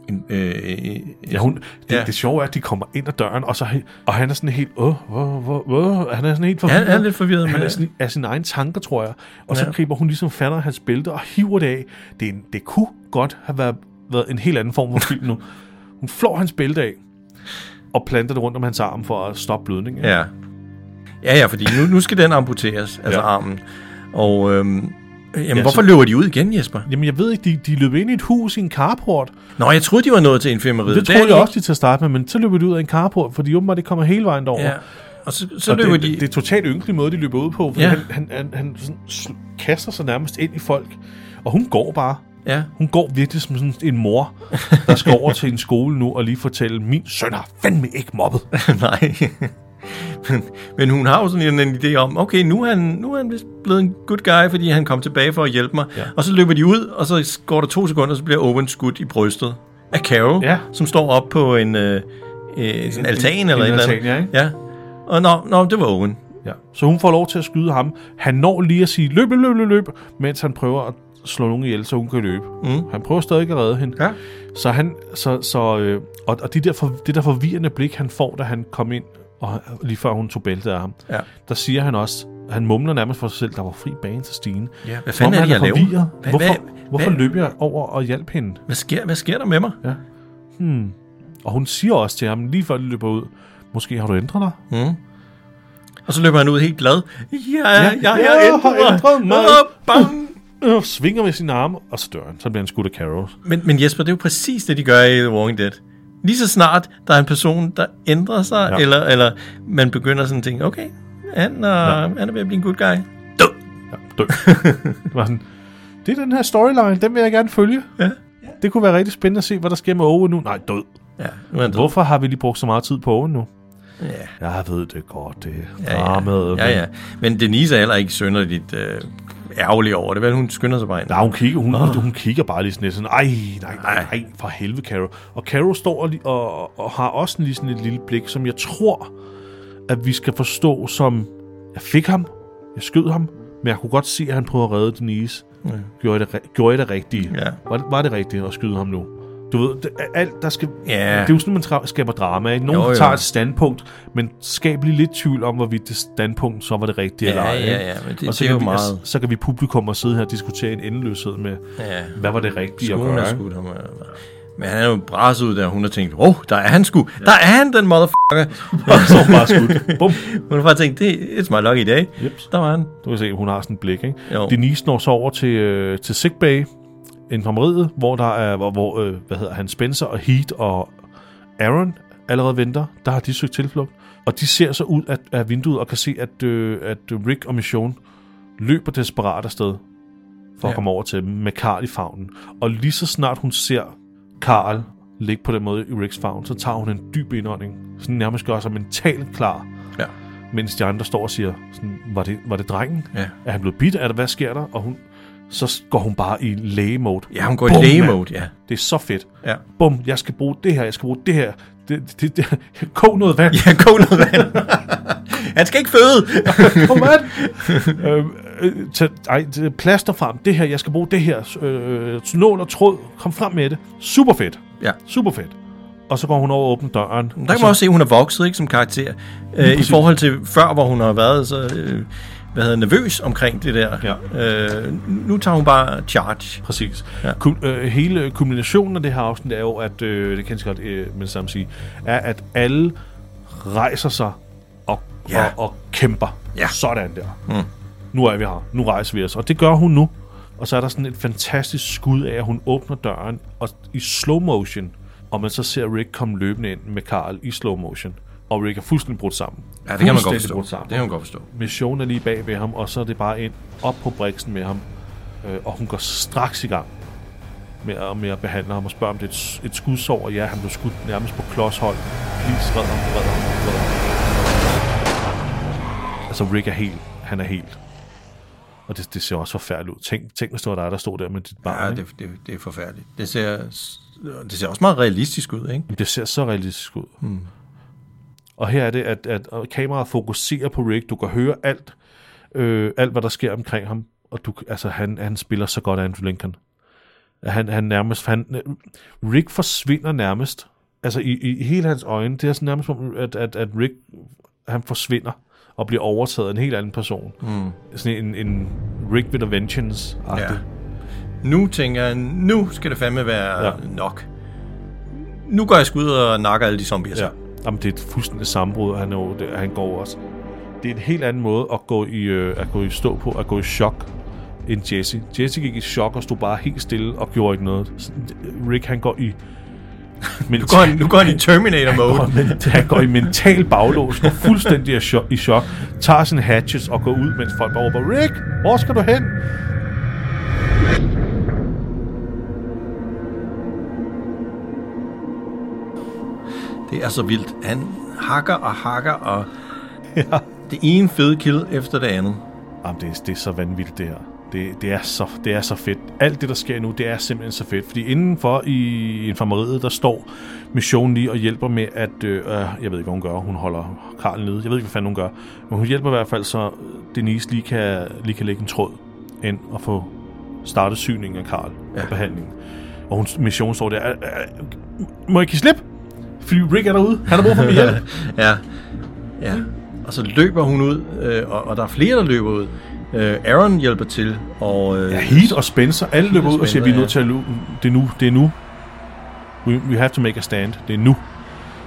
Speaker 9: en øh, en-
Speaker 1: Ja, hun, det, ja.
Speaker 9: Ja.
Speaker 1: det sjove er, at de kommer ind ad døren, og, så, og han er sådan helt... Åh, åh, åh, åh, han er sådan helt forvirret.
Speaker 9: han er lidt forvirret,
Speaker 1: Han
Speaker 9: men-
Speaker 1: er sådan, af sine egne tanker, tror jeg. Og ja. så
Speaker 9: Ja.
Speaker 1: griber hun ligesom fatter hans bælte og hiver det af. Det, er en, det kunne godt have været, været en helt anden form for film nu. Hun flår hans bælte af og planter det rundt om hans arm for at stoppe blødningen.
Speaker 9: Ja. Ja, ja, fordi nu, nu skal den amputeres, altså
Speaker 1: Ja.
Speaker 9: ja. armen. Og øhm, jamen,
Speaker 1: Ja,
Speaker 9: ja, hvorfor
Speaker 1: så-
Speaker 9: så... løber de ud igen, Jesper?
Speaker 1: Jamen, jeg ved ikke, de, de løb ind i et hus i en carport.
Speaker 9: Nå, jeg troede, de var nået til infirmeriet.
Speaker 1: Det
Speaker 9: er
Speaker 1: troede
Speaker 9: de
Speaker 1: jeg også, de til at starte med, men så løber de ud af en carport, fordi åbenbart det kommer hele vejen
Speaker 9: ikke.
Speaker 1: derover.
Speaker 9: Ja. Og så, så
Speaker 1: Og
Speaker 9: løber
Speaker 1: det,
Speaker 9: de...
Speaker 1: det, det er totalt ynkelig måde, de løber ud på, for ja.
Speaker 9: Ja.
Speaker 1: han, han, han, han sådan, sl- kaster sig nærmest ind i folk, og hun går bare.
Speaker 9: Ja.
Speaker 1: Hun går virkelig som sådan en mor, der skal over til en skole nu og lige fortælle, min søn har fandme ikke mobbet.
Speaker 9: (laughs) Nej. men, men hun har jo sådan en, en idé om, okay, nu er, han, nu er han vist blevet en good guy, fordi han kom tilbage for at hjælpe mig. Ja. Og så løber de ud, og så går der to sekunder, og så bliver Owen skudt i brystet af Carol,
Speaker 1: Ja.
Speaker 9: som står op på en, øh, øh, sådan en altan
Speaker 1: en
Speaker 9: eller et eller
Speaker 1: altan,
Speaker 9: andet.
Speaker 1: ja, ikke?
Speaker 9: ja. Og nå, nå, det var Owen.
Speaker 1: Ja. Så hun får lov til at skyde ham. Han når lige at sige, løb, løb, løb, løb, løb, mens han prøver at slå nogen ihjel, så hun kan løbe. Mm. Han prøver stadig at redde hende.
Speaker 9: Ja.
Speaker 1: Så han, så, så, øh, og, og de der for, det der forvirrende blik, han får, da han kom ind, og lige før hun tog bæltet af ham,
Speaker 9: Ja.
Speaker 1: der siger han også, han mumler nærmest for sig selv, der var fri bane til Stine.
Speaker 9: Ja, hvad
Speaker 1: Som
Speaker 9: fanden
Speaker 1: om
Speaker 9: er det,
Speaker 1: han
Speaker 9: jeg laver?
Speaker 1: forvirret.
Speaker 9: Hvad-
Speaker 1: Hvorfor,
Speaker 9: hvad-
Speaker 1: hvorfor
Speaker 9: hvad-
Speaker 1: løb jeg over og hjalp hende?
Speaker 9: Hvad sker, hvad sker der med mig?
Speaker 1: Og hun siger også til ham, lige før de løber ud, måske har du ændret dig?
Speaker 9: Og så løber han ud helt glad. Ja, ja, jeg
Speaker 1: jeg
Speaker 9: har
Speaker 1: har ændret
Speaker 9: ændret mig.
Speaker 1: mig.
Speaker 9: Åh, bang.
Speaker 1: Øh, svinger med sine arme, og så dør han. Så bliver han skudt af Carol.
Speaker 9: Men, men Jesper, det er jo præcis det, de gør i The Walking Dead. Lige så snart der er en person, der ændrer sig,
Speaker 1: Ja.
Speaker 9: ja. eller, eller man begynder sådan at tænke, okay, han er, ja. han er ved at blive en good guy.
Speaker 1: Ja,
Speaker 9: (laughs)
Speaker 1: dø. det, var sådan, det er den her storyline, den vil jeg gerne følge.
Speaker 9: Ja.
Speaker 1: Det kunne være rigtig spændende at se, hvad der sker med Owen nu. Nej, død.
Speaker 9: Ja, nu er han død.
Speaker 1: Hvorfor har vi lige brugt så meget tid på Owen nu?
Speaker 9: Ja.
Speaker 1: Jeg ved det godt, det er
Speaker 9: Ja,
Speaker 1: dramaet,
Speaker 9: ja. ja, ja. Men Denise er heller ikke sønderligt øh, ærgerlig over det. Vel, hun skynder sig bare ind.
Speaker 1: Nej, hun kigger, hun, oh. hun kigger bare lige sådan lidt sådan, ej, nej, nej,
Speaker 9: Ej.
Speaker 1: nej, for helvede, Caro. Og Caro står og, li- og, og har også lige sådan et lille blik, som jeg tror, at vi skal forstå som, jeg fik ham, jeg skød ham, men jeg kunne godt se, at han prøvede at redde Denise. Ja. Gjorde, jeg det, ri- gjorde jeg det rigtige?
Speaker 9: Ja.
Speaker 1: Var, det- var det rigtigt at skyde ham nu? Du ved, det, er alt der skal...
Speaker 9: Ja.
Speaker 1: Det er jo sådan, man tra- skaber drama, ikke? Nogen
Speaker 9: Jo, jo.
Speaker 1: tager et standpunkt, men skab lige lidt tvivl om, hvorvidt det standpunkt så var det rigtige
Speaker 9: Ja,
Speaker 1: eller ej.
Speaker 9: ja,
Speaker 1: ikke?
Speaker 9: ja, men det-
Speaker 1: og så
Speaker 9: det er
Speaker 1: kan
Speaker 9: jo
Speaker 1: vi,
Speaker 9: meget-
Speaker 1: altså, så kan vi publikum og sidde her og diskutere en endeløshed med,
Speaker 9: Ja.
Speaker 1: hvad var det rigtige at
Speaker 9: Skolen
Speaker 1: gøre.
Speaker 9: er
Speaker 1: ikke?
Speaker 9: skudt ham. øh. Men han er jo braset ud der, hun har tænkt, åh, oh, der er han sgu. Der er han, den motherfucker.
Speaker 1: Og så var hun bare skudt. Bum.
Speaker 9: Hun har bare tænkt, det it's my lucky day.
Speaker 1: Jeps.
Speaker 9: Der var han.
Speaker 1: Du kan se, hun har sådan et blik, ikke?
Speaker 9: Jo.
Speaker 1: Denise når så over til, øh, til Sigbay, infirmeriet, hvor der er, hvor, hvor øh, hvad hedder han, Spencer og Heat og Aaron allerede venter. Der har de søgt tilflugt. Og de ser så ud af, af vinduet og kan se, at, øh, at Rick og Mission løber desperat afsted for ja. at
Speaker 9: Ja.
Speaker 1: komme over til dem med Karl i favnen. Og lige så snart hun ser Karl ligge på den måde i Ricks favn, så tager hun en dyb indånding. Sådan nærmest gør sig mentalt klar
Speaker 9: Ja.
Speaker 1: mens de andre står og siger, sådan, var, det, var det drengen?
Speaker 9: Ja.
Speaker 1: Er han blevet bidt? Er det, hvad sker der? Og hun, så s- går hun bare i lægemode.
Speaker 9: Ja, hun går
Speaker 1: Bum,
Speaker 9: i
Speaker 1: mand.
Speaker 9: lægemode, ja. (laughs)
Speaker 1: Det er så fedt.
Speaker 9: Ja.
Speaker 1: Bum, jeg skal bruge det her, jeg skal bruge det her. Det, det, det, (laughs) kog noget vand.
Speaker 9: Ja, kog noget vand. Han skal ikke føde.
Speaker 1: Kom an! (laughs) øh, øh, tag, ej, t- plaster frem. Det her, jeg skal bruge det her. Øh, nål og tråd. Kom frem med det. Super fedt.
Speaker 9: Ja.
Speaker 1: Super fedt. Og så går hun over og åbner døren.
Speaker 9: Der kan man
Speaker 10: Altså-
Speaker 9: også se, at hun er vokset ikke, som karakter. Øh, I forhold til før, hvor hun har været så øh, hvad hedder, nervøs omkring det der.
Speaker 1: Ja.
Speaker 9: Øh, nu tager hun bare charge.
Speaker 1: Præcis. Ja.
Speaker 9: Ja.
Speaker 1: Kum, øh, hele kulminationen af det her afsnit er jo, at, øh, det kan jeg så godt øh, med det samme sige, er, at alle rejser sig og, ja.
Speaker 9: Ja.
Speaker 1: og, og kæmper.
Speaker 9: Ja.
Speaker 1: Sådan der. Mm. nu er vi her, nu rejser vi os. Og det gør hun nu. Og så er der sådan et fantastisk skud af, at hun åbner døren og i slow motion, og man så ser Rick komme løbende ind med Carl i slow motion. Og Rick er fuldstændig brudt sammen.
Speaker 10: Ja, det kan man godt
Speaker 1: Fuldstændig
Speaker 10: forstå.
Speaker 1: brudt
Speaker 10: Det
Speaker 1: sammen.
Speaker 10: kan man godt forstå.
Speaker 1: Mission er lige bag ved ham, og så er det bare ind op på briksen med ham. Øh, og hun går straks i gang med at, med at behandle ham og spørge, om det er et, s- et skudsår. Og ja, han blev skudt nærmest på klodshold. Please, red ham, red ham, red ham. Altså, Rick er helt. Han er helt. Og det, det ser også forfærdeligt ud. Tænk, tænk hvis det var dig, der stod der med dit barn.
Speaker 9: Ja,
Speaker 1: ikke?
Speaker 9: det, det, det er forfærdeligt. Det ser, det ser også meget realistisk ud, ikke?
Speaker 1: Jamen, Det ser så realistisk ud. Mm. Og her er det, at, at og kameraet fokuserer på Rick. Du kan høre alt, øh, alt hvad der sker omkring ham. Og du, altså, han, han spiller så godt Andrew Lincoln. At Han, han nærmest... Han, Rick forsvinder nærmest. Altså, i, i, i hele hans øjne, det er sådan nærmest, som om, at, at, at Rick han forsvinder og bliver overtaget af en helt anden person. Mm. Sådan en, en Rick with a vengeance
Speaker 9: Ja. Nu tænker jeg, nu skal det fandme være
Speaker 1: Ja.
Speaker 9: ja. nok. Nu går jeg sgu ud og nakker alle de zombier
Speaker 1: Ja.
Speaker 9: ja.
Speaker 1: Jamen, det er et fuldstændig sammenbrud, og han, er jo, det, han går også. Det er en helt anden måde at gå i, øh, at gå i stå på, at gå i chok, end Jesse. Jesse gik i chok og stod bare helt stille og gjorde ikke noget. Så, øh, Rick, han
Speaker 9: (laughs)
Speaker 1: går i... Men
Speaker 9: Nu går han, nu går han i
Speaker 10: (laughs)
Speaker 9: Terminator-mode.
Speaker 1: (laughs) men, han går i mental baglås, går fuldstændig i chok, i chok, tager sin hatches og går ud, mens folk bare råber, Rick, hvor skal du hen?
Speaker 9: Det er så vildt. Han hakker og hakker, og ja. det ene fede kill efter det andet.
Speaker 1: Jamen, det, er- det er så vanvittigt, det her. Det, det, er så, det er så fedt. Alt det, der sker nu, det er simpelthen så fedt. Fordi indenfor i infirmeriet, der står missionen lige og hjælper med at... Øh, øh, jeg ved ikke, hvad hun gør. Hun holder Karl nede. Jeg ved ikke, hvad fanden hun gør. Men hun hjælper i hvert fald, så Denise lige kan, lige kan lægge en tråd ind og få startet syningen af Karl ja. og behandlingen. Og hun, mission står der... Øh, øh, må jeg ikke give slip? Fordi Rick er derude. Han har brug for min hjælp.
Speaker 9: Ja. ja. Og så løber hun ud, øh, og, og der er flere, der løber ud. Øh, Aaron hjælper til, og... Øh,
Speaker 1: Ja, Heat og Spencer, alle løber ud og siger, vi er nødt til at løbe. Det er nu, det er nu. We, we have to make a stand. Det er nu.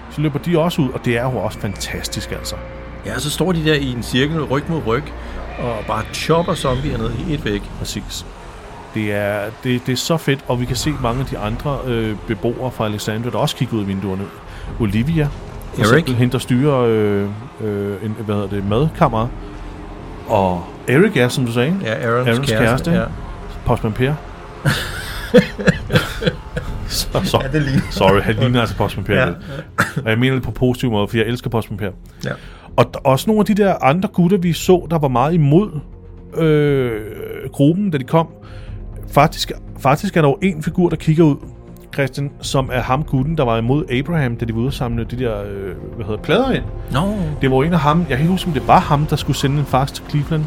Speaker 1: Så løber de også ud, og det er jo også fantastisk, altså.
Speaker 9: Ja, så står de der i en cirkel, ryg mod ryg, og bare chopper zombier ned i et væk.
Speaker 1: Præcis. Det er, det, det er så fedt, og vi kan se mange af de andre øh, beboere fra Alexandria, der også kigger ud af vinduerne. Olivia, for
Speaker 9: Eric.
Speaker 1: eksempel, hende der styrer øh, øh, en, hvad hedder det, madkammer. Og Eric er, som du sagde,
Speaker 9: Ja, Aarons,
Speaker 1: Aarons kæreste.
Speaker 9: kæreste. Ja.
Speaker 1: Postman (laughs) Per. så, så, ja, det ligner. Sorry, han ligner altså Postman Per.
Speaker 9: Ja.
Speaker 1: Ja. Og jeg mener det på positiv måde, for jeg elsker Postman Per.
Speaker 9: Ja.
Speaker 1: Og d- også nogle af de der andre gutter, vi så, der var meget imod øh, gruppen, da de kom. Faktisk, faktisk er der jo en figur, der kigger ud, Christian, som er ham gutten, der var imod Abraham, da de var ude at samle de der, øh, hvad hedder, plader ind.
Speaker 9: Nå,
Speaker 1: Det var en af ham, jeg kan ikke huske, om det var ham, der skulle sende en fax til (laughs) Cleveland.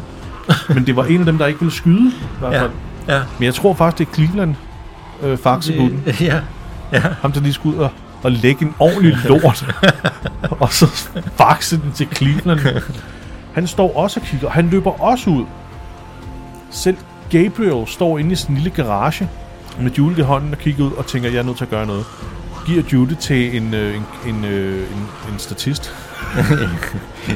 Speaker 1: Men det var en af dem, der ikke ville skyde. I hvert
Speaker 9: ja,
Speaker 1: fald.
Speaker 9: ja,
Speaker 1: Men jeg tror faktisk, det er Cleveland øh, faxegutten.
Speaker 9: det, ja. (laughs)
Speaker 1: Ham, der lige skulle ud og, og lægge en ordentlig lort. og så faxe den til Cleveland. Han står også og kigger. og Han løber også ud. Selv Gabriel står inde i sin lille garage med Judith i hånden og kigger ud og tænker, jeg er nødt til at gøre noget. Giver Judith til en, øh, en, en, øh, en, en statist,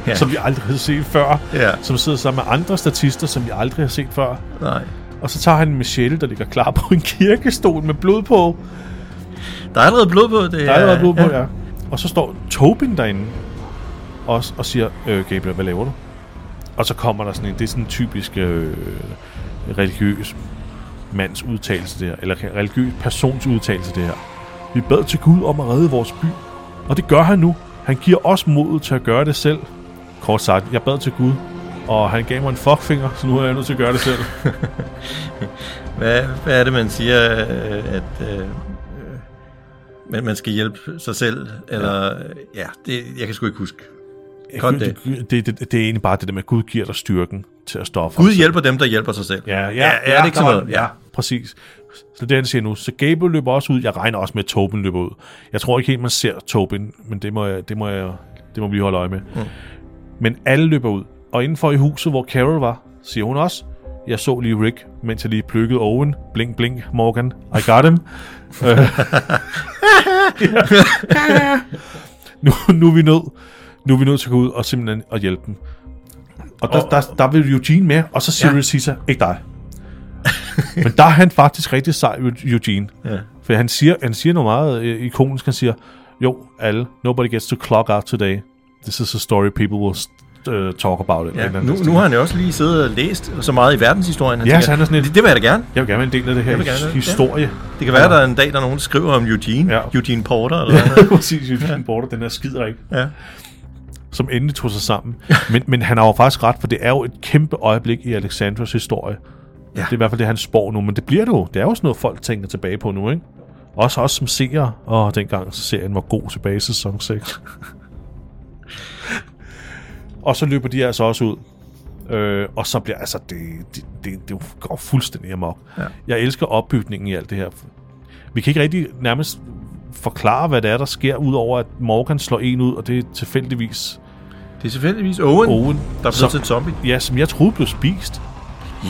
Speaker 1: ja. som vi aldrig havde set før.
Speaker 9: Ja.
Speaker 1: Som sidder sammen med andre statister, som vi aldrig har set før.
Speaker 9: Nej.
Speaker 1: Og så tager han en machete, der ligger klar på en kirkestol med blod på.
Speaker 9: Der er allerede blod på. Det
Speaker 1: Der er allerede blod på, ja. Og så står Tobin derinde også og siger, øh, Gabriel, hvad laver du? Og så kommer der sådan en, det er sådan en typisk øh, religiøs mands udtalelse det her, eller religiøs persons udtalelse det her. Vi bad til Gud om at redde vores by, og det gør han nu. Han giver os modet til at gøre det selv. Kort sagt, jeg bad til Gud, og han gav mig en fuckfinger, så nu er jeg nødt til at gøre det selv.
Speaker 9: Hvad, hvad er det, man siger, øh, at øh, øh, man, man skal hjælpe sig selv? Eller, ja, ja det, jeg kan sgu ikke huske. Godt det.
Speaker 1: Det, det, det, det er egentlig bare det der med, at Gud giver dig styrken til at stå for
Speaker 9: Gud
Speaker 1: dig selv.
Speaker 9: hjælper dem, der hjælper sig selv.
Speaker 1: Ja, ja,
Speaker 9: ja, er det ikke
Speaker 1: der
Speaker 9: sådan
Speaker 1: var
Speaker 9: noget?
Speaker 1: den. Ja, præcis. Så det, han siger nu. Så Gable løber også ud. Jeg regner også med, at Tobin løber ud. Jeg tror ikke helt, man ser Tobin, men det må, jeg, det må, jeg, det må vi lige holde øje med. Mm. Men alle løber ud. Og indenfor i huset, hvor Carol var, siger hun også, jeg så lige Rick, mens jeg lige plukkede Owen. Blink, blink, Morgan. I got
Speaker 9: (laughs)
Speaker 1: him. (laughs) Øh. nu, nu er vi nødt nu er vi nødt til at gå ud og simpelthen og hjælpe dem. Og der, der, der vil Eugene med, og så Sirius ja. Caesar, ikke
Speaker 9: (laughs)
Speaker 1: dig. Men der er han faktisk rigtig sej, Eugene. Ja. For han siger, han siger noget meget øh, ikonisk. Han siger, jo, alle, nobody gets to clock out today. This is a story people will uh, talk about. Eller et
Speaker 9: Ja,
Speaker 1: eller
Speaker 9: nu,
Speaker 1: andet.
Speaker 9: nu har han jo også lige siddet og læst så meget i verdenshistorien. Han
Speaker 1: Ja, så han er sådan lidt-
Speaker 9: det, det vil jeg da gerne.
Speaker 1: Jeg vil gerne være en del af det her
Speaker 9: Jeg vil gerne være-
Speaker 1: his- historie.
Speaker 9: Det kan være, der er en dag, der er nogen, der skriver om Eugene.
Speaker 1: Ja.
Speaker 9: Eugene Porter eller hvad.
Speaker 1: (laughs) Præcis, Eugene Porter, den her skider ikke.
Speaker 9: Ja.
Speaker 1: Som endelig tog sig sammen. Men, men han har jo faktisk ret, for det er jo et kæmpe øjeblik i Alexandros historie. Ja. Det er i hvert fald det, han spår nu, men det bliver det jo. Det er jo sådan noget, folk tænker tilbage på nu, ikke? Også os som seere. Og dengang serien var god tilbage i sæson
Speaker 9: (laughs)
Speaker 1: 6. og så løber de altså også ud. Øh, og så bliver altså, det, det, det, det går fuldstændig amok. Ja. Jeg elsker opbygningen i alt det her. Vi kan ikke rigtig nærmest forklare, hvad det er, der sker, udover at Morgan slår en ud, og det er tilfældigvis
Speaker 9: Det er tilfældigvis Owen,
Speaker 1: Owen,
Speaker 9: der er blevet til en zombie.
Speaker 1: Ja, som jeg troede blev spist.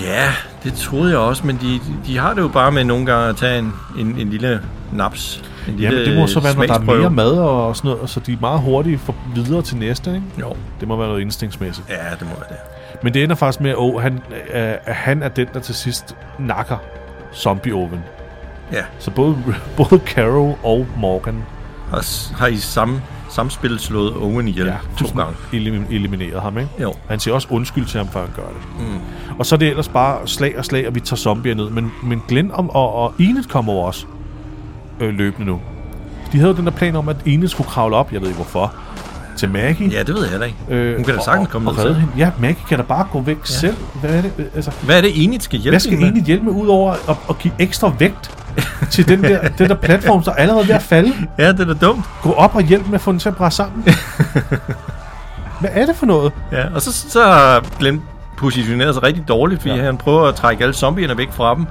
Speaker 9: Ja, det troede jeg også, men de, de har det jo bare med nogle gange at tage en, en, en lille naps. En
Speaker 1: Ja,
Speaker 9: lille
Speaker 1: men det må så være, når der er
Speaker 9: smagsprøve.
Speaker 1: mere mad og sådan noget, og så de er meget hurtige for videre til næste, ikke?
Speaker 9: Jo,
Speaker 1: Det må være noget instinktsmæssigt.
Speaker 9: ja, det må være det.
Speaker 1: Men det ender faktisk med, at Owen, han, øh, at han er den, der til sidst nakker zombie-oven.
Speaker 9: Ja,
Speaker 1: Så både, (laughs) både Carol og Morgan
Speaker 9: har, s- har i samme samspil slået Owen ihjel ja, to
Speaker 1: fuldstændig
Speaker 9: gange.
Speaker 1: elim- elimineret ham, ikke?
Speaker 9: Jo.
Speaker 1: Og Han siger også undskyld til ham, før han gør det. Mm. Og så er det ellers bare slag og slag, og vi tager zombier ned. Men, men Glenn og, og, og Enid kommer over os øh, løbende nu. De havde jo den der plan om, at Enid skulle kravle op, jeg ved ikke hvorfor, til Maggie.
Speaker 9: Ja, det ved jeg heller ikke. Øh, Hun kan da
Speaker 1: og-
Speaker 9: sagtens
Speaker 1: og-
Speaker 9: komme
Speaker 1: og
Speaker 9: ned
Speaker 1: redde
Speaker 9: selv.
Speaker 1: hende. Ja, Maggie kan da bare gå væk ja. selv. Hvad er det? Øh, Altså,
Speaker 9: Hvad er det, Enid skal hjælpe
Speaker 1: hvad skal
Speaker 9: hende med?
Speaker 1: Enid hjælpe med, udover at, at give ekstra vægt til den der, den der platform, der allerede er ved at falde?
Speaker 9: Ja, det er da dumt.
Speaker 1: Gå op og hjælp med at få den til at brænde
Speaker 9: (laughs)
Speaker 1: sammen. Hvad er det for noget?
Speaker 9: Ja, og så, så har Glenn positioneret sig rigtig dårligt, fordi
Speaker 1: Ja.
Speaker 9: ja. han prøver at trække alle zombierne væk fra dem.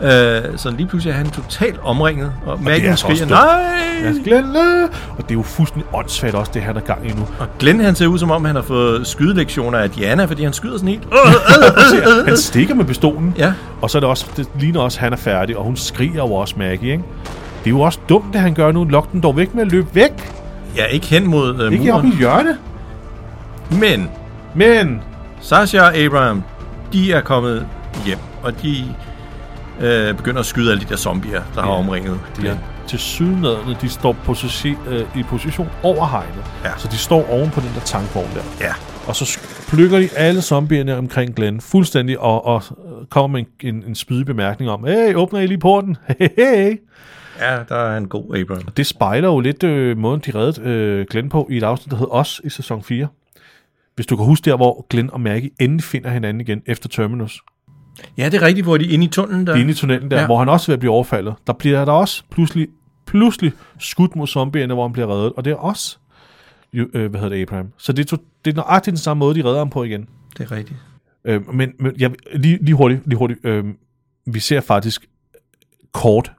Speaker 9: Ja. Øh, så lige pludselig er han totalt omringet, og Maggie
Speaker 1: altså også
Speaker 9: skriger,
Speaker 1: dumt.
Speaker 9: nej!
Speaker 1: Mads Glenn, øh. Og det er jo fuldstændig åndssvagt også, det han er gang i nu.
Speaker 9: Og Glenn han ser ud som om, han har fået skydelektioner af Diana, fordi han skyder sådan helt. Øh,
Speaker 1: Han stikker med pistolen,
Speaker 9: Ja.
Speaker 1: og så er det også, det ligner også, at han er færdig, og hun skriger jo også, Maggie, ikke? Det er jo også dumt, det han gør nu. Lok den dog væk med at løbe væk.
Speaker 9: ja, ikke hen mod øh,
Speaker 1: Ikke op i
Speaker 9: muren.
Speaker 1: hjørnet.
Speaker 9: Men
Speaker 1: Men
Speaker 9: Sasha og Abraham, de er kommet hjem, og de øh, begynder at skyde alle de der zombier, der har omringet
Speaker 1: de er
Speaker 9: Glenn.
Speaker 1: til sydenadende, de står posi- øh, i position over hegnet.
Speaker 9: Ja.
Speaker 1: Så de står oven på den der tankvogn der.
Speaker 9: Ja.
Speaker 1: Og så sk- plukker de alle zombierne omkring Glenn fuldstændig og, og øh, kommer med en, en, en spydig bemærkning om, hey, åbner I lige porten? (laughs) Hey, hey.
Speaker 9: ja, der er en god Abraham.
Speaker 1: Det spejler jo lidt øh, måden, de reddede øh, Glenn på i et afsnit, der hed Os i sæson 4. Hvis du kan huske der, hvor Glenn og Maggie endelig finder hinanden igen efter Terminus.
Speaker 9: Ja, det er rigtigt, hvor de er inde i tunnelen der.
Speaker 1: Ja. Inde i tunnelen der, ja.
Speaker 9: Ja.
Speaker 1: hvor han også er ved at blive overfaldet. Der bliver der også pludselig, pludselig skudt mod zombierne, hvor han bliver reddet. Og det er også, jo, øh, hvad hedder det, Abraham. Så det er, to, det er nøjagtigt den samme måde, de redder ham på igen.
Speaker 9: Det er rigtigt.
Speaker 1: Øh, men men jeg, lige, lige hurtigt, lige hurtigt øh, vi ser faktisk kort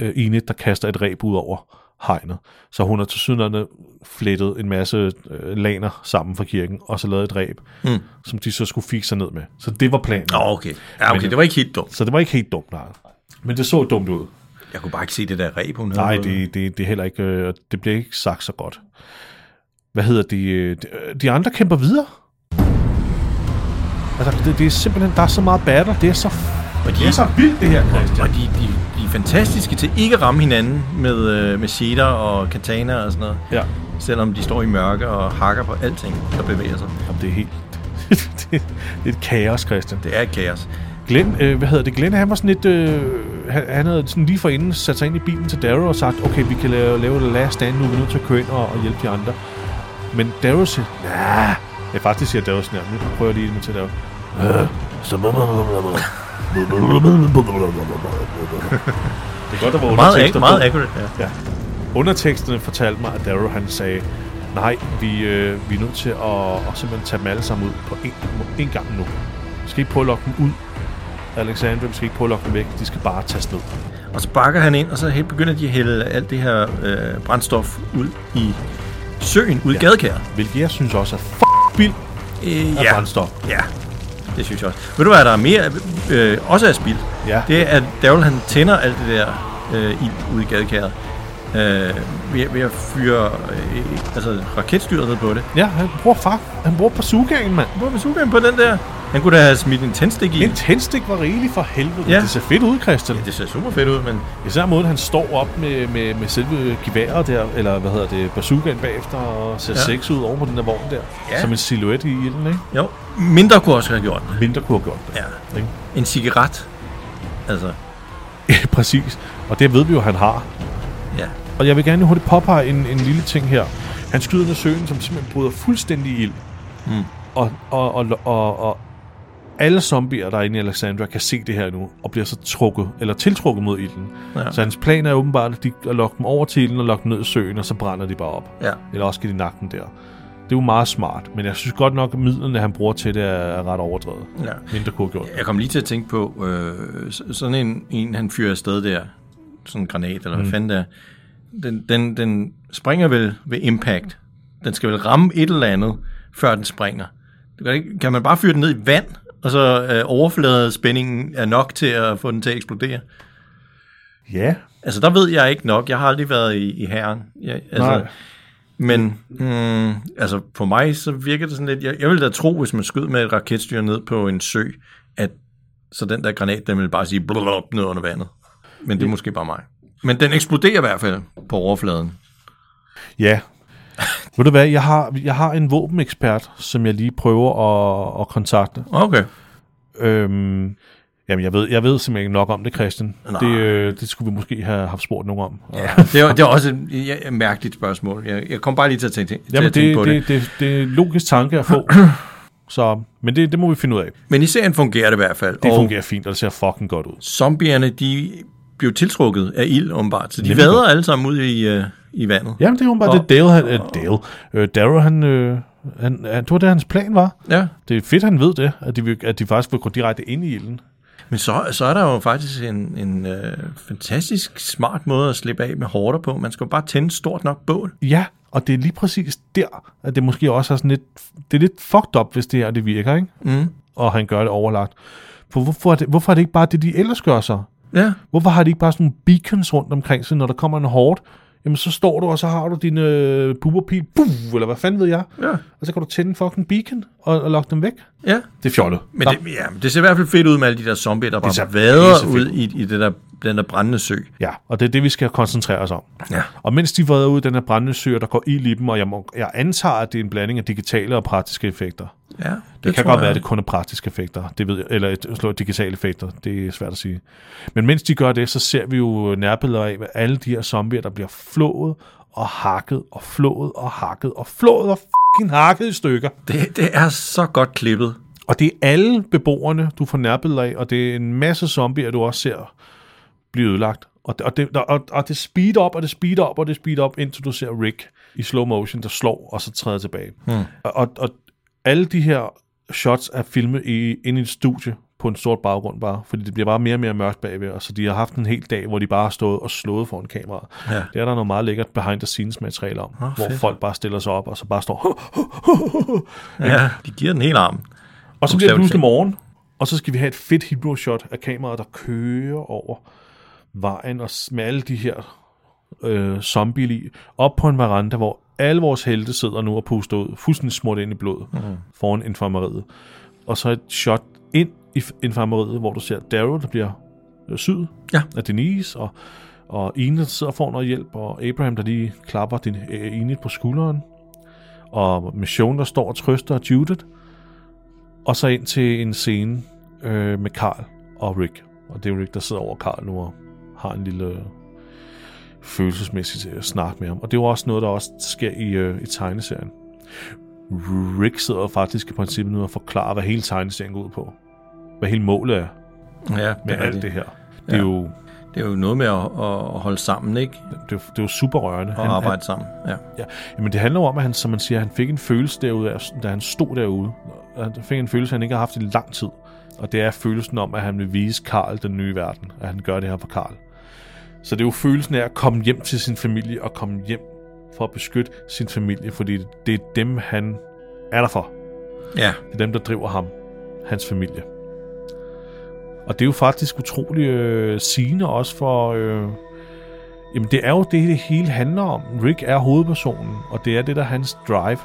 Speaker 1: øh, Ine, der kaster et ræb ud over hegnet. Så hun har til synligheden flettet en masse øh, laner sammen fra kirken, og så lavet et ræb, mm. som de så skulle fikse sig ned med. Så det var planen.
Speaker 9: Nå, okay. Ja, okay,
Speaker 1: Men-
Speaker 9: det var ikke helt dumt.
Speaker 1: Så det var ikke helt dumt, nej. Men det så dumt ud.
Speaker 9: Jeg kunne bare ikke se det der ræb, hun havde.
Speaker 1: Nej, det, det, det er heller ikke, øh, det bliver ikke sagt så godt. Hvad hedder de? øh, de- øh, De andre kæmper videre. Altså, det, det er simpelthen, der er så meget battle. Det er så,
Speaker 9: Og de,
Speaker 1: det er så vildt, det her, Christian.
Speaker 9: og de, de, de er fantastiske til ikke at ramme hinanden med, øh, med sheeter og katana og sådan noget.
Speaker 1: Ja.
Speaker 9: Selvom de står i mørke og hakker på alting, der bevæger sig.
Speaker 1: Jamen, det er helt... (laughs) det, det er et kaos, Christian.
Speaker 9: Det er et kaos.
Speaker 1: Glenn, øh, hvad hedder det? Glenn, han var sådan lidt... Øh, han, han havde sådan lige forinden sat sig ind i bilen til Darrow og sagt, okay, vi kan lave, lave the last stand nu, vi er nødt til at køre ind og, og hjælpe de andre. Men Darrow siger, nah. Ja, faktisk siger Darrow sådan her, nu prøver jeg lige med til (laughs) Darrow. Øh, så Det er godt, der var
Speaker 9: Meget,
Speaker 1: undertekster
Speaker 9: meget
Speaker 1: på.
Speaker 9: accurate. Ja.
Speaker 1: Ja. Underteksterne fortalte mig, at Darrow han sagde, nej, vi, øh, vi er nødt til at, at simpelthen tage dem alle sammen ud på en, en gang nu. Vi skal ikke prøve at lokke dem ud. Alexander, vi skal ikke prøve at lokke dem væk. De skal bare tages ned.
Speaker 9: Og så bakker han ind, og så helt begynder de at hælde alt det her øh, brændstof ud i søen, ud i ja. gadekæret.
Speaker 1: Hvilket jeg synes også er f***ing vild
Speaker 9: Øh,
Speaker 1: af ja. brændstof.
Speaker 9: Ja, det synes jeg også. Ved du hvad, der er mere, øh, også er spild?
Speaker 1: Ja.
Speaker 9: Det er, at Daryl han tænder alt det der øh, ild ude i gadekæret. øh, ved, ved at fyre øh, altså, raketstyret ned på det.
Speaker 1: Ja, han bruger far. Han bruger bazookaen, mand.
Speaker 9: Hvor er bazookaen på den der? Han kunne da have smidt en tændstik i.
Speaker 1: En tændstik var rigeligt for helvede.
Speaker 9: Ja.
Speaker 1: Det ser fedt ud, Christian.
Speaker 9: Det ser super fedt ud, men
Speaker 1: Især måden, han står op med, med, med selve geværet der, eller hvad hedder det, bazookaen bagefter, og ser ja.
Speaker 9: Ja.
Speaker 1: sex ud over på den der vogn der.
Speaker 9: Ja.
Speaker 1: Som en silhuet i ilden, ikke?
Speaker 9: jo, mindre kunne også have gjort det.
Speaker 1: Mindre kunne have gjort det.
Speaker 9: Ja.
Speaker 1: Ikke?
Speaker 9: En cigaret. Altså,
Speaker 1: Ja, (laughs) præcis. Og det ved vi jo, han har.
Speaker 9: ja.
Speaker 1: Og jeg vil gerne hurtigt påpege en, en lille ting her. Han skyder ned søen, som simpelthen bryder fuldstændig ild. Mm. Og, og, og, og, og alle zombier, der er inde i Alexandra, kan se det her nu, og bliver så trukket, eller tiltrukket mod ilden. Ja.
Speaker 9: Ja.
Speaker 1: Så hans plan er åbenbart at, de, at lokke dem over til ilden og lokke dem ned i søen, og så brænder de bare op.
Speaker 9: Ja.
Speaker 1: Eller også skal de nakken der. Det er jo meget smart, men jeg synes godt nok, at midlerne, han bruger til det, er- er ret overdrevet.
Speaker 9: Ja.
Speaker 1: Mindre kunne have gjort.
Speaker 9: Jeg kom lige til at tænke på, øh, så- sådan en, en han fyrer afsted der, sådan en granat, eller hvad fanden der, den, den, den springer vel ved impact. Den skal vel ramme et eller andet, før den springer. Du kan, ikke, kan man bare fyre den ned i vand, og så øh, overfladespændingen er nok til at få den til at eksplodere?
Speaker 1: Ja,
Speaker 9: Altså, der ved jeg ikke nok. Jeg har aldrig været i, i herren. Jeg, altså,
Speaker 1: Nej.
Speaker 9: Men mm, altså, på mig så virker det sådan lidt... Jeg, jeg ville da tro, hvis man skød med et raketstyr ned på en sø, at så den der granat, den ville bare sige blop ned under vandet. Men det er måske bare mig. Men den eksploderer i hvert fald på overfladen.
Speaker 1: Ja. Ved du hvad, jeg har, jeg har en våbenekspert, som jeg lige prøver at, at kontakte.
Speaker 9: Okay.
Speaker 1: Øhm, jamen, jeg ved, jeg ved simpelthen ikke nok om det, Christian.
Speaker 9: Nej.
Speaker 1: Det, øh, det skulle vi måske have haft spurgt nogen om. Ja,
Speaker 9: Det er, det er også et, ja, et mærkeligt spørgsmål. Jeg, jeg kom bare lige til at tænke, til
Speaker 1: jamen,
Speaker 9: at tænke
Speaker 1: det,
Speaker 9: på
Speaker 1: det,
Speaker 9: det.
Speaker 1: det. Det, det er en logisk tanke at (clears throat) få. Så, men det, det må vi finde ud af.
Speaker 9: Men i serien fungerer det i hvert fald.
Speaker 1: Det
Speaker 9: og
Speaker 1: fungerer fint, og det ser fucking godt ud.
Speaker 9: zombierne, de blev tiltrukket af ild, åbenbart. Så de
Speaker 1: Nemlig.
Speaker 9: vader alle sammen ud i, øh, i vandet.
Speaker 1: Jamen, det er jo bare
Speaker 9: Og-
Speaker 1: det, Dale han... Øh, Dale. Øh, Darrow, han, øh, han, han... Det var det, hans plan var.
Speaker 9: Ja,
Speaker 1: Det er fedt, han ved det, at de, vil, at de faktisk vil gå direkte ind i ilden.
Speaker 9: men så, så er der jo faktisk en, en øh, fantastisk smart måde at slippe af med hårder på. Man skal jo bare tænde et stort nok bål.
Speaker 1: Ja, og det er lige præcis der, at det måske også er sådan lidt, det er lidt fucked up, hvis det her det virker, ikke?
Speaker 9: Mm.
Speaker 1: Og han gør det overlagt. For hvorfor er det, hvorfor er det ikke bare det, de ellers gør så?
Speaker 9: Ja,
Speaker 1: Hvorfor har de ikke bare sådan nogle beacons rundt omkring, så når der kommer en hårdt, jamen så står du, og så har du din øh, buberpil, buh, eller hvad fanden ved jeg,
Speaker 9: ja,
Speaker 1: og så kan du tænde en fucking beacon og, og lokke dem væk.
Speaker 9: ja.
Speaker 1: Det er fjollet.
Speaker 9: Men det, ja, men det ser i hvert fald fedt ud med alle de der zombier, der
Speaker 1: ser
Speaker 9: bare vader
Speaker 1: pissefedt
Speaker 9: ud i, i det der, den der brændende sø.
Speaker 1: Ja, og det er det, vi skal koncentrere os om.
Speaker 9: Ja.
Speaker 1: Og mens de vader ud i den her brændende sø, og der går ild i dem, og jeg, må, jeg antager, at det er en blanding af digitale og praktiske effekter.
Speaker 9: ja det,
Speaker 1: Det kan
Speaker 9: tror
Speaker 1: godt være,
Speaker 9: jeg.
Speaker 1: at det kun er praktiske effekter, det ved jeg, eller et, slå digitale effekter, det er svært at sige. Men mens de gør det, så ser vi jo øh, nærbilleder af med alle de her zombier, der bliver flået og hakket og flået og hakket og flået og fucking hakket i stykker.
Speaker 9: Det, det er så godt klippet.
Speaker 1: Og det er alle beboerne, du får nærbilleder af, og det er en masse zombier, du også ser blive ødelagt. Og det, og, det, og, og det speed op, og det speed op, og det speed op, indtil du ser Rick i slow motion, der slår, og så træder tilbage. Hmm. Og, og, og alle de her shots er filmet i, inde i et studie på en sort baggrund bare, fordi det bliver bare mere og mere mørkt bagved, og så de har haft en hel dag, hvor de bare har stået og slået foran kameraet. Ja. Det er der noget meget lækkert behind the scenes materiale om, oh, hvor
Speaker 9: fedt.
Speaker 1: folk bare stiller sig op, og så bare står (laughs)
Speaker 9: Ja, de giver den hele armen.
Speaker 1: Og så bliver det
Speaker 9: Bogstaveligt
Speaker 1: pludselig
Speaker 9: talt.
Speaker 1: morgen, og så skal vi have et fedt hero shot af kameraet, der kører over vejen og s- med alle de her øh, zombie lige op på en veranda, hvor alle vores helte sidder nu og puster ud, fuldstændig smurt ind i blod mm.
Speaker 9: Mhm.
Speaker 1: foran infirmeriet. Og så et shot ind i f- infirmeriet, hvor du ser Daryl, der bliver øh, syet
Speaker 9: Ja.
Speaker 1: af Denise, og, og Ine, der sidder og får noget hjælp, og Abraham, der lige klapper din øh, Enid på skulderen, og Mission, der står og trøster Judith, og så ind til en scene øh, med Karl og Rick. Og det er Rick, der sidder over Karl nu og har en lille øh, følelsesmæssig øh, snak med ham. Og det er jo også noget, der også sker i, øh, i tegneserien. Rick sidder faktisk i princippet nu og forklarer, hvad hele tegneserien går ud på. Hvad hele målet er
Speaker 9: Ja,
Speaker 1: med
Speaker 9: det er
Speaker 1: alt det her. Det er,
Speaker 9: Ja.
Speaker 1: jo,
Speaker 9: Det er jo noget med at, at holde sammen, ikke?
Speaker 1: det, er jo, det er jo super rørende.
Speaker 9: Og
Speaker 1: han,
Speaker 9: arbejde sammen. Ja.
Speaker 1: Ja, jamen det handler jo om, at han, som man siger, han fik en følelse derude, af- da han stod derude. Han fik en følelse, han ikke har haft i lang tid. Og det er følelsen om, at han vil vise Karl den nye verden, at han gør det her for Karl. Så det er jo følelsen af at komme hjem til sin familie og komme hjem for at beskytte sin familie, fordi det er dem, han er der for.
Speaker 9: ja.
Speaker 1: Det er dem, der driver ham, hans familie. Og det er jo faktisk utrolig øh, sigende også for øh, Jamen, det er jo det, det hele handler om. Rick er hovedpersonen, og det er det, der er hans drive.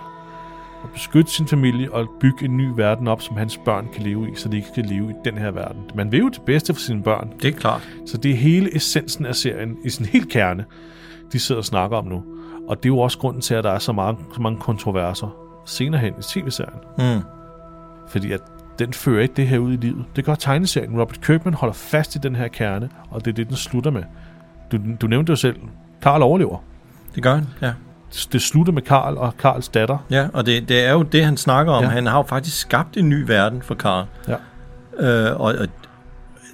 Speaker 1: At beskytte sin familie og bygge en ny verden op, som hans børn kan leve i, så de ikke skal leve i den her verden. Man vil jo det bedste for sine børn,
Speaker 9: Det er klart.
Speaker 1: så det er hele essensen af serien, i sin helt kerne, de sidder og snakker om nu. Og det er jo også grunden til, at der er så mange, så mange kontroverser senere hen i tv-serien.
Speaker 9: Mm.
Speaker 1: Fordi at den fører ikke det her ud i livet. Det gør tegneserien. Robert Kirkman holder fast i den her kerne, og det er det, den slutter med. Du, du nævnte jo selv, Karl overlever.
Speaker 9: Det gør han, ja.
Speaker 1: Det slutter med Karl og Karls datter.
Speaker 9: Ja, og det, det er jo det, han snakker om.
Speaker 1: Ja.
Speaker 9: Ja. Han har jo faktisk skabt en ny verden for Karl.
Speaker 1: Ja.
Speaker 9: Øh, og, og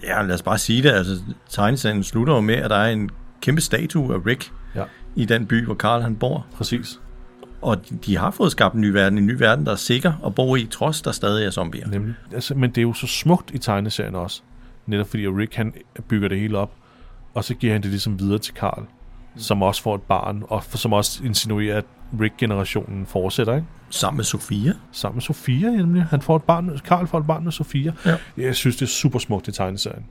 Speaker 9: ja, lad os bare sige det, altså tegneserien slutter jo med, at der er en kæmpe statue af Rick
Speaker 1: Ja,
Speaker 9: i den by, hvor Karl han bor.
Speaker 1: præcis.
Speaker 9: Og de, de har fået skabt en ny verden, en ny verden, der er sikker at bo i, trods der stadig er zombier.
Speaker 1: Nemlig. Altså, men det er jo så smukt i tegneserien også. Netop fordi at Rick han bygger det hele op, og så giver han det ligesom videre til Karl, som også får et barn, og f- som også insinuerer, at Rick-generationen fortsætter, ikke?
Speaker 9: Sammen med Sofia.
Speaker 1: Sammen med Sofia, nemlig. Han får et barn, Karl får et barn med Sofia.
Speaker 9: Ja.
Speaker 1: Jeg synes, det er super smukt i tegneserien.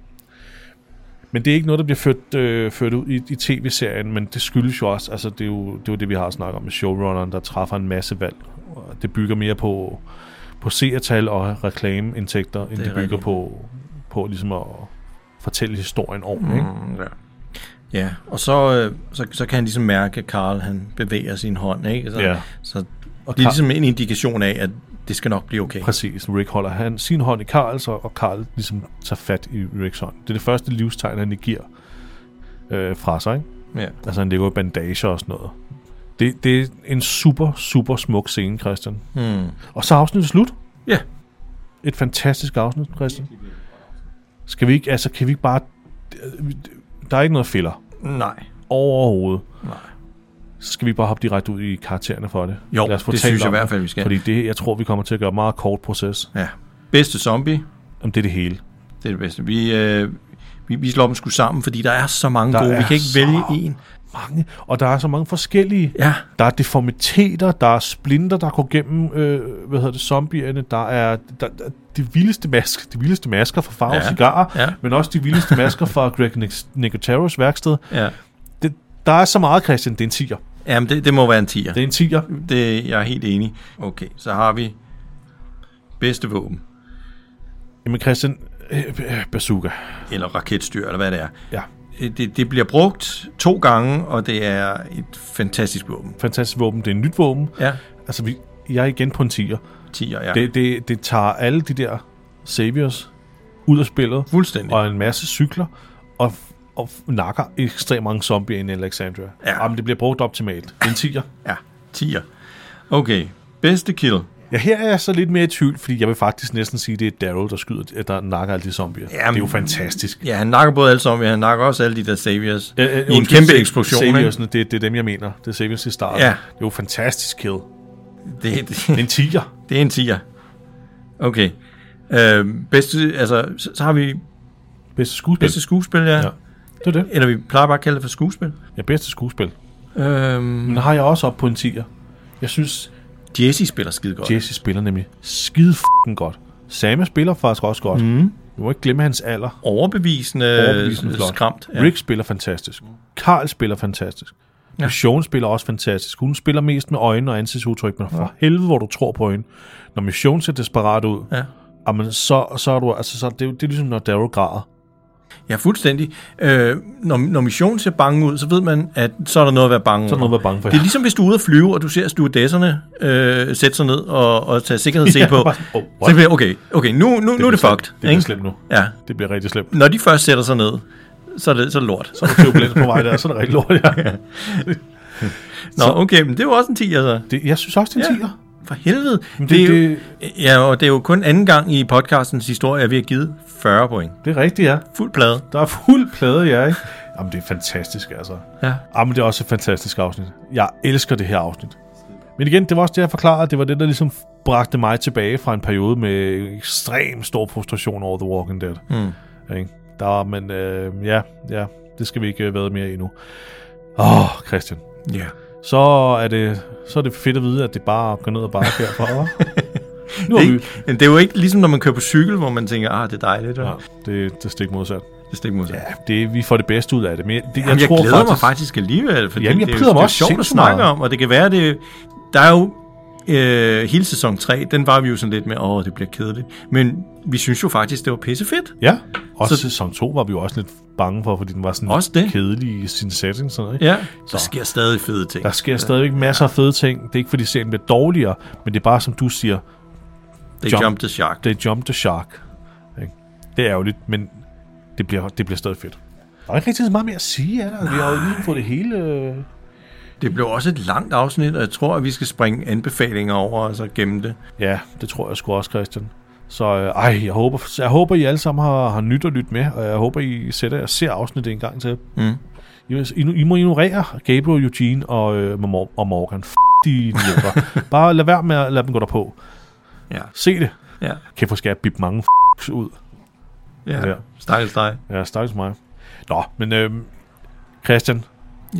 Speaker 1: Men det er ikke noget, der bliver ført, øh, ført ud i, i tv-serien, men det skyldes jo også, altså det er jo det, er jo det vi har snakket om med showrunneren, der træffer en masse valg. Og det bygger mere på, på seertal og reklameindtægter, end det, det bygger
Speaker 9: rigtigt.
Speaker 1: på, på ligesom at fortælle historien ordentligt. Mm. Ikke?
Speaker 9: Ja. Ja, og så, øh, så, så kan han ligesom mærke, at Karl han bevæger sin hånd, ikke? Så,
Speaker 1: Ja.
Speaker 9: så
Speaker 1: Og
Speaker 9: det er
Speaker 1: Karl-
Speaker 9: ligesom en indikation af, at det skal nok blive okay.
Speaker 1: Præcis. Rick holder han sin hånd i Karls, og og Karl ligesom tager fat i Ricks hånd. Det er det første livstegn, han giver øh, fra sig. Ikke?
Speaker 9: Ja.
Speaker 1: Altså han ligger i bandager og sådan noget. Det, det er en super, super smuk scene, Christian. Hmm. Og så er afsnittet slut.
Speaker 9: ja,
Speaker 1: Et fantastisk afsnit, Christian. Skal vi ikke, altså kan vi ikke bare... Der er ikke noget filler
Speaker 9: nej.
Speaker 1: overhovedet. Nej. Så skal vi bare hoppe direkte ud i karaktererne for det.
Speaker 9: Jo,
Speaker 1: få
Speaker 9: det
Speaker 1: talt
Speaker 9: synes jeg
Speaker 1: om
Speaker 9: i
Speaker 1: det,
Speaker 9: hvert fald, vi skal.
Speaker 1: Fordi det, jeg tror, vi kommer til at gøre en meget kort proces.
Speaker 9: Ja. Bedste zombie,
Speaker 1: Om det er det hele.
Speaker 9: det er det bedste. Vi, øh, vi, vi slår dem sgu sammen, fordi der er så mange
Speaker 1: Der
Speaker 9: der gode.
Speaker 1: er
Speaker 9: Vi kan ikke
Speaker 1: så-
Speaker 9: vælge en.
Speaker 1: mange, og der er så mange forskellige.
Speaker 9: Ja.
Speaker 1: Der er deformiteter, der er splinter, der går gennem, øh, hvad hedder det, zombierne, der er der, der, de, vildeste masker, de vildeste masker fra Farve ja.
Speaker 9: Ja.
Speaker 1: Cigarer,
Speaker 9: Ja.
Speaker 1: men også de vildeste masker fra Greg Nic- Nicoteros værksted.
Speaker 9: Ja.
Speaker 1: Det, der er så meget, Christian, det er en tiger.
Speaker 9: Jamen, det, det må være en tiger.
Speaker 1: Det er en tiger.
Speaker 9: Det, jeg er helt enig. Okay, så har vi bedste våben,
Speaker 1: Jamen Christian, øh, øh, bazooka.
Speaker 9: eller raketstyr, eller hvad det er.
Speaker 1: Ja,
Speaker 9: Øh, Det, det bliver brugt to gange, og det er et fantastisk våben.
Speaker 1: fantastisk våben, det er en nyt våben.
Speaker 9: Ja,
Speaker 1: Altså, vi, jeg er igen på en tiger.
Speaker 9: tiger, ja.
Speaker 1: Det, det, det tager alle de der saviors ud af spillet.
Speaker 9: Fuldstændig.
Speaker 1: Og en masse cykler, og, og nakker ekstremt mange zombier ind i Alexandria.
Speaker 9: Ja.
Speaker 1: Jamen, det bliver brugt optimalt. Det er en tiger.
Speaker 9: Ja, tiger. Okay, bedste kill.
Speaker 1: Ja, her er jeg så lidt mere i tvivl, fordi jeg vil faktisk næsten sige, at det er Daryl, der skyder, der nakker alle de zombier.
Speaker 9: Jamen.
Speaker 1: det er jo fantastisk.
Speaker 9: Ja, han nakker både alle zombier, han nakker også alle de der saviors.
Speaker 1: Øh, øh,
Speaker 9: I en
Speaker 1: undskyld,
Speaker 9: kæmpe
Speaker 1: Sa-
Speaker 9: eksplosion, ikke?
Speaker 1: Saviorsene, det, det er dem, jeg mener. Det er Saviors i starten.
Speaker 9: Ja.
Speaker 1: Det er jo fantastisk kill. Det
Speaker 9: Det,
Speaker 1: er
Speaker 9: det,
Speaker 1: en tiger.
Speaker 9: det er en tiger. Okay. Øh, bedste, altså, så, så har vi
Speaker 1: Bedste skuespil.
Speaker 9: bedste skuespil, ja.
Speaker 1: Øh. Ja.
Speaker 9: ja.
Speaker 1: Det er det.
Speaker 9: Eller vi plejer bare at kalde det for skuespil.
Speaker 1: Ja, bedste skuespil.
Speaker 9: Øhm,
Speaker 1: Den har jeg også op på en tiger. Jeg synes,
Speaker 9: Jesse spiller skide godt.
Speaker 1: Jesse spiller nemlig skide f***ing godt. Sama spiller faktisk også godt. Mm. Vi må ikke glemme hans alder.
Speaker 9: Overbevisende,
Speaker 1: Overbevisende
Speaker 9: Overbevisende
Speaker 1: flot.
Speaker 9: Øh, skræmt.
Speaker 1: Ja. Rick spiller fantastisk. Karl spiller fantastisk. Ja. Michonne spiller også fantastisk. Hun spiller mest med øjnene og ansigtsudtryk, men for helvede, hvor du tror på hende. Når Michonne ser desperat ud,
Speaker 9: Ja.
Speaker 1: jamen, så, så er du, altså, så, det, er jo- det er ligesom, når Daryl græder.
Speaker 9: Ja, fuldstændig. Øh, når, når missionen ser bange ud, så ved man, at så er der noget at være bange
Speaker 1: Så er der noget at være bange for,
Speaker 9: Det
Speaker 1: ja.
Speaker 9: er ligesom, hvis du er ude at flyve, og du ser stewardesserne øh, sætte sig ned og, og tage
Speaker 1: (laughs)
Speaker 9: sikkerhedssele
Speaker 1: Ja,
Speaker 9: på.
Speaker 1: bare- oh,
Speaker 9: Oh,
Speaker 1: what?
Speaker 9: så bliver okay, okay nu, nu, det, nu er det
Speaker 1: bliver slemt.
Speaker 9: fucked.
Speaker 1: Det bliver
Speaker 9: ikke?
Speaker 1: slemt nu.
Speaker 9: Ja.
Speaker 1: Det bliver rigtig slemt.
Speaker 9: Når de først sætter sig ned, så er det, så er det lort.
Speaker 1: Så er du turbulens på vej der, så er det rigtig lort. Ja.
Speaker 9: Nå, okay, men det er jo også en 10, altså.
Speaker 1: Det, jeg synes også, det er en
Speaker 9: Ja.
Speaker 1: tiger.
Speaker 9: For helvede.
Speaker 1: Men
Speaker 9: Det,
Speaker 1: det-
Speaker 9: det, er jo, ja, og det er jo kun anden gang i podcastens historie, at vi har givet 40 point.
Speaker 1: Det er rigtigt, ja.
Speaker 9: Fuld plade.
Speaker 1: Der er fuld plade, ja, ikke? Jamen, det er fantastisk, altså.
Speaker 9: Ja.
Speaker 1: Jamen, det er også et fantastisk afsnit. Jeg elsker det her afsnit. Men igen, det var også det, jeg forklarede. Det var det, der ligesom bragte mig tilbage fra en periode med ekstrem stor frustration over The Walking Dead. Mm. Ikke? Der var, men øh, ja, ja, det skal vi ikke øh, være mere endnu. Åh, oh, Christian.
Speaker 9: Ja.
Speaker 1: Så er, det, så er det fedt at vide, at det bare går ned og bare derfra,
Speaker 9: (laughs)
Speaker 1: hva'? Nu
Speaker 9: Det
Speaker 1: er
Speaker 9: er,
Speaker 1: vi...
Speaker 9: ikke, det er jo ikke ligesom, når man kører på cykel, hvor man tænker, ah, det er dejligt. Ja.
Speaker 1: Ja, det, det er stik modsat.
Speaker 9: det stik modsatte. Ja,
Speaker 1: Ja, det, vi får det bedste ud af det. Men jeg, det,
Speaker 9: jeg, jeg glæder faktisk... mig faktisk alligevel, fordi
Speaker 1: Jamen, jeg
Speaker 9: det, er
Speaker 1: bryder
Speaker 9: jo,
Speaker 1: mig
Speaker 9: det er
Speaker 1: også
Speaker 9: sjovt at
Speaker 1: sindssygt meget.
Speaker 9: snakke om, og det kan være, det, der er jo øh, hele sæson 3, den var vi jo sådan lidt med, åh, det bliver kedeligt, men vi synes jo faktisk, det var pissefedt.
Speaker 1: Ja, og så,
Speaker 9: Så-
Speaker 1: sæson 2 var vi jo også lidt bange for, fordi den var sådan
Speaker 9: Også det.
Speaker 1: kedelig i sin setting. Sådan noget, ikke?
Speaker 9: Ja,
Speaker 1: Så.
Speaker 9: der sker stadig fede ting.
Speaker 1: Der sker stadigvæk masser af fede ting. Det er ikke, fordi serien bliver dårligere, men det er bare, som du siger, jump.
Speaker 9: They jump. jumped the shark.
Speaker 1: det er jump the shark. Ikke? Det er ærgerligt, men det bliver, det bliver stadig fedt. Der er ikke rigtig så meget mere at sige, er der? Vi har jo lige fået det hele... øh,
Speaker 9: Det blev også et langt afsnit, og jeg tror, at vi skal springe anbefalinger over og så gemme det.
Speaker 1: Ja, det tror jeg sgu også, Christian. Så øh, ej, jeg håber, jeg håber, I alle sammen har, har nyt og lyttet med, og jeg håber, I sætter og ser afsnittet en gang til. Mm. I, I, I må ignorere Gabriel, Eugene og, øh, Mor- og Morgan. F*** de
Speaker 9: (laughs)
Speaker 1: idioter. Bare lad være med at lade dem gå derpå.
Speaker 9: Ja,
Speaker 1: Se det.
Speaker 9: ja,
Speaker 1: Kæft, hvor skal jeg bippe mange f***s ud.
Speaker 9: ja.
Speaker 1: Ja.
Speaker 9: ja. Stakkels dig.
Speaker 1: Ja, stakkels mig. Nå, men øh, Christian,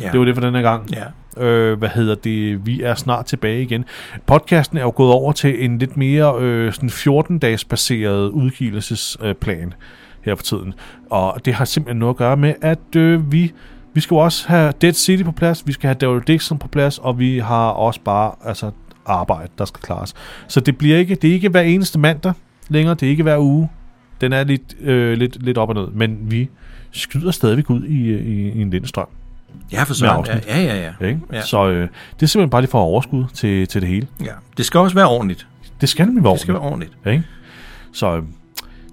Speaker 9: Ja.
Speaker 1: det var det for den her gang.
Speaker 9: Ja.
Speaker 1: Øh, hvad hedder det? Vi er snart tilbage igen. Podcasten er jo gået over til en lidt mere øh, sådan 14-dages baseret udgivelsesplan øh, plan her for tiden. Og det har simpelthen noget at gøre med, at øh, vi, vi skal jo også have Dead City på plads, vi skal have Daryl Dixon på plads, og vi har også bare altså, arbejde, der skal klares. Så det bliver ikke, det er ikke hver eneste mandag længere, det er ikke hver uge. Den er lidt, øh, lidt, lidt op og ned, men vi skyder stadigvæk ud i, øh, i, i en lindstrøm.
Speaker 9: Ja, for søren.
Speaker 1: afsnit.
Speaker 9: Ja, ja, ja.
Speaker 1: Ja, Ikke? Ja.
Speaker 9: Ja.
Speaker 1: Så øh, det er simpelthen bare lige for at have overskud til, til det hele.
Speaker 9: ja. Det skal også være ordentligt.
Speaker 1: Det skal nemlig være
Speaker 9: Det skal
Speaker 1: ordentligt.
Speaker 9: være ordentligt.
Speaker 1: Ja, ikke? Så, øh,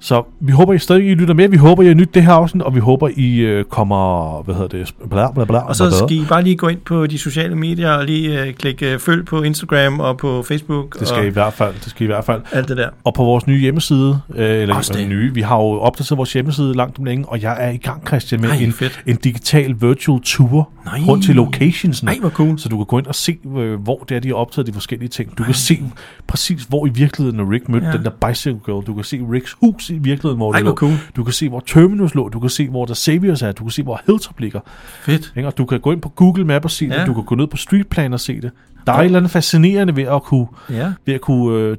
Speaker 1: så vi håber, I stadig I lytter med. Vi håber, I har nyt det her afsnit, og vi håber, I øh, kommer... Hvad hedder det? Bla, bla, bla,
Speaker 9: Og så skal I bare lige gå ind på de sociale medier og lige øh, klikke øh, følg på Instagram og på Facebook.
Speaker 1: Det skal
Speaker 9: og
Speaker 1: I i hvert fald. Det skal I i hvert fald.
Speaker 9: Alt det der.
Speaker 1: Og på vores nye hjemmeside, øh, eller
Speaker 9: Også det.
Speaker 1: nye, vi har jo opdateret vores hjemmeside langt om længe, og jeg er i gang, Christian, med
Speaker 9: Ej,
Speaker 1: en,
Speaker 9: fedt.
Speaker 1: en digital virtual tour
Speaker 9: Nej.
Speaker 1: rundt til locations.
Speaker 9: Ej, hvor cool.
Speaker 1: Så du kan gå ind og se, øh, hvor det er, de har optaget de forskellige ting. Du kan se præcis, hvor i virkeligheden når Rick mødte ja.
Speaker 9: Ja.
Speaker 1: den der bicycle girl. Du kan se Ricks hus i virkeligheden, hvor
Speaker 9: Ej,
Speaker 1: det
Speaker 9: hvor
Speaker 1: lå.
Speaker 9: cool.
Speaker 1: Du kan se, hvor Terminus lå. Du kan se, hvor der Saviors er. Du kan se, hvor Hilltop ligger.
Speaker 9: Fedt.
Speaker 1: Ikke? Og du kan gå ind på Google Maps og se ja.
Speaker 9: Ja.
Speaker 1: det. Du kan gå ned på Streetplan og se det. Der er et eller andet fascinerende ved at kunne
Speaker 9: Ja.
Speaker 1: ved at kunne øh,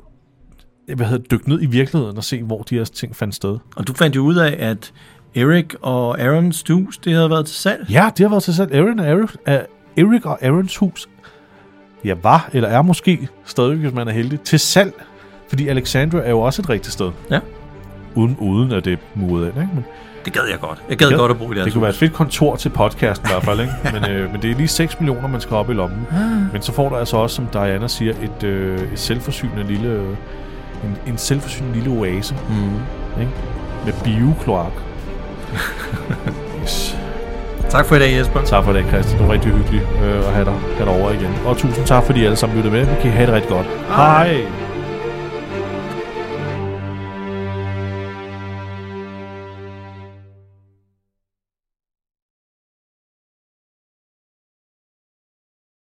Speaker 1: hvad hedder, det, dykke ned i virkeligheden og se, hvor de her ting fandt sted.
Speaker 9: Og du fandt jo ud af, at Erik og Aarons hus, det havde været til salg.
Speaker 1: Ja, det har været til selv. Aaron og Eric, uh, Eric og Aarons hus ja, var, eller er måske stadig, hvis man er heldig, til salg. Fordi Alexandra er jo også et rigtigt sted.
Speaker 9: Ja.
Speaker 1: Uden, uden at det er muret ind. Ikke? Men
Speaker 9: Det gad jeg godt. Jeg gad godt at bo i deres
Speaker 1: det kunne
Speaker 9: hus.
Speaker 1: være et fedt kontor til podcasten i hvert fald. Ikke? Men, øh, men det er lige 6 millioner, man skal op i lommen. Men så får du altså også, som Diana siger, et, øh, et selvforsynende lille... Øh, en, en selvforsynende lille oase. Mm. Ikke? Med biokloak. yes.
Speaker 9: Tak for i dag, Jesper.
Speaker 1: Tak for i dag, Christian. Det var rigtig hyggeligt øh, at have dig, have dig over igen. Og tusind tak, fordi I alle sammen lyttede med. Vi kan have det rigtig godt. Hej. Hej.